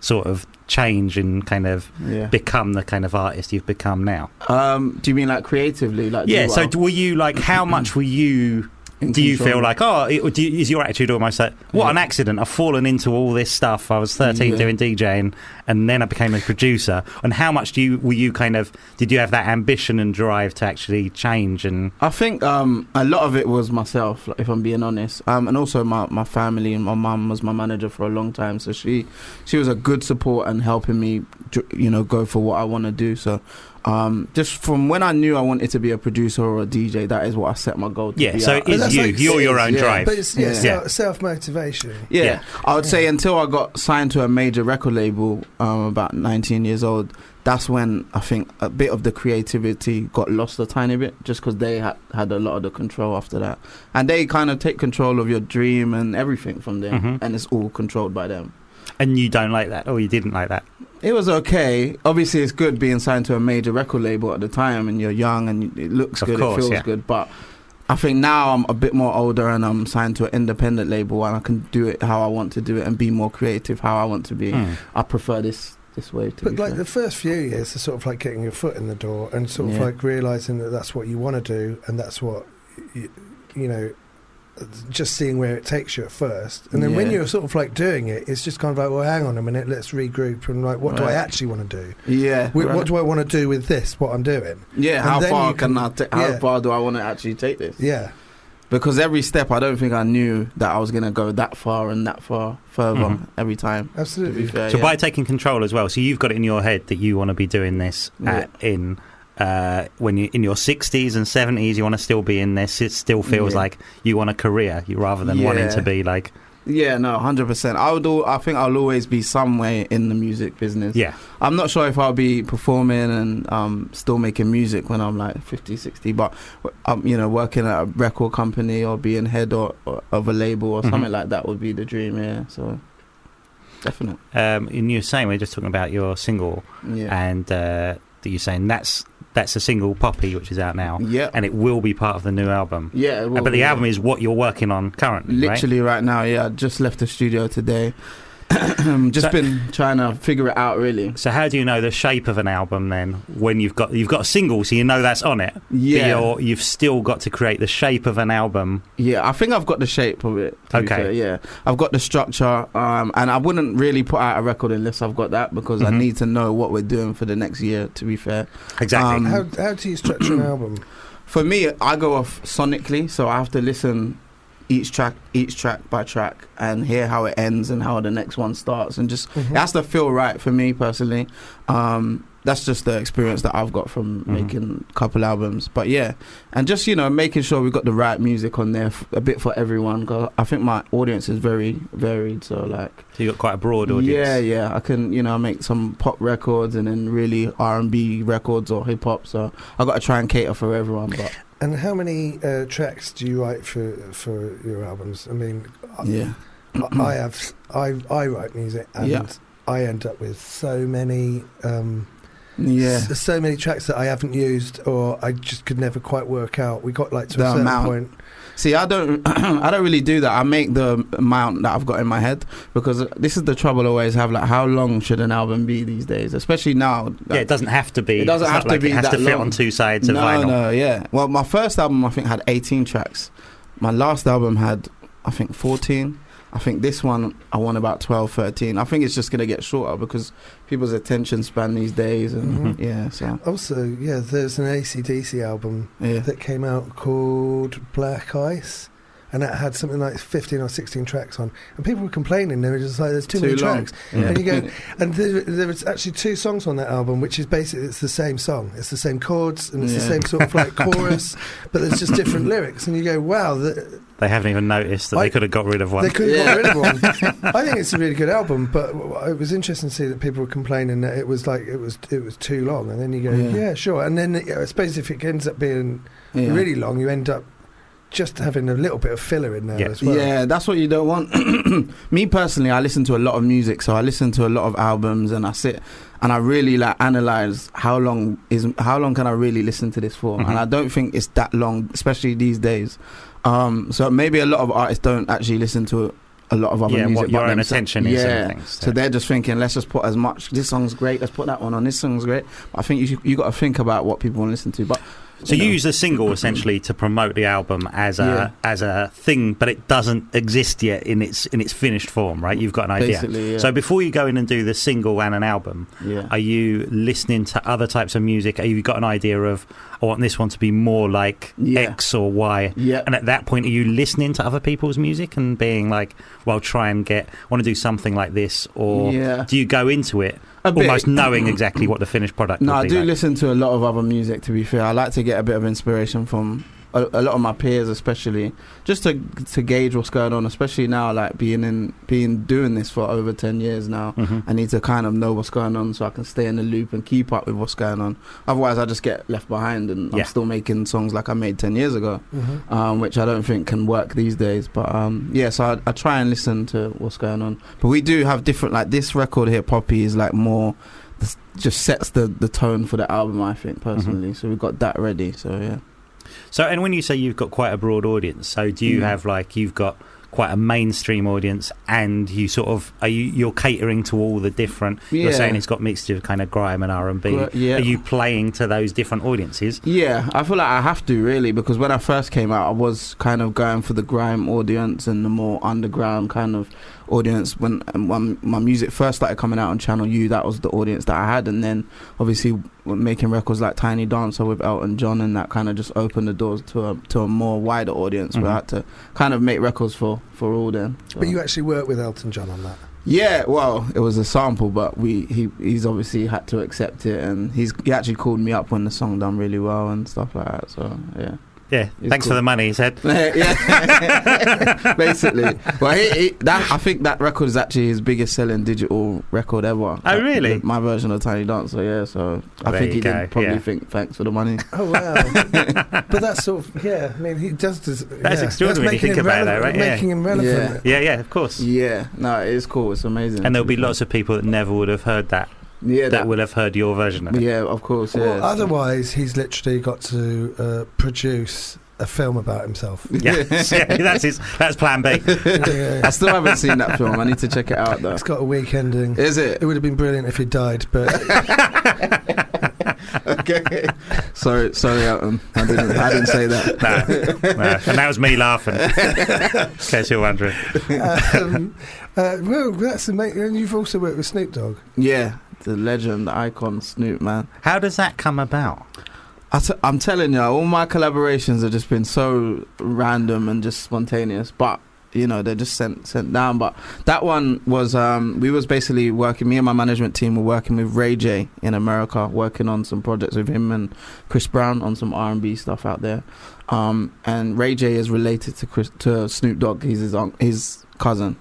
Speaker 4: sort of change and kind of
Speaker 6: yeah.
Speaker 4: become the kind of artist you've become now?
Speaker 6: Um, do you mean like creatively? Like,
Speaker 4: Yeah.
Speaker 6: do
Speaker 4: So,
Speaker 6: I-
Speaker 4: d- were you like, how much were you?
Speaker 6: in
Speaker 4: Do you
Speaker 6: control?
Speaker 4: feel like, oh, it, do you, is your attitude almost like, what
Speaker 6: Yeah.
Speaker 4: an accident? I've fallen into all this stuff. I was 13
Speaker 6: Yeah.
Speaker 4: doing DJing, and then I became a producer. And how much do you, were you kind of, did you have that ambition and drive to actually change? And
Speaker 6: I think um, a lot of it was myself, like, if I'm being honest, um, and also my, my family. My mum was my manager for a long time, so she she was a good support and helping me, dr- you know, go for what I want to do. So, um, just from when I knew I wanted to be a producer or a DJ, that is what I set my goal to
Speaker 4: Yeah,
Speaker 6: be
Speaker 4: so
Speaker 6: at.
Speaker 4: it
Speaker 3: But
Speaker 4: is
Speaker 3: that's
Speaker 4: you.
Speaker 3: like-
Speaker 4: You're your own
Speaker 6: yeah.
Speaker 4: drive.
Speaker 3: But it's yeah,
Speaker 6: Yeah.
Speaker 3: self motivation.
Speaker 6: Yeah.
Speaker 4: Yeah.
Speaker 6: I would say until I got signed to a major record label, um, about 19 years old, that's when I think a bit of the creativity got lost a tiny bit, just because they had had a lot of the control after that, and they kind of take control of your dream and everything from there,
Speaker 4: Mhm.
Speaker 6: and it's all controlled by them.
Speaker 4: and you don't like that, or you didn't like that.
Speaker 6: It was okay. Obviously, it's good being signed to a major record label at the time, and you're young, and it looks
Speaker 4: Of
Speaker 6: good,
Speaker 4: course,
Speaker 6: it feels
Speaker 4: yeah.
Speaker 6: good. But I think now I'm a bit more older, and I'm signed to an independent label, and I can do it how I want to do it, and be more creative how I want to be.
Speaker 4: Mm.
Speaker 6: I prefer this this way. To
Speaker 3: But
Speaker 6: be
Speaker 3: like
Speaker 6: fair.
Speaker 3: the first few years are sort of like getting your foot in the door and sort of
Speaker 6: Yeah.
Speaker 3: like realizing that that's what you want to do and that's what you, you know just seeing where it takes you at first and then when
Speaker 6: Yeah.
Speaker 3: you're sort of like doing it it's just kind of like well hang on a minute let's regroup and like what do I
Speaker 6: Right.
Speaker 3: actually want to do
Speaker 6: yeah,
Speaker 3: Wh-
Speaker 6: right.
Speaker 3: what do I want to do with this what I'm doing
Speaker 6: yeah.
Speaker 3: and
Speaker 6: How
Speaker 3: then
Speaker 6: far
Speaker 3: you
Speaker 6: can,
Speaker 3: can-
Speaker 6: I? Ta- how
Speaker 3: yeah.
Speaker 6: far do I want to actually take this?
Speaker 3: yeah
Speaker 6: Because every step, I don't think I knew that I was gonna go that far and that far further
Speaker 4: Mhm.
Speaker 6: every time. To be
Speaker 3: absolutely
Speaker 6: fair,
Speaker 4: So
Speaker 6: yeah.
Speaker 4: by taking control as well, so you've got it in your head that you want to be doing this at, in uh, when you in your sixties and seventies, you want to still be in this. It still feels
Speaker 6: Yeah.
Speaker 4: like you want a career, you rather than wanting
Speaker 6: Yeah.
Speaker 4: to be like
Speaker 6: Yeah, no, hundred percent. I would. All, I think I'll always be somewhere in the music business.
Speaker 4: yeah.
Speaker 6: I'm not sure if I'll be performing and um, still making music when I'm like 50, 60, but um, you know, working at a record company or being head or, or of a label or
Speaker 4: Mhm.
Speaker 6: something like that would be the dream. Yeah, so definitely.
Speaker 4: Um, and you were saying we are just talking about your single,
Speaker 6: Yeah.
Speaker 4: and uh, that you're saying that's that's a single, Poppy, which is out now,
Speaker 6: yeah.
Speaker 4: and it will be part of the new album.
Speaker 6: yeah. it will
Speaker 4: but the
Speaker 6: be, yeah.
Speaker 4: album is what you're working on currently, right?
Speaker 6: literally right? now. Yeah, I just left the studio today. just
Speaker 4: So-
Speaker 6: been trying to figure it out, really.
Speaker 4: So how do you know the shape of an album then? When you've got you've got a single, so you know that's on it.
Speaker 6: Yeah.
Speaker 4: But you're, you've still got to create the shape of an album.
Speaker 6: Yeah, I think I've got the shape of it. to be
Speaker 4: Okay.
Speaker 6: fair, yeah, I've got the structure, um, and I wouldn't really put out a record unless I've got that because
Speaker 4: Mhm.
Speaker 6: I need to know what we're doing for the next year. To be fair,
Speaker 4: Exactly.
Speaker 6: Um,
Speaker 3: how, how do you structure an album
Speaker 6: for me, I go off sonically, so I have to listen each track, each track by track, and hear how it ends and how the next one starts, and just it has to feel right for me personally. Um, that's just the experience that I've got from
Speaker 4: Mhm.
Speaker 6: making a couple albums. But yeah, and just you know making sure we got the right music on there, f- a bit for everyone. 'cause I think my audience is very varied. So like,
Speaker 4: so you've got quite a broad audience.
Speaker 6: yeah, yeah, I can you know make some pop records and then really R and B records or hip hop. So I got to try and cater for everyone. But
Speaker 3: and how many uh, tracks do you write for for your albums I mean uh, I-
Speaker 6: yeah,
Speaker 3: I- I have I I write music and
Speaker 6: Yeah.
Speaker 3: I end up with so many um,
Speaker 6: yeah.
Speaker 3: s- so many tracks that I haven't used or I just could never quite work out. We got like to
Speaker 6: The
Speaker 3: a certain
Speaker 6: amount.
Speaker 3: point.
Speaker 6: See, I don't, I don't really do that. I make the amount that I've got in my head because this is the trouble I always have. Like, how long should an album be these days? Especially now.
Speaker 4: Yeah, it doesn't have to be.
Speaker 6: It doesn't
Speaker 4: it's
Speaker 6: have
Speaker 4: not
Speaker 6: to
Speaker 4: like
Speaker 6: be
Speaker 4: It has
Speaker 6: that
Speaker 4: to fit
Speaker 6: long.
Speaker 4: on two sides of
Speaker 6: no,
Speaker 4: vinyl.
Speaker 6: no, yeah. Well, my first album I think had 18 tracks. My last album had, I think, 14. I think this one I want about 12, 13. I think it's just gonna get shorter because people's attention span these days, and
Speaker 4: Mhm.
Speaker 6: yeah, so
Speaker 3: Also, yeah, there's an ACDC album
Speaker 6: yeah,
Speaker 3: that came out called Black Ice, and that had something like 15 or 16 tracks on. And people were complaining, they were just like, there's too,
Speaker 6: Too
Speaker 3: many
Speaker 6: long.
Speaker 3: tracks.
Speaker 7: Yeah.
Speaker 3: And you go, and there, there was actually two songs on that album, which is basically, it's the same song. It's the same chords and it's the
Speaker 6: Yeah.
Speaker 3: same sort of like chorus, but there's just different lyrics. And you go, wow, the,
Speaker 4: They haven't even noticed that
Speaker 3: I-
Speaker 4: they could have got rid of one.
Speaker 3: they could have
Speaker 6: Yeah.
Speaker 3: got rid of one. I think it's a really good album, but w- w- it was interesting to see that people were complaining that it was like, it was, it was too long. And then you go, yeah,
Speaker 6: Yeah.
Speaker 3: sure. And then you know, I suppose if it ends up being
Speaker 6: Yeah.
Speaker 3: really long, you end up just having a little bit of filler in there
Speaker 4: Yeah.
Speaker 3: as well.
Speaker 6: Yeah, that's what you don't want. Me personally, I listen to a lot of music, so I listen to a lot of albums, and I sit and I really like analyze how long is how long can I really listen to this for,
Speaker 4: Mhm.
Speaker 6: and I don't think it's that long, especially these days. Um, so maybe a lot of artists don't actually listen to a lot of other
Speaker 4: yeah,
Speaker 6: music.
Speaker 4: what
Speaker 6: but
Speaker 4: your own
Speaker 6: themselves-
Speaker 4: attention is
Speaker 6: Yeah.
Speaker 4: and things.
Speaker 6: So they're just thinking, let's just put as much. This song's great. Let's put that one on. This song's great. I think you should, you got to think about what people want to listen to. But
Speaker 4: So
Speaker 6: know.
Speaker 4: you use the single essentially to promote the album as
Speaker 6: Yeah.
Speaker 4: a as a thing, but it doesn't exist yet in its in its finished form, right? You've got an idea.
Speaker 6: basically, yeah.
Speaker 4: So before you go in and do the single and an album,
Speaker 6: yeah.
Speaker 4: are you listening to other types of music? Have you got an idea of I want this one to be more like
Speaker 6: Yeah.
Speaker 4: X or Y?
Speaker 6: yeah.
Speaker 4: And at that point, are you listening to other people's music and being like, "Well, try and get want to do something like this," or
Speaker 6: yeah.
Speaker 4: do you go into it
Speaker 6: A bit.
Speaker 4: almost knowing exactly what the finished product?
Speaker 6: No,
Speaker 4: will
Speaker 6: I
Speaker 4: be
Speaker 6: do
Speaker 4: like?
Speaker 6: listen to a lot of other music. To be fair, I like to get a bit of inspiration from a, a lot of my peers, especially just to to gauge what's going on. Especially now, like being in being doing this for over ten years now,
Speaker 4: Mhm.
Speaker 6: I need to kind of know what's going on so I can stay in the loop and keep up with what's going on. Otherwise, I just get left behind, and
Speaker 4: Yeah.
Speaker 6: I'm still making songs like I made ten years ago,
Speaker 3: Mhm.
Speaker 6: um, which I don't think can work these days. But um, yeah, so I, I try and listen to what's going on. But we do have different, like this record here, Poppy, is like more this just sets the the tone for the album. I think
Speaker 4: Mm-hmm.
Speaker 6: personally, so we've got that ready. So yeah,
Speaker 4: So, and when you say you've got quite a broad audience, so do you
Speaker 6: Mm.
Speaker 4: have like you've got quite a mainstream audience, and you sort of are you you're catering to all the different? You're
Speaker 6: Yeah.
Speaker 4: saying it's got mixture of kind of grime and R and B.
Speaker 6: Gri- yeah.
Speaker 4: Are you playing to those different audiences?
Speaker 6: yeah. I feel like I have to really because when I first came out, I was kind of going for the grime audience and the more underground kind of audience. When and when my music first started coming out on Channel U, that was the audience that I had, and then obviously w- making records like Tiny Dancer with Elton John and that kind of just opened the doors to a to a more wider audience. Where
Speaker 4: Mhm.
Speaker 6: I had to kind of make records for for all them. So-
Speaker 3: But you actually worked with Elton John on that.
Speaker 6: Yeah, well, it was a sample, but we he he's obviously had to accept it, and he's he actually called me up when the song done really well and stuff like that. So yeah,
Speaker 4: Yeah.
Speaker 6: It's
Speaker 4: Thanks for
Speaker 6: cool.
Speaker 4: the money, he said.
Speaker 6: yeah, basically. But he, he, that I think that record is actually his biggest selling digital record ever.
Speaker 4: Oh, really?
Speaker 6: Like, my version of Tiny Dancer, yeah. So I
Speaker 4: There
Speaker 6: think
Speaker 4: you
Speaker 6: he
Speaker 4: go,
Speaker 6: did probably
Speaker 4: yeah.
Speaker 6: think thanks for the money.
Speaker 3: Oh wow! but that's sort of yeah. I mean, he does. does yeah.
Speaker 4: extraordinary when you
Speaker 3: making
Speaker 4: think
Speaker 3: him
Speaker 4: about that,
Speaker 3: relevant-
Speaker 4: right? Yeah.
Speaker 3: Making him relevant.
Speaker 6: Yeah.
Speaker 4: Yeah, yeah, of course.
Speaker 6: Yeah, no, it's cool. It's amazing.
Speaker 4: And there'll be lots of people that never would have heard that,
Speaker 6: yeah
Speaker 4: that, will have heard your version of it.
Speaker 6: yeah, of course. Yeah,
Speaker 3: Well,
Speaker 6: So-
Speaker 3: otherwise, he's literally got to uh, produce a film about himself.
Speaker 4: Yeah, yeah that's his, that's plan B.
Speaker 6: I
Speaker 3: yeah.
Speaker 6: still haven't seen that film. I need to check it out though.
Speaker 3: It's got a weak ending.
Speaker 6: Is it?
Speaker 3: It would have been brilliant if he died, but
Speaker 6: okay. Sorry, sorry, Elton. I didn't. I didn't say that.
Speaker 4: No, no. And that was me laughing, in case you're wondering.
Speaker 3: um, uh, well, that's amazing. And you've also worked with Snoop Dogg.
Speaker 6: Yeah, the legend, the icon, Snoop, man.
Speaker 4: How does that come about?
Speaker 6: I t- I'm telling you, all my collaborations have just been so random and just spontaneous, but you know they're just sent sent down. But that one was um, we was basically working. Me and my management team were working with Ray J in America, working on some projects with him and Chris Brown on some R and B stuff out there. Um, and Ray J is related to Chris, to Snoop Dogg. He's his un- his cousin,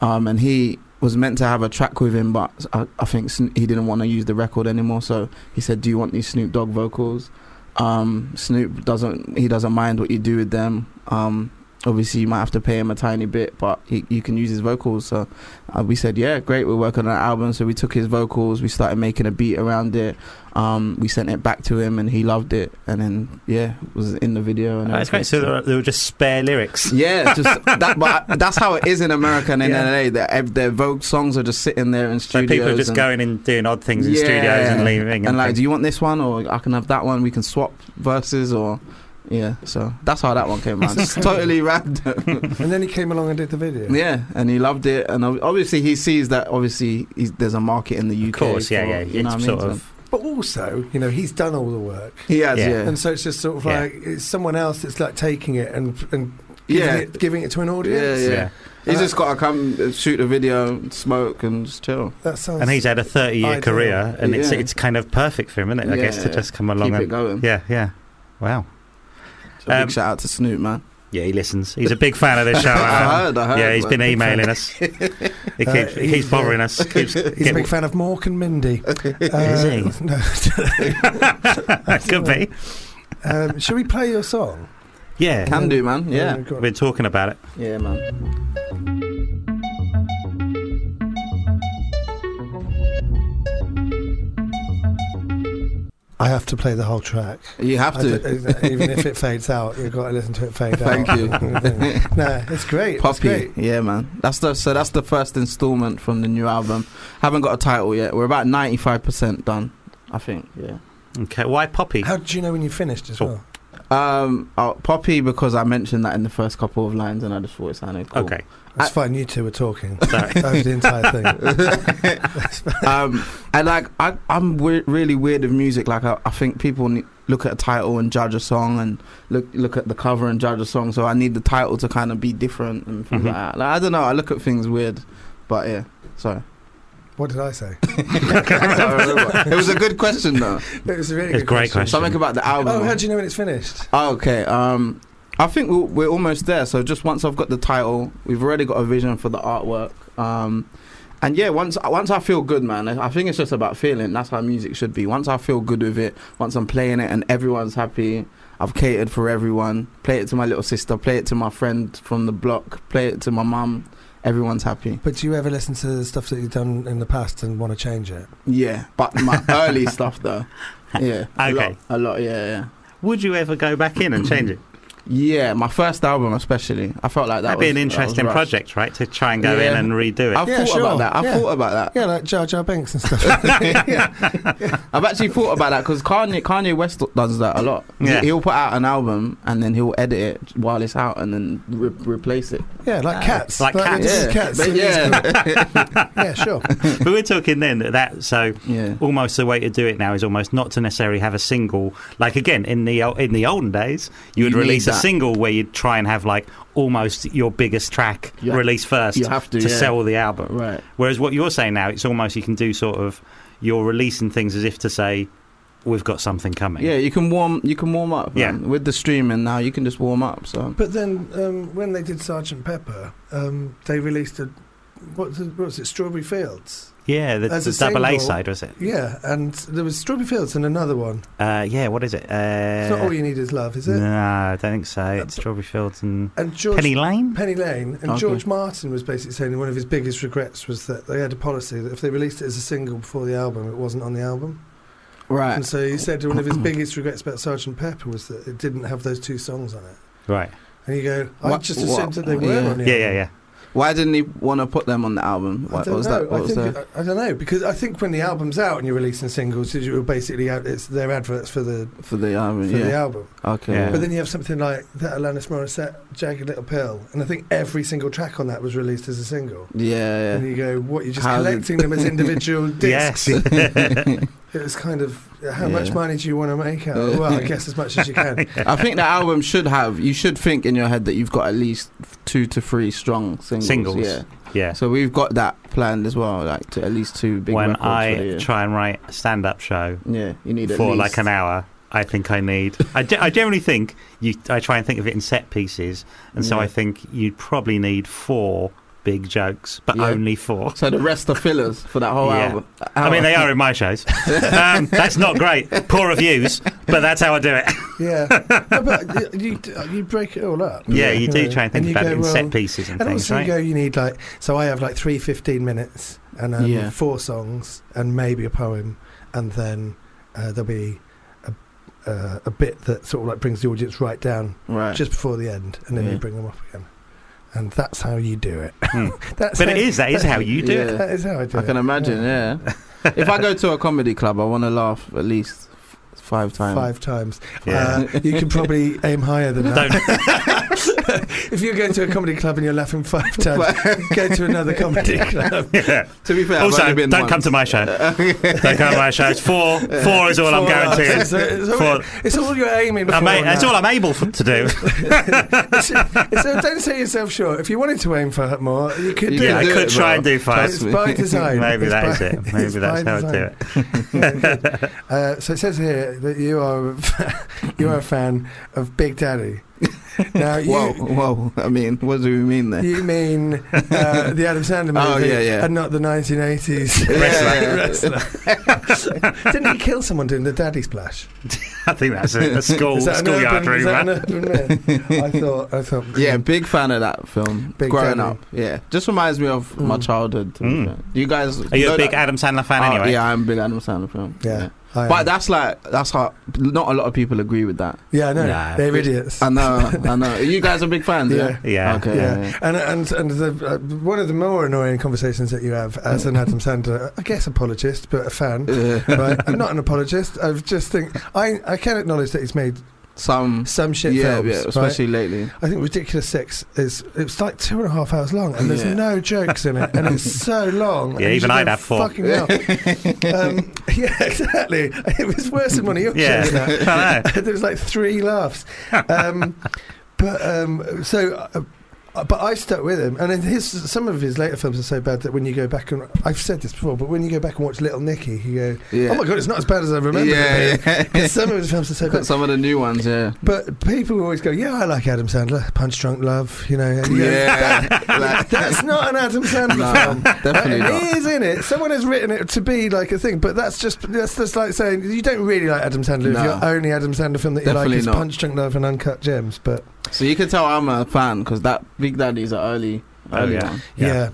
Speaker 6: um, and he was meant to have a track with him, but I, I think Sno- he didn't want to use the record anymore. So he said, "Do you want these Snoop Dogg vocals?" Um, Snoop doesn't. He doesn't mind what you do with them. Um, obviously, you might have to pay him a tiny bit, but he, you can use his vocals. So uh, we said, "Yeah, great. We're working on an album." So we took his vocals. We started making a beat around it. Um, we sent it back to him, and he loved it. And then yeah, it was in the video. And
Speaker 4: Oh, that's
Speaker 6: everything.
Speaker 4: great. So there were, there were just spare lyrics.
Speaker 6: Yeah, just that, but that's how it is in America and in
Speaker 3: Yeah.
Speaker 6: LA. That ev- their Vogue songs are just sitting there in
Speaker 4: So
Speaker 6: studios.
Speaker 4: people are just
Speaker 6: and,
Speaker 4: going and doing odd things in
Speaker 6: Yeah.
Speaker 4: studios and leaving.
Speaker 6: And like,
Speaker 4: things.
Speaker 6: do you want this one or I can have that one? We can swap verses or yeah. So that's how that one came out. Just totally random.
Speaker 3: And then he came along and did the video.
Speaker 6: yeah, and he loved it. And ob- obviously he sees that obviously he's, there's a market in the UK.
Speaker 4: of course, yeah,
Speaker 6: for-
Speaker 4: yeah.
Speaker 6: You
Speaker 4: it's
Speaker 6: know what I mean?
Speaker 4: sort
Speaker 6: So
Speaker 4: of.
Speaker 3: But also, you know, he's done all the work.
Speaker 6: he has,
Speaker 4: Yeah.
Speaker 6: yeah.
Speaker 3: And so it's just sort of
Speaker 4: Yeah.
Speaker 3: like it's someone else that's like taking it and and Giving
Speaker 6: Yeah.
Speaker 3: it, giving it to an audience.
Speaker 6: Yeah.
Speaker 4: yeah.
Speaker 6: He's just got to come uh, shoot a video, smoke, and just chill.
Speaker 3: That sounds.
Speaker 4: And he's had a 30 year
Speaker 3: Ideal.
Speaker 4: career, and it's
Speaker 6: Yeah.
Speaker 4: it's kind of perfect for him, isn't it? I guess to
Speaker 6: Yeah.
Speaker 4: just come along
Speaker 6: Keep it
Speaker 4: and
Speaker 6: going.
Speaker 4: yeah, yeah, wow.
Speaker 6: So
Speaker 4: Um,
Speaker 6: big shout out to Snoop, man.
Speaker 4: Yeah, he listens. He's a big fan of this show.
Speaker 6: I
Speaker 4: Alan.
Speaker 6: heard, I heard.
Speaker 4: yeah, he's
Speaker 6: man.
Speaker 4: been emailing us. He keeps,
Speaker 3: Uh,
Speaker 4: he
Speaker 3: he's,
Speaker 4: keeps
Speaker 3: uh,
Speaker 4: bothering us. Keeps,
Speaker 3: He's a big fan of Mork and Mindy.
Speaker 4: Is
Speaker 3: he? No,
Speaker 4: Could be.
Speaker 3: um, should we play your song?
Speaker 4: Yeah,
Speaker 6: Can do, man.
Speaker 3: Um,
Speaker 6: Yeah.
Speaker 3: go
Speaker 4: we've
Speaker 3: on.
Speaker 4: been talking about it.
Speaker 6: Yeah, man.
Speaker 3: I have to play the whole track.
Speaker 6: You have
Speaker 3: I
Speaker 6: to.
Speaker 3: d- even if it fades out, you've got to listen to it fade out.
Speaker 6: Thank you.
Speaker 3: no, it's great. It's
Speaker 6: Poppy.
Speaker 3: great.
Speaker 6: Yeah, man. That's the so that's the first installment from the new album. Haven't got a title yet. We're about ninety five percent done. I think. Yeah.
Speaker 4: Okay, why Poppy?
Speaker 3: How did you know when you finished as
Speaker 4: Oh.
Speaker 3: well?
Speaker 6: Um, oh, Poppy because I mentioned that in the first couple of lines, and I just thought it sounded cool.
Speaker 4: Okay,
Speaker 3: It's
Speaker 6: I-
Speaker 3: fine. You two were talking
Speaker 4: sorry.
Speaker 3: over the entire thing.
Speaker 6: um, and like I, I'm we- really weird with music. Like I, I think people ne- look at a title and judge a song, and look look at the cover and judge a song. So I need the title to kind of be different and things like that. Like, I don't know. I look at things weird, but yeah. Sorry.
Speaker 3: What did I say?
Speaker 6: it was a good question though.
Speaker 3: It was a really
Speaker 4: It's
Speaker 3: good
Speaker 4: a great
Speaker 6: Something about the album.
Speaker 3: Oh, how do you know when it's finished?
Speaker 6: Oh, okay. Um, I think we're, we're almost there. So just once I've got the title, we've already got a vision for the artwork. Um, and yeah, once once I feel good, man, I I think it's just about feeling. That's how music should be. Once I feel good with it, once I'm playing it and everyone's happy, I've catered for everyone. Play it to my little sister. Play it to my friend from the block. Play it to my mum. Everyone's happy.
Speaker 3: But do you ever listen to the stuff that you've done in the past and want to change it?
Speaker 6: Yeah, but my early stuff though. Yeah. A
Speaker 4: Okay.
Speaker 6: lot, a lot. Yeah, yeah.
Speaker 4: Would you ever go back in and change it?
Speaker 6: Yeah, my first album especially. I felt like that
Speaker 4: That'd be
Speaker 6: was-
Speaker 4: an
Speaker 6: that was
Speaker 4: interesting
Speaker 6: rushed.
Speaker 4: project, right? To try and go in
Speaker 6: Yeah.
Speaker 4: and redo it.
Speaker 6: I've
Speaker 3: Yeah,
Speaker 6: thought
Speaker 3: sure.
Speaker 6: about that. I've
Speaker 3: Yeah.
Speaker 6: thought about that.
Speaker 3: Yeah, like Jar Jar Binks and stuff.
Speaker 6: I've actually thought about that because Kanye, Kanye West does that a lot.
Speaker 4: Yeah.
Speaker 6: He, he'll put out an album and then he'll edit it while it's out and then re- replace it.
Speaker 3: yeah, like cats.
Speaker 4: Like
Speaker 3: you
Speaker 4: Cats.
Speaker 3: did
Speaker 6: Yeah,
Speaker 3: cats.
Speaker 6: but
Speaker 3: It is
Speaker 6: yeah.
Speaker 3: cool. yeah, sure.
Speaker 4: but we're talking then that, that so
Speaker 6: Yeah.
Speaker 4: almost the way to do it now is almost not to necessarily have a single like again in the ol- in the olden days you would
Speaker 6: You need
Speaker 4: release a
Speaker 6: that.
Speaker 4: single where you'd try and have like almost your biggest track
Speaker 6: You ha-
Speaker 4: released first
Speaker 6: you have to, yeah.
Speaker 4: sell the album
Speaker 6: Right.
Speaker 4: whereas what you're saying now it's almost you can do sort of you're releasing things as if to say we've got something coming
Speaker 6: Yeah, you can warm. You can warm up.
Speaker 4: Yeah.
Speaker 6: man. With the streaming now, you can just warm up. So
Speaker 3: But then um, when they did Sergeant Pepper, um, they released a what was it, what was it Strawberry Fields?
Speaker 4: yeah the,
Speaker 3: As
Speaker 4: the
Speaker 3: a
Speaker 4: double a
Speaker 3: single-
Speaker 4: side was it
Speaker 3: Yeah, and there was Strawberry Fields and another one.
Speaker 4: uh, yeah what is it uh,
Speaker 3: it's not all you need is love, is it?
Speaker 4: no I don't think so
Speaker 3: Uh,
Speaker 4: it's Strawberry Fields and
Speaker 3: And George
Speaker 4: Penny Lane
Speaker 3: Penny Lane and
Speaker 6: Okay.
Speaker 3: George Martin was basically saying one of his biggest regrets was that they had a policy that if they released it as a single before the album, it wasn't on the album.
Speaker 6: right.
Speaker 4: Uh,
Speaker 3: And so he said one of his biggest regrets about Sergeant Pepper was that it didn't have those two songs on it.
Speaker 4: right
Speaker 3: And you go, I
Speaker 6: What-
Speaker 3: just assumed
Speaker 6: what-
Speaker 3: that they were
Speaker 6: yeah.
Speaker 3: on the
Speaker 4: yeah
Speaker 3: album.
Speaker 4: yeah yeah
Speaker 6: Why didn't he want to put them on the album?
Speaker 3: I
Speaker 6: What,
Speaker 3: don't
Speaker 6: was
Speaker 3: know.
Speaker 6: that? What
Speaker 3: I,
Speaker 6: was
Speaker 3: think,
Speaker 6: that?
Speaker 3: I, I don't know because I think when the
Speaker 4: Mm.
Speaker 3: album's out and you're releasing singles, you're basically out, it's their adverts for the
Speaker 6: For the
Speaker 3: for
Speaker 6: album.
Speaker 3: the
Speaker 6: yeah.
Speaker 3: album.
Speaker 6: okay.
Speaker 4: Yeah.
Speaker 3: But then you have something like that Alanis Morissette, Jagged Little Pill, and I think every single track on that was released as a single.
Speaker 6: yeah.
Speaker 3: And you go, what? You're just
Speaker 6: How did-
Speaker 3: collecting them as individual discs.
Speaker 4: yes
Speaker 6: yeah.
Speaker 3: It was kind of how
Speaker 6: Yeah.
Speaker 3: much money do you want to make out? of it? Well, I guess as much as you can.
Speaker 6: I think the album should have. You should think in your head that you've got at least two to three strong singles.
Speaker 4: Singles.
Speaker 6: Yeah.
Speaker 4: yeah
Speaker 6: So we've got that planned as well, like to at least two big
Speaker 4: when
Speaker 6: records
Speaker 4: I
Speaker 6: for the year.
Speaker 4: try and write a stand-up show
Speaker 6: yeah, you need at
Speaker 4: for
Speaker 6: least.
Speaker 4: like an hour, I think I need. I, ge- I generally think you. I try and think of it in set pieces, and so
Speaker 6: Yeah.
Speaker 4: I think you'd probably need four big jokes, but
Speaker 6: Yeah.
Speaker 4: only four.
Speaker 6: So the rest are fillers for that whole
Speaker 4: Yeah.
Speaker 6: album.
Speaker 4: I mean, they are in my shows. um, that's not great. Poor reviews, but that's how I do it.
Speaker 3: Yeah, no, but you, you you break it all up.
Speaker 4: Yeah, you do try and think
Speaker 3: you
Speaker 4: about
Speaker 3: go,
Speaker 4: it in set
Speaker 3: well-
Speaker 4: pieces and,
Speaker 3: And
Speaker 4: things,
Speaker 3: also, you
Speaker 4: right?
Speaker 3: go, you need like, so I have like three 15 minutes and um,
Speaker 6: Yeah.
Speaker 3: four songs and maybe a poem, and then uh, there'll be a, uh, a bit that sort of like brings the audience right down
Speaker 6: right.
Speaker 3: just before the end, and then
Speaker 6: Yeah.
Speaker 3: you bring them up again. And that's how you do it.
Speaker 4: Hmm.
Speaker 3: that's
Speaker 4: but
Speaker 3: how,
Speaker 4: it is. That is how you do it.
Speaker 6: Yeah.
Speaker 3: That is how I do
Speaker 6: I
Speaker 3: it.
Speaker 6: can imagine. Yeah. if I go to a comedy club, I want to laugh at least f- five times.
Speaker 3: Five times.
Speaker 4: Yeah.
Speaker 3: Uh, you can probably aim higher than that.
Speaker 4: Don't
Speaker 3: if you're going to a comedy club and you're laughing five times, go to another comedy club.
Speaker 4: Yeah.
Speaker 6: To be fair, I've
Speaker 4: Also,
Speaker 6: only been
Speaker 4: don't come to my show. don't come to my show. It's four. Four is all I'm
Speaker 3: Four hours.
Speaker 4: guaranteeing.
Speaker 3: uh, It's, it's all,
Speaker 4: Four.
Speaker 3: it's all you're aiming
Speaker 4: I'm
Speaker 3: for.
Speaker 4: a- that's
Speaker 3: now.
Speaker 4: all I'm able for, to do.
Speaker 3: It's- it's- uh, don't set yourself short. If you wanted to aim for more, you could
Speaker 6: You
Speaker 3: do
Speaker 4: yeah, I
Speaker 3: it.
Speaker 6: do
Speaker 4: could
Speaker 6: it,
Speaker 4: try
Speaker 6: bro.
Speaker 4: and do five.
Speaker 3: It's by design.
Speaker 4: Maybe
Speaker 3: It's
Speaker 4: that is
Speaker 3: by-
Speaker 4: it. Maybe
Speaker 3: it's
Speaker 4: that's
Speaker 3: by
Speaker 4: how I do
Speaker 3: design.
Speaker 4: it.
Speaker 3: Uh, so it says here that you are a fa- you are a fan of Big Daddy. Now you
Speaker 6: Whoa, whoa. I mean, what do we mean there?
Speaker 3: you mean uh, the Adam Sandler movie
Speaker 6: Oh, yeah, yeah.
Speaker 3: and not the 1980s
Speaker 6: Wrestler.
Speaker 3: wrestler. Didn't he kill someone doing the Daddy Splash?
Speaker 4: I think that's a, a school
Speaker 3: Is that an
Speaker 4: Oh, schoolyard
Speaker 3: urban- is that
Speaker 4: rumor.
Speaker 3: an urban myth? I thought I thought
Speaker 6: Yeah, big fan of that film.
Speaker 3: Big
Speaker 6: growing
Speaker 3: fan.
Speaker 6: up, yeah, just reminds me of my
Speaker 3: Mm.
Speaker 6: childhood. to be
Speaker 4: Mm.
Speaker 6: fair. You guys,
Speaker 4: Are you
Speaker 6: know
Speaker 4: a big
Speaker 6: that-
Speaker 4: Adam Sandler fan
Speaker 6: Oh,
Speaker 4: anyway?
Speaker 6: Yeah, I'm a big Adam Sandler fan.
Speaker 3: Yeah, I am.
Speaker 6: but that's like that's how not a lot of people agree with that.
Speaker 3: yeah, I know
Speaker 4: Nah.
Speaker 3: they're idiots.
Speaker 6: I know, I know. You guys are big fans, yeah.
Speaker 4: Yeah.
Speaker 6: Okay.
Speaker 3: yeah, and and and the, uh, one of the more annoying conversations that you have as an Adam Sandler, I guess apologist, but a fan.
Speaker 6: Uh,
Speaker 3: right? I'm not an apologist. I just think I I can acknowledge that he's made
Speaker 6: some.
Speaker 3: some shit
Speaker 6: yeah,
Speaker 3: films.
Speaker 6: yeah,
Speaker 3: right?
Speaker 6: especially lately.
Speaker 3: I think Ridiculous Sex is it's like two and a half hours long, and there's
Speaker 6: Yeah.
Speaker 3: no jokes in it, and it's so long. and
Speaker 4: Yeah,
Speaker 3: you
Speaker 4: even
Speaker 3: just
Speaker 4: I'd
Speaker 3: go,
Speaker 4: have four.
Speaker 3: Fucking hell. um, yeah, exactly. It was worse than one of your
Speaker 4: Yeah.
Speaker 3: shows. Now.
Speaker 4: I know.
Speaker 3: there was like three laughs. Um, but um, so. Uh, uh, but I stuck with him, and then his some of his later films are so bad that when you go back and I've said this before, but when you go back and watch Little Nicky, you go,
Speaker 6: Yeah.
Speaker 3: "Oh my god, it's not as bad as I remember."
Speaker 6: yeah,
Speaker 3: it being."
Speaker 6: yeah.
Speaker 3: 'Cause some of his films are so bad.
Speaker 6: some of the new ones, yeah.
Speaker 3: But people always go, "Yeah, I like Adam Sandler, Punch Drunk Love," you know. and you go,
Speaker 6: Yeah, like,
Speaker 3: That's not an Adam Sandler
Speaker 6: No,
Speaker 3: film.
Speaker 6: definitely
Speaker 3: It
Speaker 6: not.
Speaker 3: is in it. Someone has written it to be like a thing, but that's just that's just like saying you don't really like Adam Sandler
Speaker 6: No.
Speaker 3: if your only Adam Sandler film that you
Speaker 6: Definitely
Speaker 3: like is
Speaker 6: not.
Speaker 3: Punch Drunk Love and Uncut Gems. But
Speaker 6: so you can tell I'm a fan because that Big Daddy's an early,
Speaker 4: Oh,
Speaker 6: early
Speaker 4: yeah.
Speaker 6: one.
Speaker 3: yeah,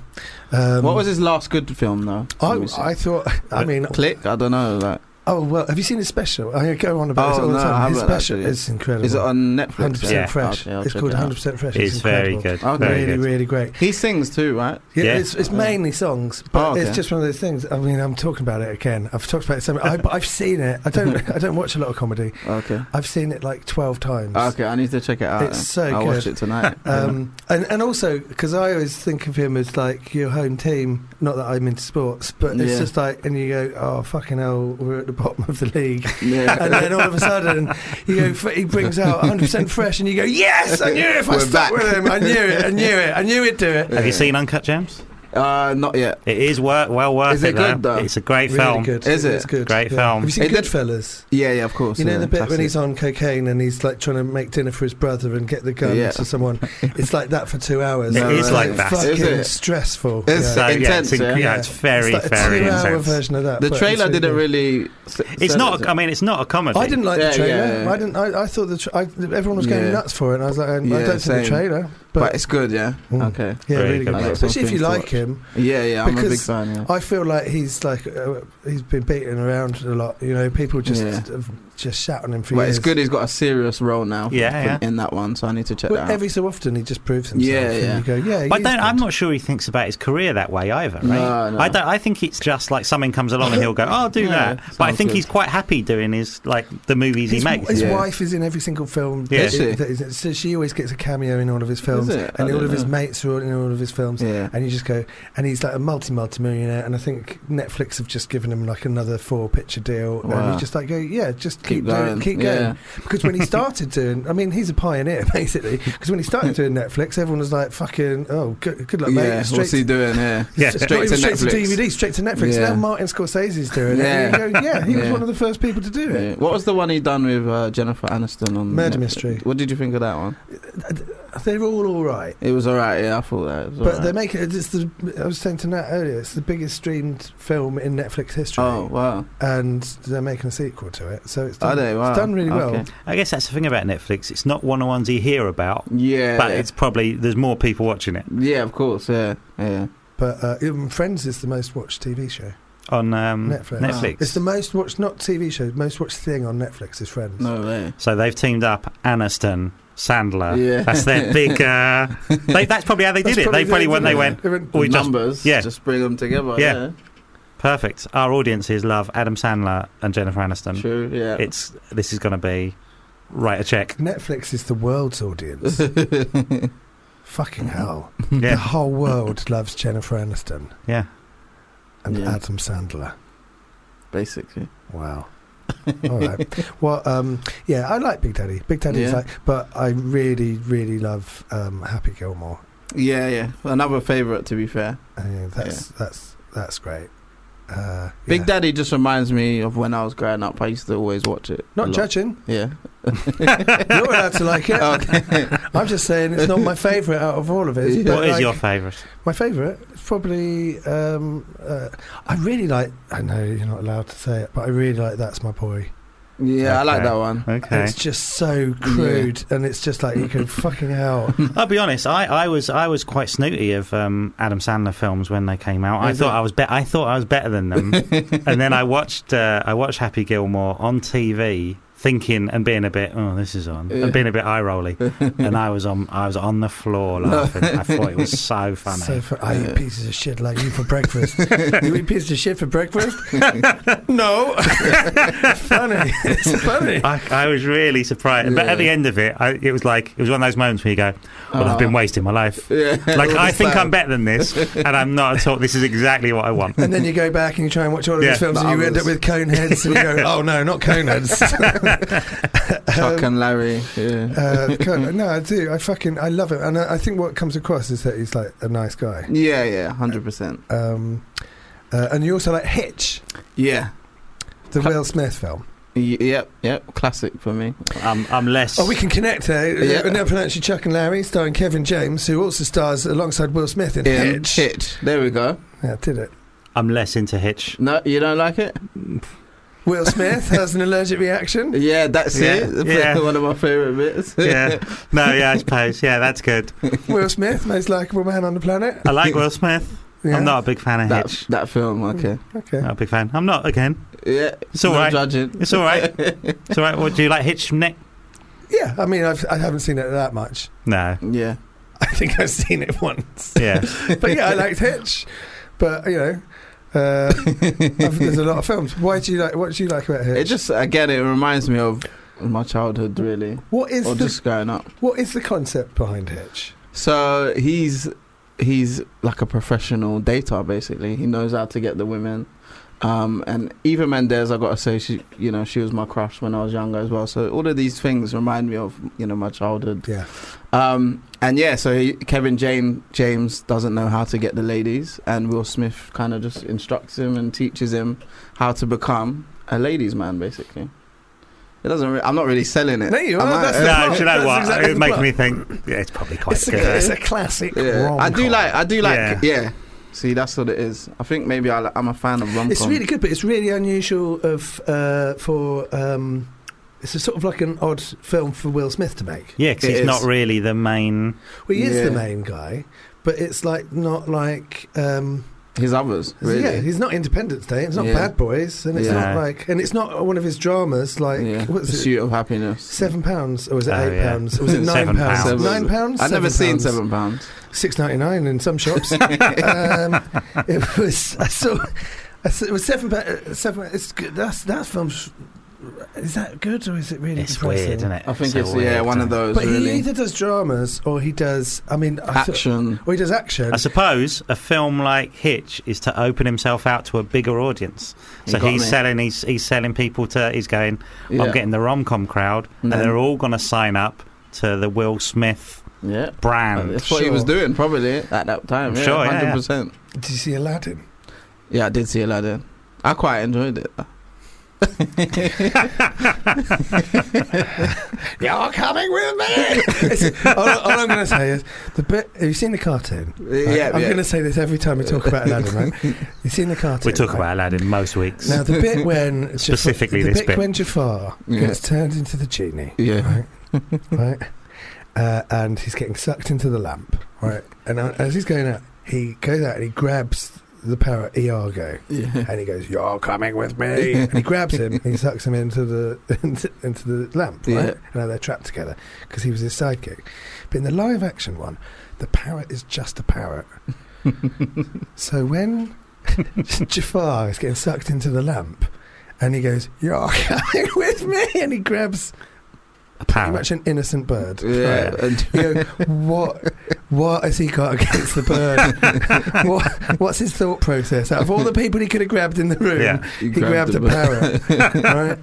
Speaker 3: Um,
Speaker 6: what was his last good film though? Let me see.
Speaker 3: I, I thought. I mean,
Speaker 6: Click? I don't know. Like,
Speaker 3: oh well. Have you seen his special? I go on about
Speaker 6: Oh,
Speaker 3: it all
Speaker 6: no,
Speaker 3: the
Speaker 6: I
Speaker 3: time. His
Speaker 6: haven't
Speaker 3: special
Speaker 6: actually.
Speaker 3: is incredible.
Speaker 6: is it on Netflix?
Speaker 3: 100%
Speaker 4: Yeah.
Speaker 3: fresh.
Speaker 6: Okay, I'll
Speaker 3: it's
Speaker 6: check
Speaker 3: called
Speaker 6: it out.
Speaker 3: 100% fresh.
Speaker 4: It's very
Speaker 3: incredible.
Speaker 4: good.
Speaker 6: Okay.
Speaker 4: Very
Speaker 3: really,
Speaker 4: good.
Speaker 3: really great.
Speaker 6: He sings too, right?
Speaker 3: Yeah,
Speaker 4: Yeah.
Speaker 3: It's, it's mainly songs, but
Speaker 6: Oh, okay.
Speaker 3: it's just one of those things. I mean, I'm talking about it again. I've talked about it so much. I, but I've seen it. I don't. I don't watch a lot of comedy.
Speaker 6: Okay.
Speaker 3: I've seen it like twelve times.
Speaker 6: Ah, Okay, I need to check it out.
Speaker 3: It's so
Speaker 6: then. I'll watch
Speaker 3: good.
Speaker 6: it tonight.
Speaker 3: Um, and and also because I always think of him as like your home team. Not that I'm into sports, but it's
Speaker 6: Yeah.
Speaker 3: just like, and you go, oh fucking hell, we're at the bottom of the league.
Speaker 6: yeah.
Speaker 3: And then all of a sudden, you go, f- he brings out 100% fresh, and you go, yes, I knew it. If I
Speaker 6: We're
Speaker 3: stuck
Speaker 6: back.
Speaker 3: with him, I knew it. I knew it. I knew it'd do it.
Speaker 4: Have you seen Uncut Gems?
Speaker 6: Uh, not yet.
Speaker 4: It is wor- well worth
Speaker 6: Is it good, though?
Speaker 4: It's a great
Speaker 3: really
Speaker 4: film.
Speaker 3: good.
Speaker 6: Is it?
Speaker 3: It's good.
Speaker 4: Great
Speaker 3: Yeah.
Speaker 4: film.
Speaker 3: Have you seen
Speaker 6: It did-
Speaker 3: Goodfellas?
Speaker 6: Yeah, yeah, of course.
Speaker 3: You know
Speaker 6: yeah,
Speaker 3: the bit when
Speaker 6: classic.
Speaker 3: he's on cocaine and he's like trying to make dinner for his brother and get the gun
Speaker 6: Yeah.
Speaker 3: to someone? It's like that for two hours. Uh,
Speaker 4: It
Speaker 3: It's
Speaker 6: is like
Speaker 4: that.
Speaker 3: Fucking
Speaker 6: Is it?
Speaker 3: stressful.
Speaker 6: It's
Speaker 4: So,
Speaker 6: Intense,
Speaker 4: yeah, it's,
Speaker 6: yeah?
Speaker 4: inc- yeah, it's
Speaker 3: It's
Speaker 4: very,
Speaker 3: like a
Speaker 4: very
Speaker 3: two-hour
Speaker 4: intense.
Speaker 3: version of that.
Speaker 6: The
Speaker 3: but
Speaker 6: trailer
Speaker 3: it's
Speaker 6: didn't
Speaker 3: good.
Speaker 6: really. s-
Speaker 4: It's
Speaker 6: sell
Speaker 4: not.
Speaker 6: it.
Speaker 4: A, I mean, it's not a comedy.
Speaker 3: I didn't like
Speaker 6: Yeah,
Speaker 3: the trailer.
Speaker 6: yeah, yeah.
Speaker 3: I didn't. I, I thought the. Tra- I, everyone was going
Speaker 6: Yeah.
Speaker 3: nuts for it. and I was like, I,
Speaker 6: Yeah,
Speaker 3: I don't see the
Speaker 6: same.
Speaker 3: trailer,
Speaker 6: but,
Speaker 3: but,
Speaker 6: it's good. Yeah.
Speaker 3: Mm.
Speaker 6: Okay.
Speaker 3: yeah,
Speaker 4: Very
Speaker 3: really good.
Speaker 4: good.
Speaker 6: I like
Speaker 3: Especially if
Speaker 6: something
Speaker 3: you
Speaker 6: to
Speaker 3: like
Speaker 6: watch.
Speaker 3: him,
Speaker 6: Yeah, yeah. I'm a big
Speaker 3: Because
Speaker 6: fan. Yeah.
Speaker 3: I feel like he's like uh, he's been beaten around a lot. You know, people just
Speaker 6: Yeah.
Speaker 3: have just shout on him for
Speaker 6: But
Speaker 3: years.
Speaker 6: it's good. He's got a serious role now.
Speaker 4: Yeah,
Speaker 6: in-
Speaker 4: yeah.
Speaker 6: In that one, so I need to check
Speaker 3: Well,
Speaker 6: that out.
Speaker 3: every so often he just proves himself.
Speaker 6: Yeah,
Speaker 3: and
Speaker 6: yeah.
Speaker 3: You go, yeah.
Speaker 4: But
Speaker 3: he
Speaker 4: I
Speaker 3: is
Speaker 4: don't, I'm
Speaker 3: good."
Speaker 4: not sure he thinks about his career that way either, right?
Speaker 6: No, no.
Speaker 4: I don't. I think it's just like something comes along and he'll go, "Oh, "I'll do
Speaker 6: Yeah,
Speaker 4: that." But I
Speaker 6: sounds
Speaker 4: think
Speaker 6: good.
Speaker 4: he's quite happy doing his like the movies
Speaker 3: His,
Speaker 4: he makes.
Speaker 3: his
Speaker 6: Yeah.
Speaker 3: wife is in every single film.
Speaker 4: Yeah.
Speaker 3: that-
Speaker 6: Is she?
Speaker 3: that is- so she always gets a cameo in all of his films,
Speaker 6: Is it? I
Speaker 3: and all
Speaker 6: don't
Speaker 3: of his
Speaker 6: know.
Speaker 3: mates are all in all of his films.
Speaker 6: Yeah.
Speaker 3: And you just go, and he's like a multi multi millionaire, and I think Netflix have just given him like another four picture deal, and
Speaker 6: Wow.
Speaker 3: he's just like, go, yeah, just keep,
Speaker 6: Keep
Speaker 3: doing,
Speaker 6: going,
Speaker 3: keep
Speaker 6: yeah.
Speaker 3: going, because when he started doing, I mean, he's a pioneer basically, because when he started doing Netflix, everyone was like, fucking, oh, good, good luck, mate,
Speaker 6: yeah.
Speaker 3: straight
Speaker 6: What's he doing? Yeah.
Speaker 4: Yeah.
Speaker 3: Straight,
Speaker 6: Straight
Speaker 3: to,
Speaker 6: to
Speaker 3: straight to
Speaker 6: Netflix.
Speaker 3: DVD, straight to Netflix.
Speaker 6: Yeah.
Speaker 3: Now Martin Scorsese's doing it.
Speaker 6: Yeah.
Speaker 3: And you go, yeah, he was
Speaker 6: Yeah.
Speaker 3: one of the first people to do it.
Speaker 6: Yeah. What was the one he done with uh, Jennifer Aniston on
Speaker 3: Murder
Speaker 6: Netflix?
Speaker 3: Mystery.
Speaker 6: What did you think of that one?
Speaker 3: They're all all right.
Speaker 6: It was alright. Yeah, I thought that. It was
Speaker 3: But
Speaker 6: alright.
Speaker 3: they're making it's the I was saying to Nat earlier, it's the biggest streamed film in Netflix history.
Speaker 6: Oh wow!
Speaker 3: And they're making a sequel to it. So it's
Speaker 6: Are
Speaker 3: done,
Speaker 6: they? Wow.
Speaker 3: it's done really well.
Speaker 6: Okay.
Speaker 4: I guess that's the thing about Netflix. It's not one of the ones you hear about,
Speaker 6: Yeah.
Speaker 4: but it's probably there's more people watching it
Speaker 6: Yeah, of course. Yeah, yeah.
Speaker 3: But uh, even Friends is the most watched TV show.
Speaker 4: on um,
Speaker 3: Netflix.
Speaker 4: Netflix.
Speaker 3: It's the most watched not TV show, most watched thing on Netflix is Friends.
Speaker 6: No way.
Speaker 4: so they've teamed up Aniston, Sandler.
Speaker 6: Yeah.
Speaker 4: Uh, That's their big. Uh, they, that's probably how they
Speaker 3: That's
Speaker 4: did it. They probably
Speaker 3: the
Speaker 4: when they
Speaker 3: idea.
Speaker 4: went
Speaker 3: went
Speaker 4: We
Speaker 6: The
Speaker 4: just-
Speaker 6: numbers.
Speaker 4: yeah.
Speaker 6: Just bring them together.
Speaker 4: Yeah.
Speaker 6: Yeah.
Speaker 4: perfect. Our audiences love Adam Sandler and Jennifer Aniston.
Speaker 6: True. Yeah.
Speaker 4: It's this is going to be write a check.
Speaker 3: Netflix is the world's audience. Fucking hell. The
Speaker 4: Yeah,
Speaker 3: whole world loves Jennifer Aniston
Speaker 4: yeah.
Speaker 3: and
Speaker 6: Yeah.
Speaker 3: Adam Sandler.
Speaker 6: Basically.
Speaker 3: Wow. All right. Well, um, yeah, I like Big Daddy. Big Daddy's
Speaker 6: Yeah.
Speaker 3: like, but I really, really love um, Happy Gilmore.
Speaker 6: Yeah, yeah. Another favourite, to be fair.
Speaker 3: Uh, that's that's that's great. Uh,
Speaker 6: Big
Speaker 3: yeah.
Speaker 6: Daddy just reminds me of when I was growing up. I used to always watch it. a
Speaker 3: Not
Speaker 6: lot.
Speaker 3: judging.
Speaker 6: Yeah.
Speaker 3: You're allowed to like it.
Speaker 6: Okay.
Speaker 3: I'm just saying it's not my favourite out of all of it.
Speaker 6: Yeah.
Speaker 3: but,
Speaker 4: What is
Speaker 3: like,
Speaker 4: your favourite?
Speaker 3: My favourite is probably. Um, uh, I really like. I know you're not allowed to say it, but I really like That's My Boy.
Speaker 6: yeah, I like
Speaker 4: Okay.
Speaker 6: that one.
Speaker 4: Okay.
Speaker 3: It's just so crude, and it's just like you can fucking hell.
Speaker 4: I'll be honest. I, I was I was quite snooty of um, Adam Sandler films when they came out. I
Speaker 6: Is
Speaker 4: thought
Speaker 6: it?
Speaker 4: I was be- I thought I was better than them, and then I watched uh, I watched Happy Gilmore on TV, thinking and being a bit oh this is on
Speaker 6: Yeah.
Speaker 4: and being a bit eye rolly, and I was on I was on the floor laughing. I thought it was so funny.
Speaker 3: So fu- I eat pieces of shit like you for breakfast. you eat pieces of shit for breakfast? no. funny. It's funny.
Speaker 4: I, I was really surprised, but
Speaker 6: Yeah.
Speaker 4: at the end of it, I, it was like it was one of those moments where you go, "Well, I've been wasting my life.
Speaker 6: Yeah.
Speaker 4: Like
Speaker 6: All
Speaker 4: I
Speaker 6: this
Speaker 4: think
Speaker 6: time.
Speaker 4: I'm better than this, and I'm not at all. This is exactly what I want."
Speaker 3: And then you go back and you try and watch all of
Speaker 4: Yeah.
Speaker 3: his films,
Speaker 6: The
Speaker 3: and you end up
Speaker 6: others.
Speaker 3: with Coneheads, and you go, "Oh no, not Coneheads."
Speaker 6: Chuck and Larry. Yeah.
Speaker 3: uh, Cone- no, I do. I fucking I love it, and I, I think what comes across is that he's like a nice guy.
Speaker 6: Yeah, yeah, hundred percent.
Speaker 3: Um, uh, and you also like Hitch,
Speaker 6: Yeah,
Speaker 3: the Will Smith film.
Speaker 6: Y- yep, yep. Classic for me.
Speaker 4: I'm, I'm less.
Speaker 3: Oh, we can connect here.
Speaker 6: Yeah.
Speaker 3: Uh, now pronounce you Chuck and Larry, starring Kevin James, who also stars alongside Will Smith in
Speaker 6: Yeah,
Speaker 3: Hitch.
Speaker 6: Hitch. Um, There we go.
Speaker 3: Yeah, did it.
Speaker 4: I'm less into Hitch.
Speaker 6: No, you don't like it?
Speaker 3: Will Smith has an allergic reaction.
Speaker 6: Yeah, that's
Speaker 4: Yeah,
Speaker 6: it.
Speaker 4: yeah.
Speaker 6: One of my favorite bits.
Speaker 4: Yeah. No. Yeah. I suppose. Yeah. That's good.
Speaker 3: Will Smith, most likable man on the planet.
Speaker 4: I like Will Smith.
Speaker 3: Yeah.
Speaker 4: I'm not a big fan of
Speaker 6: that
Speaker 4: Hitch.
Speaker 6: that film. Okay.
Speaker 3: Okay.
Speaker 4: Not a big fan. I'm not again.
Speaker 6: Yeah.
Speaker 4: It's all
Speaker 6: no
Speaker 4: right.
Speaker 6: Judging.
Speaker 4: It's all right. It's all right. What do you like? Hitch neck?
Speaker 3: Yeah, I mean, I've, I haven't seen it that much.
Speaker 4: No.
Speaker 6: Yeah.
Speaker 3: I think I've seen it once.
Speaker 4: Yeah.
Speaker 3: but yeah, I liked Hitch. But you know, uh, I've- there's a lot of films. Why do you like? What do you like about Hitch?
Speaker 6: It just again, it reminds me of my childhood, really,
Speaker 3: what is
Speaker 6: or
Speaker 3: the
Speaker 6: just growing up.
Speaker 3: what is the concept behind Hitch?
Speaker 6: So he's he's like a professional data basically. He knows how to get the women. Um, and Eva Mendes, I gotta say, she you know she was my crush when I was younger as well. So all of these things remind me of you know my childhood.
Speaker 3: Yeah,
Speaker 6: Um, and yeah, so he, Kevin James James doesn't know how to get the ladies, and Will Smith kind of just instructs him and teaches him how to become a ladies' man basically. It doesn't. Re- I'm not really selling it.
Speaker 3: No, you
Speaker 6: am
Speaker 3: are.
Speaker 6: I?
Speaker 3: That's the
Speaker 4: No. Do you know
Speaker 3: That's
Speaker 4: what?
Speaker 3: exactly
Speaker 4: it
Speaker 3: the
Speaker 4: makes
Speaker 3: plot.
Speaker 4: me think. Yeah. It's probably quite
Speaker 3: it's a,
Speaker 4: good.
Speaker 3: it's a classic.
Speaker 6: Yeah. I do
Speaker 3: rom-com.
Speaker 6: like. I do like.
Speaker 4: Yeah.
Speaker 6: Yeah. See, that's what it is. I think maybe I, li- I'm a fan of rom
Speaker 3: It's
Speaker 6: com.
Speaker 3: really good, but it's really unusual of uh, for. Um, it's a sort of like an odd film for Will Smith to make.
Speaker 4: Yeah, because
Speaker 6: It
Speaker 4: he's
Speaker 6: is.
Speaker 4: not really the main.
Speaker 3: Well, he is the
Speaker 6: Yeah.
Speaker 3: main guy, but it's like not like. Um,
Speaker 6: His others, really.
Speaker 3: Yeah, he's not Independence Day. It's not
Speaker 6: Yeah.
Speaker 3: Bad Boys, and it's
Speaker 6: Yeah.
Speaker 3: not like, and it's not one of his dramas. Like,
Speaker 6: yeah.
Speaker 3: what's it?
Speaker 6: Pursuit of happiness.
Speaker 3: Seven pounds, or was it
Speaker 4: Oh,
Speaker 3: eight
Speaker 4: yeah.
Speaker 3: pounds? Or was it nine
Speaker 4: Seven
Speaker 3: pounds?
Speaker 4: pounds.
Speaker 3: Nine pounds.
Speaker 6: I've never seen
Speaker 3: pounds.
Speaker 6: seven pounds.
Speaker 3: Six ninety nine in some shops. um, it was. I saw. I saw it was seven. pa- uh, Seven. It's good. That's that film's. Is that good or is it really?
Speaker 4: It's
Speaker 3: depressing?
Speaker 4: weird, isn't it?
Speaker 6: I think
Speaker 4: so
Speaker 6: it's yeah
Speaker 4: weird,
Speaker 6: one of
Speaker 4: isn't it?
Speaker 6: those
Speaker 3: But he
Speaker 6: really
Speaker 3: either does dramas or he does. I mean, I thought-
Speaker 6: action.
Speaker 3: or he does action.
Speaker 4: I suppose a film like Hitch is to open himself out to a bigger audience.
Speaker 6: You
Speaker 4: So
Speaker 6: got
Speaker 4: he's
Speaker 6: me.
Speaker 4: selling, he's, he's selling people to, he's going,
Speaker 6: Yeah.
Speaker 4: I'm getting the rom com crowd, and
Speaker 6: No.
Speaker 4: they're all going to sign up to the Will Smith
Speaker 6: Yeah.
Speaker 4: brand.
Speaker 6: That's what he was
Speaker 3: Sure.
Speaker 6: doing probably at that time.
Speaker 4: I'm
Speaker 6: yeah,
Speaker 4: sure, yeah, yeah.
Speaker 6: hundred percent.
Speaker 3: Did you see Aladdin?
Speaker 6: Yeah, I did see Aladdin. I quite enjoyed it.
Speaker 5: You're coming with me!
Speaker 3: It's- all, all I'm going to say is the bit. Have you seen the cartoon? Right?
Speaker 6: Yeah,
Speaker 3: I'm
Speaker 6: yeah.
Speaker 3: going to say this every time we talk about Aladdin, right? You've seen the cartoon.
Speaker 4: we talk
Speaker 3: right?
Speaker 4: about Aladdin most weeks.
Speaker 3: Now the bit when Jaf-
Speaker 4: Specifically
Speaker 3: the
Speaker 4: this
Speaker 3: bit,
Speaker 4: bit.
Speaker 3: when Jafar
Speaker 6: Yeah.
Speaker 3: gets turned into the genie,
Speaker 6: yeah.
Speaker 3: right? Uh, and he's getting sucked into the lamp, right? And uh, as he's going out, he goes out and he grabs the parrot Iago,
Speaker 6: Yeah.
Speaker 3: and he goes, "You're coming with me!" and he grabs him, and he sucks him into the into, into the lamp, right?
Speaker 6: Yeah.
Speaker 3: And now they're trapped together because he was his sidekick. But in the live action one, the parrot is just a parrot. so when Jafar is getting sucked into the lamp, and he goes, "You're coming with me," and he grabs
Speaker 4: a
Speaker 3: Pretty
Speaker 4: parrot.
Speaker 3: much an innocent bird.
Speaker 6: Yeah. and-
Speaker 3: You know, what what has he got against the bird? what, what's his thought process? Out of all the people he could have grabbed in the room,
Speaker 4: Yeah.
Speaker 3: he grabbed,
Speaker 6: the
Speaker 3: a parrot. right?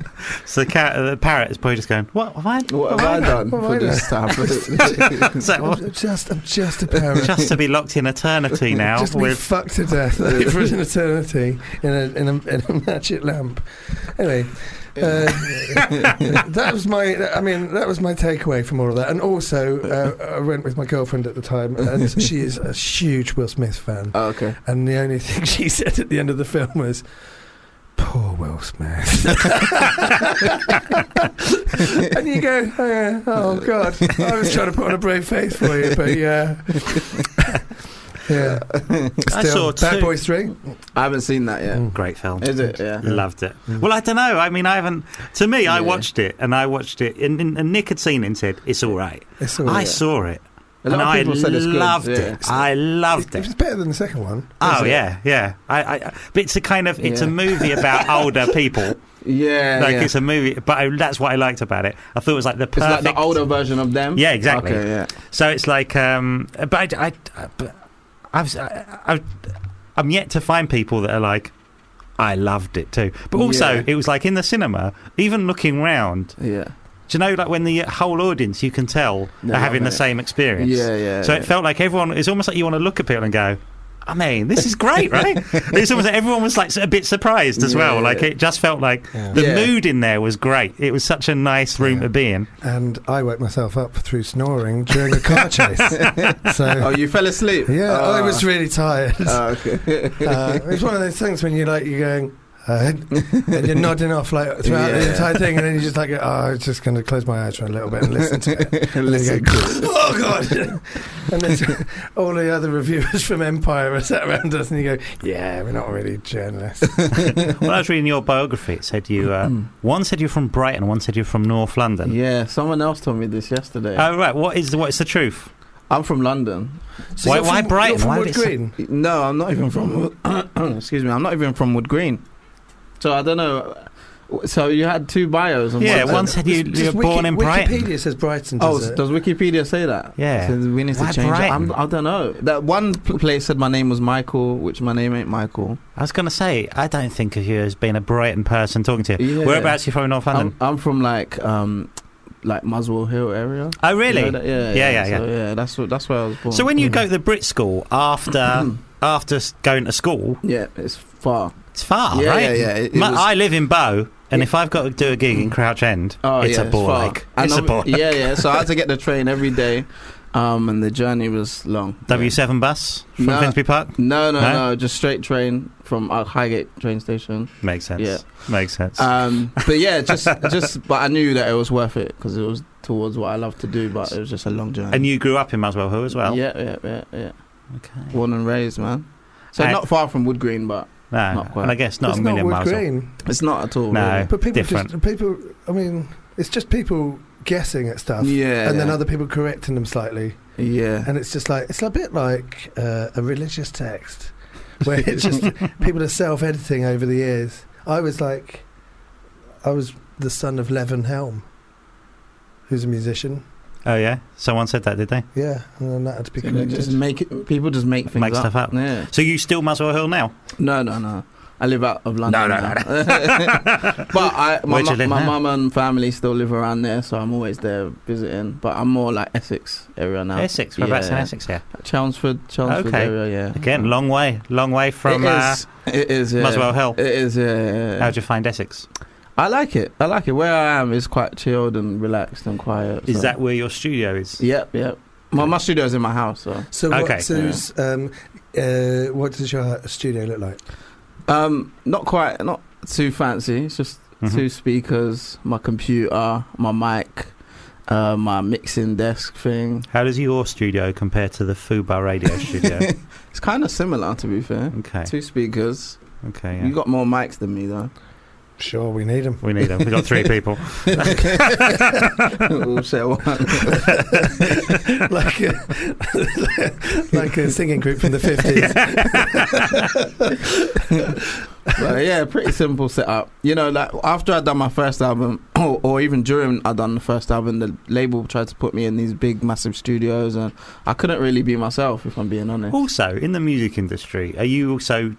Speaker 4: So the, cat, the parrot is probably just going, What have I
Speaker 6: bu- What have I done
Speaker 3: What have
Speaker 6: for
Speaker 3: I
Speaker 6: this to happen?
Speaker 4: It's like, well,
Speaker 3: I'm just I'm just a parrot.
Speaker 4: just to be locked in eternity now
Speaker 3: Just to be
Speaker 4: with
Speaker 3: fucked to death for an eternity in a, in a, in a magic lamp. Anyway, uh, that was my. I mean, that was my takeaway from all of that. And also, uh, I went with my girlfriend at the time, and she is a huge Will Smith fan.
Speaker 6: Oh, okay.
Speaker 3: And the only thing she said at the end of the film was, "Poor Will Smith." and you go, oh, yeah, "Oh God, I was trying to put on a brave face for you, but yeah, yeah."
Speaker 4: I saw
Speaker 3: Still, Bad
Speaker 4: two-
Speaker 3: Boys Three.
Speaker 6: I haven't seen that yet.
Speaker 3: Mm.
Speaker 4: great film.
Speaker 6: Is it? Yeah.
Speaker 4: Loved it. Well, I don't know. I mean, I haven't. To me, I
Speaker 6: Yeah.
Speaker 4: watched it and I watched it, and, and and Nick had seen it and said, It's all right.
Speaker 3: It's all
Speaker 4: I
Speaker 3: right.
Speaker 4: saw it.
Speaker 6: Oh, A lot
Speaker 4: and
Speaker 6: of
Speaker 4: I
Speaker 6: people said it's good,
Speaker 4: loved
Speaker 6: yeah.
Speaker 4: it. I
Speaker 3: It
Speaker 4: loved it.
Speaker 3: was better than the second one.
Speaker 4: Oh
Speaker 6: it?
Speaker 4: yeah, yeah. I, I, but it's a kind of it's a
Speaker 6: Yeah.
Speaker 4: movie about older people.
Speaker 6: Yeah.
Speaker 4: Like
Speaker 6: yeah.
Speaker 4: it's a movie, but I, that's what I liked about it. I thought it was like the
Speaker 6: It's
Speaker 4: perfect.
Speaker 6: like the older version of them.
Speaker 4: Yeah, exactly.
Speaker 6: Okay, yeah.
Speaker 4: So it's like, um, but I, I, but I've, I, I'm yet to find people that are like, I loved it too. But also,
Speaker 6: Yeah.
Speaker 4: it was like in the cinema, even looking round.
Speaker 6: Yeah.
Speaker 4: Do you know, like when the whole audience, you can tell,
Speaker 6: They're
Speaker 4: are having
Speaker 6: loving
Speaker 4: the
Speaker 6: it.
Speaker 4: same experience.
Speaker 6: Yeah, yeah.
Speaker 4: So
Speaker 6: yeah.
Speaker 4: it felt like everyone. It's almost like you want to look at people and go, "I mean, this is great, right?" it's almost like everyone was like a bit surprised as well.
Speaker 6: Yeah.
Speaker 4: Like it just felt like
Speaker 3: Yeah.
Speaker 4: the
Speaker 6: Yeah.
Speaker 4: mood in there was great. It was such a nice room
Speaker 3: Yeah.
Speaker 4: to be in.
Speaker 3: And I woke myself up through snoring during a car chase. so
Speaker 6: Oh, you fell asleep.
Speaker 3: yeah,
Speaker 6: oh.
Speaker 3: I was really tired.
Speaker 6: Oh, okay.
Speaker 3: Uh, it's one of those things when you're like you're going. Uh, and you're nodding off like throughout the
Speaker 6: Yeah.
Speaker 3: entire thing, and then you're just like, oh, I'm just going to close my eyes for a little bit and listen to it.
Speaker 6: Listen.
Speaker 3: And then you go, oh god! and then all the other reviewers from Empire are sat around us, and you go, yeah, we're not really journalists.
Speaker 4: when I was reading your biography, it said you uh,
Speaker 6: Mm.
Speaker 4: one said you're from Brighton, one said you're from North London.
Speaker 6: Yeah, someone else told me this yesterday.
Speaker 4: Oh right, what is what is the truth?
Speaker 6: I'm from London.
Speaker 3: So
Speaker 4: Why-
Speaker 3: you're
Speaker 4: why
Speaker 3: from-
Speaker 4: Brighton?
Speaker 3: You're from
Speaker 4: Why
Speaker 3: Wood
Speaker 4: did it say-
Speaker 3: Green.
Speaker 6: No, I'm not even from. excuse me, I'm not even from Wood Green. So I don't know. So you had two bios. And
Speaker 4: yeah,
Speaker 6: one,
Speaker 4: one said you,
Speaker 3: Just
Speaker 4: you're born
Speaker 3: Wiki-
Speaker 4: in Brighton.
Speaker 3: Wikipedia says Brighton.
Speaker 6: Oh,
Speaker 3: Does
Speaker 6: s-
Speaker 3: it?
Speaker 6: does Wikipedia say that?
Speaker 4: Yeah.
Speaker 6: So we need to
Speaker 4: Why
Speaker 6: change. it.
Speaker 4: Brighton?
Speaker 6: I'm, I don't know. That one pl- place said my name was Michael, which my name ain't Michael.
Speaker 4: I was going to say I don't think of you as being a Brighton person talking to you.
Speaker 6: Yeah.
Speaker 4: Whereabouts are you from in North
Speaker 6: I'm,
Speaker 4: London?
Speaker 6: I'm from like um, like Muswell Hill area.
Speaker 4: oh really?
Speaker 6: You know that? Mm.
Speaker 4: Yeah,
Speaker 6: Yeah, yeah,
Speaker 4: yeah,
Speaker 6: So, yeah, that's what that's where I was born. Hmm.
Speaker 4: So when you uh, go to the Brit school
Speaker 6: Mm.
Speaker 4: after after s- going to school,
Speaker 6: yeah, it's far.
Speaker 4: it's far,
Speaker 6: yeah,
Speaker 4: Ah, right?
Speaker 6: yeah, yeah. It, it
Speaker 4: My-
Speaker 6: was-
Speaker 4: I live in Bow, and
Speaker 6: Yeah. Mm.
Speaker 4: if I've got to do a gig in Crouch End, it's
Speaker 6: oh, yeah,
Speaker 4: a ball
Speaker 6: far.
Speaker 4: like
Speaker 6: And
Speaker 4: it's a
Speaker 6: I'm-
Speaker 4: ball.
Speaker 6: Yeah, yeah. So I had to get the train every day, um, and the journey was long.
Speaker 4: W7 bus from
Speaker 6: No.
Speaker 4: Finsbury Park
Speaker 6: No, no,
Speaker 4: No?
Speaker 6: no, Just straight train from uh, Highgate train station.
Speaker 4: makes sense.
Speaker 6: Yeah.
Speaker 4: Makes sense.
Speaker 6: Um, but yeah, just, just. But I knew that it was worth it because it was towards what I love to do. But it was just a long journey.
Speaker 4: and you grew up in Muswell Hill as well.
Speaker 6: Yeah, yeah, yeah, yeah.
Speaker 4: Okay.
Speaker 6: Born and raised, man. So
Speaker 4: And-
Speaker 6: not far from Wood Green, but
Speaker 4: No,
Speaker 6: Not quite.
Speaker 4: Ah, and I guess not
Speaker 3: it's
Speaker 4: a
Speaker 3: not
Speaker 4: million
Speaker 3: Wood
Speaker 4: miles. off.
Speaker 3: Green.
Speaker 6: it's not at all.
Speaker 4: No.
Speaker 3: But people
Speaker 4: Different.
Speaker 3: just people. I mean, it's just people guessing at stuff.
Speaker 6: Really. Yeah.
Speaker 3: And then
Speaker 6: yeah.
Speaker 3: other people correcting them slightly,
Speaker 6: Yeah.
Speaker 3: and it's just like it's a bit like uh, a religious text, where it's just people are self-editing over the years. I was like, I was the son of Levin Helm, who's a musician.
Speaker 4: Oh yeah, someone said that, did they?
Speaker 3: Yeah, and then that had to be
Speaker 6: So they just
Speaker 3: corrected.
Speaker 6: make it, people just make things
Speaker 4: Make stuff up.
Speaker 6: Yeah.
Speaker 4: So you still Muswell Hill now?
Speaker 6: No, no, no. I live out of London.
Speaker 4: no,
Speaker 6: now. but I, my,
Speaker 4: Where'd you
Speaker 6: mu-
Speaker 4: live
Speaker 6: my
Speaker 4: now?
Speaker 6: mum and family still live around there, so I'm always there visiting. But I'm more like Essex area now.
Speaker 4: Essex, whereabouts
Speaker 6: Yeah.
Speaker 4: in Essex? Yeah.
Speaker 6: Chelmsford, Chelmsford
Speaker 4: Okay.
Speaker 6: area, yeah. Mm.
Speaker 4: Again, long way, long way from
Speaker 6: it
Speaker 4: uh,
Speaker 6: is, it is, yeah.
Speaker 4: Muswell Hill.
Speaker 6: It is, yeah. yeah, yeah.
Speaker 4: How'd you find Essex?
Speaker 6: I like it. I like it. Where I am is quite chilled and relaxed and quiet.
Speaker 4: Is
Speaker 6: so-
Speaker 4: that where your studio is?
Speaker 6: Yep, yep. My, my studio's in my house, so.
Speaker 3: So
Speaker 4: Okay.
Speaker 3: what? Sue's, um, uh, what does your studio look like?
Speaker 6: Um, not quite, not too fancy. It's just
Speaker 4: Mhm.
Speaker 6: two speakers, my computer, my mic, uh, my mixing desk thing.
Speaker 4: How does your studio compare to the Fubar Radio studio?
Speaker 6: It's kind of similar, to be fair.
Speaker 4: Okay.
Speaker 6: Two speakers.
Speaker 4: Okay.
Speaker 6: You
Speaker 4: Yeah.
Speaker 6: got more mics than me, though.
Speaker 3: Sure, we need them.
Speaker 4: We need them. We've got three people.
Speaker 6: We'll say one.
Speaker 3: like a, like a singing group from the 50s.
Speaker 6: but yeah, pretty simple setup. You know, like after I done my first album, or, or even during I done the first album, the label tried to put me in these big, massive studios, and I couldn't really be myself, if I'm being honest.
Speaker 4: Also, in the music industry, are you also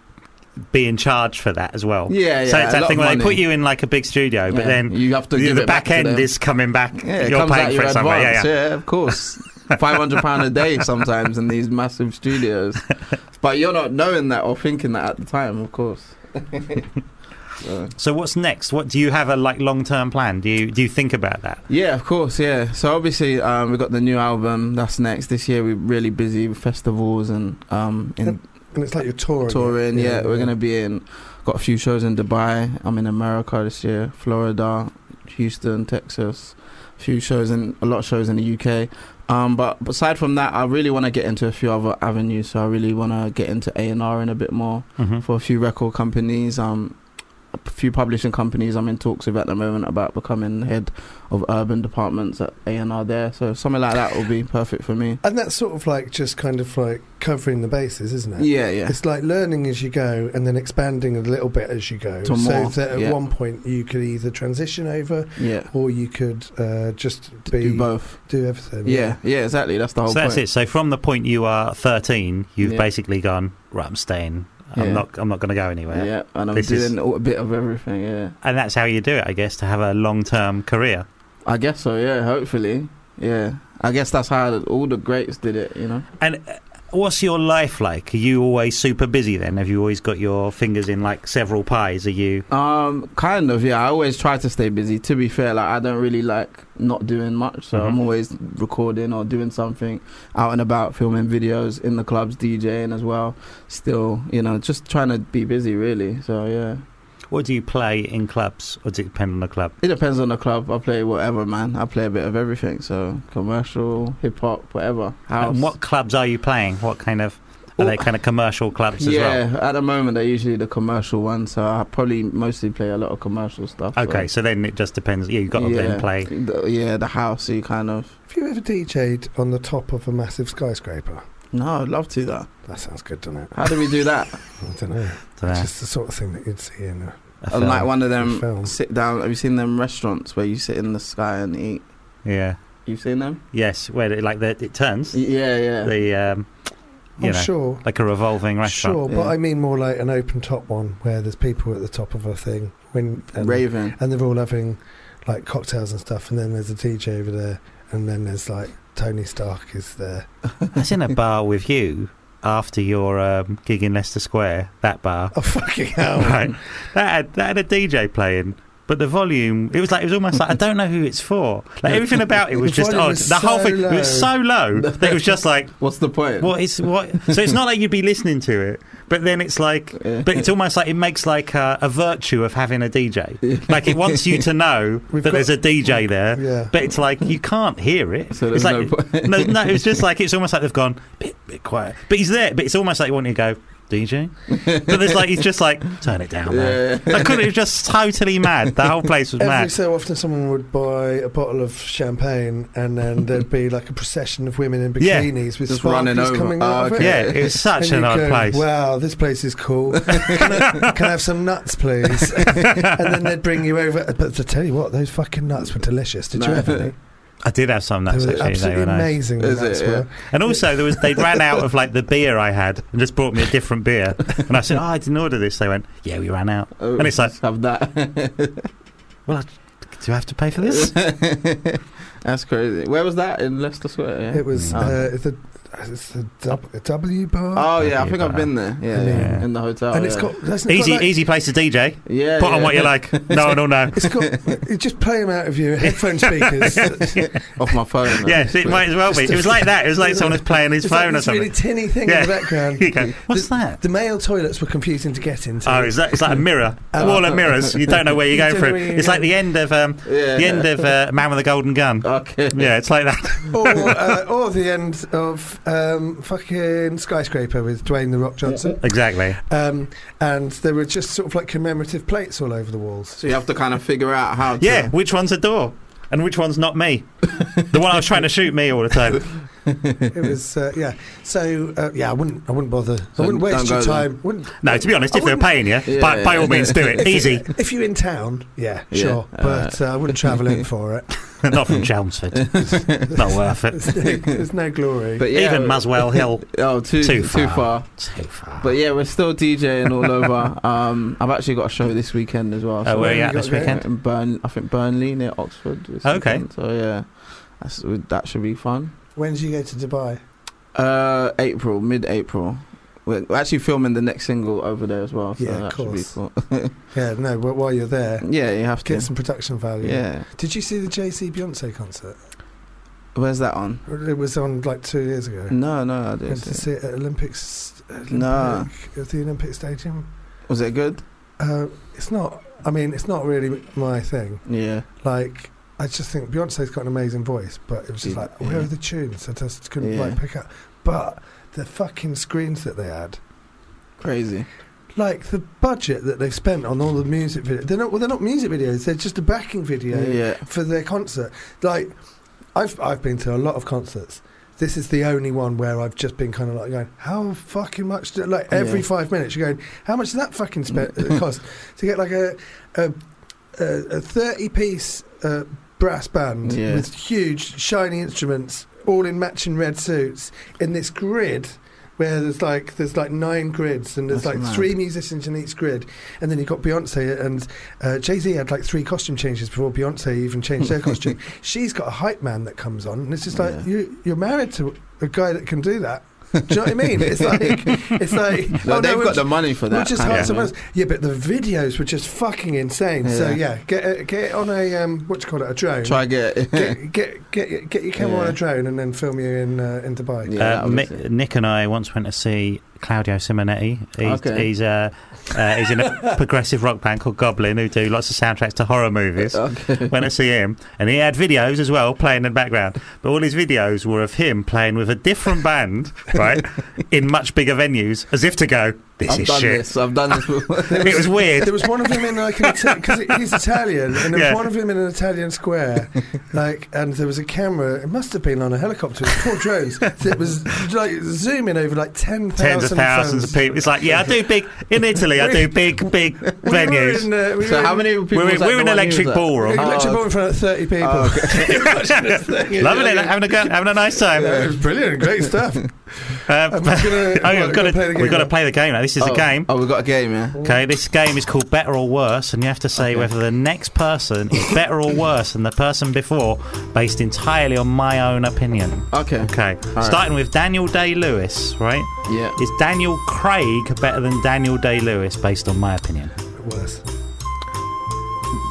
Speaker 4: being charged for that as well?
Speaker 6: Yeah, yeah.
Speaker 4: so it's
Speaker 6: a lot
Speaker 4: that
Speaker 6: of
Speaker 4: thing where they
Speaker 6: money.
Speaker 4: put you in like a big studio, but
Speaker 6: Yeah,
Speaker 4: then
Speaker 6: you have to
Speaker 4: the,
Speaker 6: give
Speaker 4: the
Speaker 6: it
Speaker 4: back,
Speaker 6: back to
Speaker 4: end
Speaker 6: them.
Speaker 4: is coming back.
Speaker 6: Yeah, it
Speaker 4: You're
Speaker 6: comes out
Speaker 4: paying for
Speaker 6: your
Speaker 4: it
Speaker 6: advance.
Speaker 4: somewhere. Yeah,
Speaker 6: Yeah,
Speaker 4: yeah.
Speaker 6: of course. Five hundred pound a day sometimes in these massive studios, but you're not knowing that or thinking that at the time, of course. So-
Speaker 4: So what's next? What do you have a like long term plan? Do you do you think about that?
Speaker 6: Yeah, of course. Yeah. So obviously, um, we got the new album that's next this year. We're really busy with festivals and um, in
Speaker 3: And it's like you're touring.
Speaker 6: touring. Yeah, we're gonna be in. Got a few shows in Dubai. I'm in America this year, Florida, Houston, Texas. A few shows in a lot of shows in the UK. Um, but aside from that, I really want to get into a few other avenues. So I really want to get into A and R in a bit more
Speaker 4: Mm-hmm.
Speaker 6: for a few record companies. Um, a few publishing companies I'm in talks with at the moment about becoming head of urban departments at A and R there. So something like that will be perfect for me.
Speaker 3: And that's sort of like just kind of like covering the bases, isn't it?
Speaker 6: Yeah, yeah.
Speaker 3: It's like learning as you go and then expanding a little bit as you go. so
Speaker 6: To more,
Speaker 3: that at
Speaker 6: yeah.
Speaker 3: one point you could either transition over
Speaker 6: Yeah.
Speaker 3: or you could uh, just be,
Speaker 6: Do both.
Speaker 3: do everything.
Speaker 6: Yeah, yeah, exactly. That's the whole
Speaker 4: So that's
Speaker 6: point.
Speaker 4: it. So from the point you are 13, you've
Speaker 6: Yeah.
Speaker 4: basically gone right. I'm staying. I'm
Speaker 6: Yeah.
Speaker 4: not. I'm not going to go anywhere.
Speaker 6: Yeah, and I'm
Speaker 4: This
Speaker 6: doing
Speaker 4: is-
Speaker 6: a bit of everything. Yeah,
Speaker 4: And that's how you do it, I guess, to have a long term career.
Speaker 6: I guess so. Yeah, hopefully. Yeah, I guess that's how all the greats did it. You know.
Speaker 4: And uh, what's your life like? Are you always super busy then? Have you always got your fingers in like several pies? Are you?
Speaker 6: Um, kind of. Yeah, I always try to stay busy. To be fair, like I don't really like not doing much, so I'm
Speaker 4: Mhm.
Speaker 6: always recording or doing something out and about, filming videos in the clubs, DJing as well. Still, you know, just trying to be busy really. So yeah,
Speaker 4: What do you play in clubs? Or does it depend on the club?
Speaker 6: it depends on the club. I play whatever, man. I play a bit of everything. So commercial, hip hop, whatever. House.
Speaker 4: And what clubs are you playing? What kind of are
Speaker 6: Oh.
Speaker 4: they kind of commercial clubs as
Speaker 6: Yeah,
Speaker 4: well?
Speaker 6: at the moment they're usually the commercial ones, so I probably mostly play a lot of commercial stuff.
Speaker 4: Okay, so then it just depends. Yeah, you've got to then play.
Speaker 6: The, yeah, the housey kind of.
Speaker 3: Have you ever DJ'd on the top of a massive skyscraper?
Speaker 6: No, I'd love to that.
Speaker 3: That sounds good, doesn't it?
Speaker 6: How do we do that?
Speaker 3: I don't know.
Speaker 4: Dunno,
Speaker 3: Just the sort of thing that you'd see in a.
Speaker 4: a
Speaker 6: On like
Speaker 4: film.
Speaker 6: one of
Speaker 3: Film.
Speaker 6: them sit down. Have you seen them restaurants where you sit in the sky and eat?
Speaker 4: Yeah.
Speaker 6: You've seen them?
Speaker 4: Yes, where it, like the, it turns.
Speaker 6: Y- Yeah, yeah.
Speaker 4: The um, you
Speaker 3: I'm
Speaker 4: know,
Speaker 3: sure.
Speaker 4: like a revolving restaurant.
Speaker 3: Sure, but
Speaker 6: Yeah.
Speaker 3: I mean more like an open top one where there's people at the top of a thing when and,
Speaker 6: Raven.
Speaker 3: and they're all having like cocktails and stuff, and then there's a DJ over there, and then there's like Tony Stark is there.
Speaker 4: That's in a bar with you after your um, gig in Leicester Square. That bar.
Speaker 3: Oh fucking hell!
Speaker 4: right. That had, that had a DJ playing, but the volume it was like it was almost like I don't know who it's for. Like everything about it was
Speaker 3: The
Speaker 4: just
Speaker 3: volume
Speaker 4: odd.
Speaker 3: was
Speaker 4: The whole
Speaker 3: so
Speaker 4: thing it was so low that it was just like
Speaker 6: What's the point?
Speaker 4: what is what. So it's not like you'd be listening to it, but then it's like.
Speaker 6: Yeah.
Speaker 4: But it's almost like it makes like a, a virtue of having a DJ. Like it wants you to know
Speaker 3: We've
Speaker 4: that
Speaker 3: got-
Speaker 4: there's a DJ there,
Speaker 3: Yeah.
Speaker 4: but it's like you can't hear it.
Speaker 6: So
Speaker 4: it's
Speaker 6: there's
Speaker 4: like
Speaker 6: no point.
Speaker 4: no, no, it's just like it's almost like they've gone bit bit quiet, but he's there. But it's almost like you want to go DJ, but there's like he's just like turn it down. Man.
Speaker 6: yeah.
Speaker 4: I couldn't. It was just totally mad. The whole place was
Speaker 3: Every
Speaker 4: mad.
Speaker 3: so often, someone would buy a bottle of champagne, and then there'd be like a procession of women in
Speaker 4: Yeah.
Speaker 3: bikinis with
Speaker 6: Just
Speaker 3: sparkles
Speaker 6: running over.
Speaker 3: coming
Speaker 6: Oh,
Speaker 3: out of it.
Speaker 6: okay.
Speaker 4: Yeah, it was such
Speaker 3: and
Speaker 4: an
Speaker 3: you
Speaker 4: odd
Speaker 3: go,
Speaker 4: place.
Speaker 3: Wow, this place is cool. can, I, can I have some nuts, please? and then they'd bring you over. But to tell you what, those fucking nuts were delicious. Did you
Speaker 6: No.
Speaker 3: have any?
Speaker 4: I did have some nuts
Speaker 3: they were
Speaker 4: actually. They
Speaker 3: absolutely
Speaker 4: were nice.
Speaker 3: amazing.
Speaker 6: Is
Speaker 3: the nuts
Speaker 6: it? Yeah.
Speaker 3: were.
Speaker 4: And also there was they ran out of like the beer I had and just brought me a different beer. And I said, oh, I didn't order this. They went, yeah, we ran out.
Speaker 6: Oh,
Speaker 4: And it's like-
Speaker 6: just have that.
Speaker 4: Well, I, do I have to pay for this?
Speaker 6: That's crazy. Where was that in Leicester Square? Yeah?
Speaker 3: It was
Speaker 4: Mm.
Speaker 3: uh, it's a it's the W, W bar,
Speaker 6: Oh yeah, I
Speaker 4: W
Speaker 6: think I've
Speaker 4: bar.
Speaker 6: been there. Yeah,
Speaker 3: Yeah.
Speaker 6: yeah. in the hotel.
Speaker 3: and
Speaker 6: Oh, yeah.
Speaker 3: it's got hasn't it got,
Speaker 4: easy,
Speaker 3: like-
Speaker 4: easy place to DJ.
Speaker 6: yeah.
Speaker 4: Put on
Speaker 6: yeah.
Speaker 4: what you like. No one will know.
Speaker 3: It's got you just play them out of your headphone speakers. It's
Speaker 6: off my phone. man.
Speaker 4: Yes, it might as well be. It was like that. It was like someone was playing his
Speaker 3: like
Speaker 4: phone or
Speaker 3: this really
Speaker 4: something.
Speaker 3: tinny thing
Speaker 4: Yeah.
Speaker 3: in the background.
Speaker 4: You go, What's that?
Speaker 3: The male toilets were confusing to get into.
Speaker 4: Oh, is that, it's like a mirror,
Speaker 3: Oh.
Speaker 4: wall of mirrors. You don't know where you're
Speaker 3: You
Speaker 4: going
Speaker 3: don't know
Speaker 4: through.
Speaker 3: where you're
Speaker 4: It's like the end of um,
Speaker 6: Yeah.
Speaker 4: the end of uh, Man with a Golden Gun.
Speaker 6: Okay.
Speaker 4: Yeah, it's like that.
Speaker 3: or, uh, or the end of uh, um, fucking skyscraper with Dwayne the Rock Johnson.
Speaker 4: Exactly.
Speaker 3: Um, and there were just sort of like commemorative plates all over the walls.
Speaker 6: So you have to kind of figure out how. To,
Speaker 4: Yeah, which one's a door? And which one's not me? the one I was trying to shoot me all the time.
Speaker 3: It was uh, yeah. So uh, yeah, I wouldn't I wouldn't bother.
Speaker 6: So
Speaker 3: I wouldn't
Speaker 6: don't
Speaker 3: waste your
Speaker 6: go there.
Speaker 3: time. Wouldn't
Speaker 4: No, to be honest,
Speaker 3: I
Speaker 4: if they're
Speaker 3: wouldn't-
Speaker 4: paying you,
Speaker 6: Yeah,
Speaker 4: by, by all
Speaker 6: yeah.
Speaker 4: means, do it.
Speaker 3: if-
Speaker 4: Easy.
Speaker 3: If you're in town, yeah,
Speaker 6: Yeah,
Speaker 3: sure.
Speaker 6: uh,
Speaker 3: but uh, I wouldn't travel in for it.
Speaker 4: not from Chelmsford. not worth it.
Speaker 3: There's no, there's no glory.
Speaker 6: But yeah,
Speaker 4: Even Muswell Hill.
Speaker 6: Oh, too
Speaker 4: Too
Speaker 6: too far.
Speaker 4: far. So far.
Speaker 6: But yeah, we're still DJing all over. Um, I've actually got a show this weekend as well.
Speaker 4: Oh, where are you
Speaker 3: you
Speaker 4: at
Speaker 3: got
Speaker 4: this
Speaker 3: going?
Speaker 4: weekend?
Speaker 6: in Burn, I think Burnley near Oxford. this
Speaker 4: Okay.
Speaker 6: weekend. So yeah, that's, that should be fun.
Speaker 3: when do you go to Dubai?
Speaker 6: Uh, April, mid-April. We're we're actually filming the next single over there as well. So
Speaker 3: Yeah, of
Speaker 6: that should be
Speaker 3: course.
Speaker 6: cool.
Speaker 3: Yeah, no. wh- While you're there,
Speaker 6: yeah, you have to.
Speaker 3: get some production value.
Speaker 6: yeah.
Speaker 3: Did you see the JC Beyonce concert?
Speaker 6: Where's that on?
Speaker 3: It was on like two years ago.
Speaker 6: No, no, I didn't.
Speaker 3: Went to
Speaker 6: see it.
Speaker 3: see it at Olympics. Olympic,
Speaker 6: No.
Speaker 3: At the Olympic Stadium.
Speaker 6: Was it good?
Speaker 3: Uh, it's not. I mean, it's not really my thing.
Speaker 6: Yeah.
Speaker 3: Like, I just think Beyonce's got an amazing voice, but it was just like, where are the tunes? I just couldn't
Speaker 6: Yeah.
Speaker 3: like pick up. But the fucking screens that they had,
Speaker 6: Crazy.
Speaker 3: like the budget that they've spent on all the music videos. They're not. Well, they're not music videos. They're just a backing video
Speaker 6: yeah.
Speaker 3: for their concert. Like, I've I've been to a lot of concerts. This is the only one where I've just been kind of like going, how fucking much? Do, like every
Speaker 6: Yeah.
Speaker 3: five minutes, you're going, how much does that fucking spe- uh, cost to get like a a, a, a thirty piece uh, brass band
Speaker 6: Yeah.
Speaker 3: with huge shiny instruments, all in matching red suits, in this grid. Where there's like there's like nine grids and there's
Speaker 6: That's
Speaker 3: like
Speaker 6: mad.
Speaker 3: three musicians in each grid, and then you've got Beyonce and uh, Jay Z had like three costume changes before Beyonce even changed their costume. She's got a hype man that comes on, and it's just like
Speaker 6: Yeah.
Speaker 3: you, you're married to a guy that can do that. Do you know what I mean? It's like it's like
Speaker 6: No,
Speaker 3: oh,
Speaker 6: they've
Speaker 3: we'll
Speaker 6: got the
Speaker 3: ju-
Speaker 6: money for that.
Speaker 3: We'll just
Speaker 6: kind
Speaker 3: hire
Speaker 6: of
Speaker 3: someone
Speaker 6: thing.
Speaker 3: else. Yeah, but the videos were just fucking insane. So
Speaker 6: Yeah.
Speaker 3: yeah, get it- get it on a um, what do you call it a drone.
Speaker 6: Try get.
Speaker 3: Get, get get get your camera on a
Speaker 6: Yeah.
Speaker 3: drone and then film you in uh, in Dubai.
Speaker 6: Yeah, that
Speaker 4: uh,
Speaker 6: was
Speaker 4: Mi-
Speaker 6: it.
Speaker 4: Nick and I once went to see Claudio Simonetti. He's,
Speaker 6: Okay.
Speaker 4: he's, uh, uh, he's in a progressive rock band called Goblin who do lots of soundtracks to horror movies.
Speaker 6: Okay.
Speaker 4: Went to see him, and he had videos as well playing in the background. But all his videos were of him playing with a different band, right, in much bigger venues, as if to go, "This
Speaker 6: I've
Speaker 4: is
Speaker 6: done
Speaker 4: shit."
Speaker 6: this. I've done this before.
Speaker 4: It was weird.
Speaker 3: There was one of them in like an because he's Italian, and there
Speaker 4: Yeah.
Speaker 3: was one of them in an Italian square, like, and there was a camera. It must have been on a helicopter. It was four drones that was like zooming over like ten
Speaker 4: Tens of
Speaker 3: thousand
Speaker 4: thousands of people. It's like, yeah, I do big in Italy. I do big, big venues.
Speaker 3: uh,
Speaker 6: so how many people?
Speaker 4: We're
Speaker 6: uh, was
Speaker 4: in,
Speaker 6: that
Speaker 4: we're in
Speaker 6: the one
Speaker 4: electric
Speaker 6: you was at?
Speaker 4: ballroom.
Speaker 6: Oh,
Speaker 3: Electric ball in front of thirty people.
Speaker 6: Oh, okay.
Speaker 4: Loving it, having a go, having a nice time.
Speaker 3: Yeah, it was brilliant, great stuff.
Speaker 4: Uh,
Speaker 3: I'm just gonna-
Speaker 4: oh,
Speaker 3: I'm gonna
Speaker 4: yeah, we've got to
Speaker 3: play the game
Speaker 4: we've got to
Speaker 3: now.
Speaker 4: play the game now. This is a
Speaker 6: Oh,
Speaker 4: game.
Speaker 6: Oh, we've got a game, yeah.
Speaker 4: Okay, this game is called Better or Worse, and you have to say whether the next person is better or worse than the person before, based entirely on my own opinion.
Speaker 6: Okay.
Speaker 4: Okay,
Speaker 6: right.
Speaker 4: starting with Daniel Day Lewis, right?
Speaker 6: Yeah.
Speaker 4: Is Daniel Craig better than Daniel Day Lewis, based on my opinion?
Speaker 3: Worse.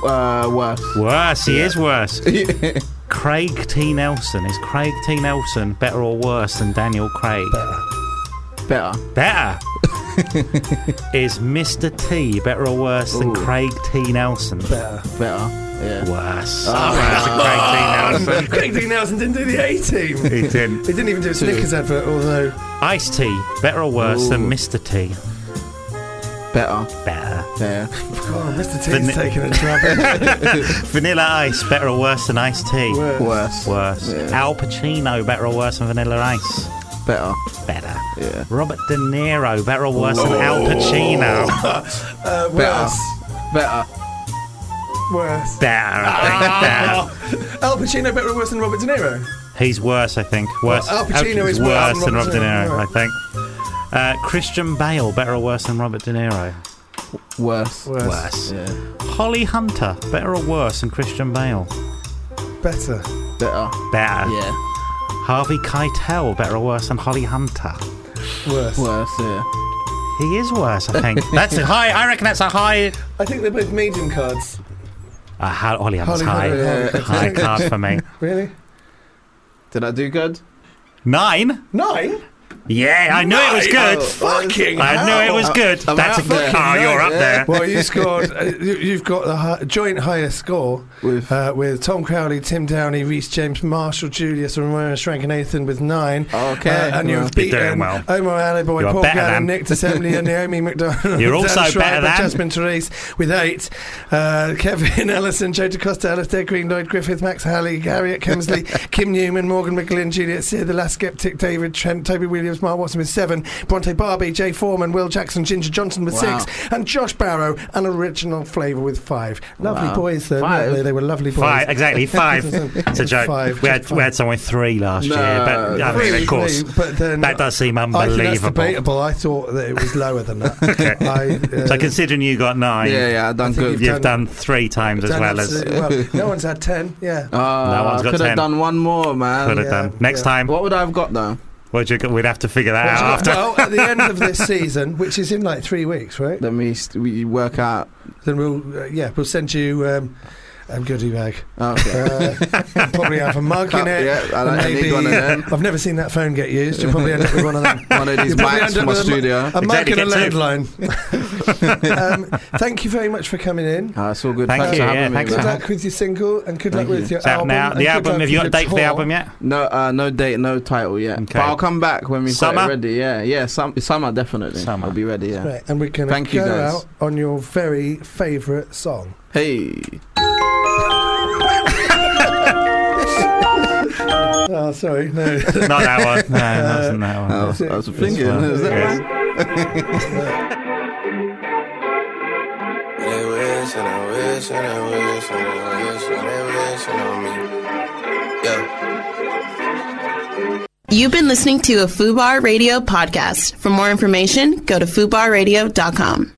Speaker 6: Uh, worse.
Speaker 4: Worse, he is worse.
Speaker 6: yeah.
Speaker 4: Craig T. Nelson. Is Craig T. Nelson better or worse than Daniel Craig?
Speaker 6: Better.
Speaker 4: Better. is Mr. T better or worse than
Speaker 6: Ooh.
Speaker 4: Craig T. Nelson?
Speaker 3: Better.
Speaker 6: Better. Yeah.
Speaker 4: Worse. worse than Craig T. Nelson.
Speaker 3: Craig D. Nelson didn't do the A team.
Speaker 4: He didn't.
Speaker 3: He didn't even do a Snickers advert, although
Speaker 4: Ice T, better or worse than
Speaker 6: Ooh.
Speaker 4: Mr. T?
Speaker 6: Better.
Speaker 4: Better.
Speaker 6: Yeah.
Speaker 3: oh, Mr.
Speaker 4: Didn't it-
Speaker 3: T's taking a drop.
Speaker 4: Vanilla Ice, better or worse than Ice T?
Speaker 6: Worse.
Speaker 4: Worse.
Speaker 6: Yeah.
Speaker 4: Al Pacino, better or worse than Vanilla Ice?
Speaker 6: Better.
Speaker 4: Better.
Speaker 6: Yeah.
Speaker 4: Robert De Niro, better or worse than Al Pacino?
Speaker 3: Uh,
Speaker 6: Better.
Speaker 3: worse.
Speaker 6: Better.
Speaker 3: Worse.
Speaker 4: better, I think, better.
Speaker 3: Al Pacino better or worse than Robert De Niro?
Speaker 4: He's worse, I think. Worse.
Speaker 3: Al Pacino
Speaker 4: Al-
Speaker 3: is
Speaker 4: worse
Speaker 3: worse than
Speaker 4: than Robert
Speaker 3: Robert
Speaker 4: De
Speaker 3: De
Speaker 4: Niro,
Speaker 3: Niro.
Speaker 4: I think. Uh, Christian Bale, better or worse than Robert De Niro?
Speaker 6: Worse.
Speaker 3: Worse.
Speaker 4: Worse.
Speaker 6: Yeah.
Speaker 4: Holly Hunter, better or worse than Christian Bale?
Speaker 3: Better.
Speaker 6: Better.
Speaker 4: Better.
Speaker 6: Yeah.
Speaker 4: Harvey Keitel, better or worse than Holly Hunter?
Speaker 3: Worse.
Speaker 6: Worse. Yeah.
Speaker 4: He is worse, I think. that's a high. I reckon that's a high.
Speaker 3: I think they're both medium cards.
Speaker 4: Uh, Ho- Holly Hunter's
Speaker 3: Holly
Speaker 4: high.
Speaker 3: Hunter, yeah, Holly
Speaker 4: high
Speaker 3: Hunter.
Speaker 4: card for me.
Speaker 3: Really?
Speaker 6: Did I do good?
Speaker 4: Nine. Oh,
Speaker 3: Nine?
Speaker 4: Yeah, I knew it was good.
Speaker 5: Fucking
Speaker 4: I knew it was good.
Speaker 6: Am I
Speaker 4: That's a
Speaker 6: up there?
Speaker 4: good. Oh, you're up
Speaker 6: Yeah.
Speaker 4: there.
Speaker 3: Well, you scored. uh, you, you've got the hi- joint highest score
Speaker 6: With-
Speaker 3: uh, with Tom Crowley, Tim Downey, Reese James, Marshall, Julius, and Rowan Schrank and Nathan with nine.
Speaker 6: Okay.
Speaker 3: Uh, and
Speaker 6: Well.
Speaker 3: you've
Speaker 4: You're doing
Speaker 3: beaten
Speaker 4: well.
Speaker 3: Omar Aliboy,
Speaker 4: You're
Speaker 3: Paul
Speaker 4: better
Speaker 3: Gannon,
Speaker 4: than-
Speaker 3: Nick DeSembley, and Naomi McDonald.
Speaker 4: You're
Speaker 3: Dan
Speaker 4: also better
Speaker 3: Schreiber,
Speaker 4: than-
Speaker 3: Jasmine Therese with eight. Uh, Kevin Ellison, Joe DaCosta, Alistair Green, Lloyd Griffith, Max Halley, Harriet Kemsley, Kim Newman, Morgan McGlynn, Juliet Sear, The Last Skeptic, David Trent, Toby Williams, Mark Watson with seven, Bronte Barbie, Jay Foreman, Will Jackson, Ginger Johnson with
Speaker 6: Wow.
Speaker 3: six, and Josh Barrow, an original flavour with five. Lovely
Speaker 6: Wow.
Speaker 3: boys, though.
Speaker 6: Five?
Speaker 3: weren't They, they were lovely boys.
Speaker 4: Five, exactly five. it's a joke.
Speaker 3: Five,
Speaker 4: we had
Speaker 3: five.
Speaker 4: we had someone with three last
Speaker 6: No.
Speaker 4: year, but I mean,
Speaker 3: Three,
Speaker 4: of course,
Speaker 3: three, but then
Speaker 4: that does seem
Speaker 3: I think that's
Speaker 4: unbelievable.
Speaker 3: debatable. I thought that it was lower than that. I, uh,
Speaker 4: so considering you got nine,
Speaker 6: Yeah, yeah, I done
Speaker 3: I think
Speaker 6: good.
Speaker 3: you've
Speaker 6: Yeah.
Speaker 4: you've done, three times as
Speaker 3: done
Speaker 4: well as
Speaker 3: absolutely well. No one's had ten. Yeah.
Speaker 4: No
Speaker 6: Uh,
Speaker 4: one's got
Speaker 6: could have
Speaker 4: 10.
Speaker 6: done one more, man.
Speaker 4: could have
Speaker 3: Yeah,
Speaker 4: done. Next
Speaker 3: yeah.
Speaker 4: time,
Speaker 6: What would I have got though?
Speaker 4: what you, we'd have to figure that out after.
Speaker 3: well, at the end of this season, which is in like three weeks, right?
Speaker 6: Let me st- we work out.
Speaker 3: Then we'll, uh, yeah, we'll send you um, a goodie bag.
Speaker 6: Oh, Okay.
Speaker 3: Uh, probably have a mug in it.
Speaker 6: Yeah, I,
Speaker 3: and
Speaker 6: like- I need
Speaker 3: maybe- uh,
Speaker 6: one of them.
Speaker 3: I've never seen that phone get used. You'll probably end up with one of them.
Speaker 6: One of these
Speaker 3: You'll probably end
Speaker 6: mics
Speaker 3: up
Speaker 6: from my
Speaker 3: with a mi-
Speaker 6: studio.
Speaker 3: A mug and
Speaker 4: Exactly,
Speaker 3: a
Speaker 4: get two.
Speaker 3: landline. um, thank you very much for coming in.
Speaker 6: Ah, it's all good.
Speaker 4: Thank
Speaker 6: thanks
Speaker 4: you,
Speaker 6: for having
Speaker 4: yeah,
Speaker 6: me.
Speaker 4: thanks for
Speaker 3: Good
Speaker 6: man.
Speaker 3: luck with your single and good luck
Speaker 6: Thank you.
Speaker 3: with your
Speaker 4: It's out
Speaker 3: album.
Speaker 4: now.
Speaker 3: and
Speaker 4: The
Speaker 3: good
Speaker 4: album.
Speaker 3: luck
Speaker 4: Have
Speaker 3: with
Speaker 4: you got
Speaker 3: your
Speaker 4: a date for the
Speaker 3: tour.
Speaker 4: album yet?
Speaker 6: No, uh, no date, no title yet.
Speaker 4: Okay.
Speaker 6: But I'll come back when we've got
Speaker 4: Summer?
Speaker 6: it ready. Yeah, yeah, sum- summer definitely.
Speaker 4: Summer.
Speaker 6: I'll be ready. Yeah.
Speaker 3: Right, and we're going to
Speaker 6: Thank you,
Speaker 3: go
Speaker 6: guys.
Speaker 3: out on your very favourite song.
Speaker 6: Hey,
Speaker 3: Oh, sorry, no.
Speaker 4: Not that one. No, that wasn't that one.
Speaker 6: I was, I was thinking.
Speaker 4: one.
Speaker 6: Is that
Speaker 4: Yes.
Speaker 6: right?
Speaker 7: They wish and I wish and I wish and I wish and they wishing on me. Yeah.
Speaker 1: You've been listening to a FUBAR Radio podcast. For more information, go to FUBARradio.com.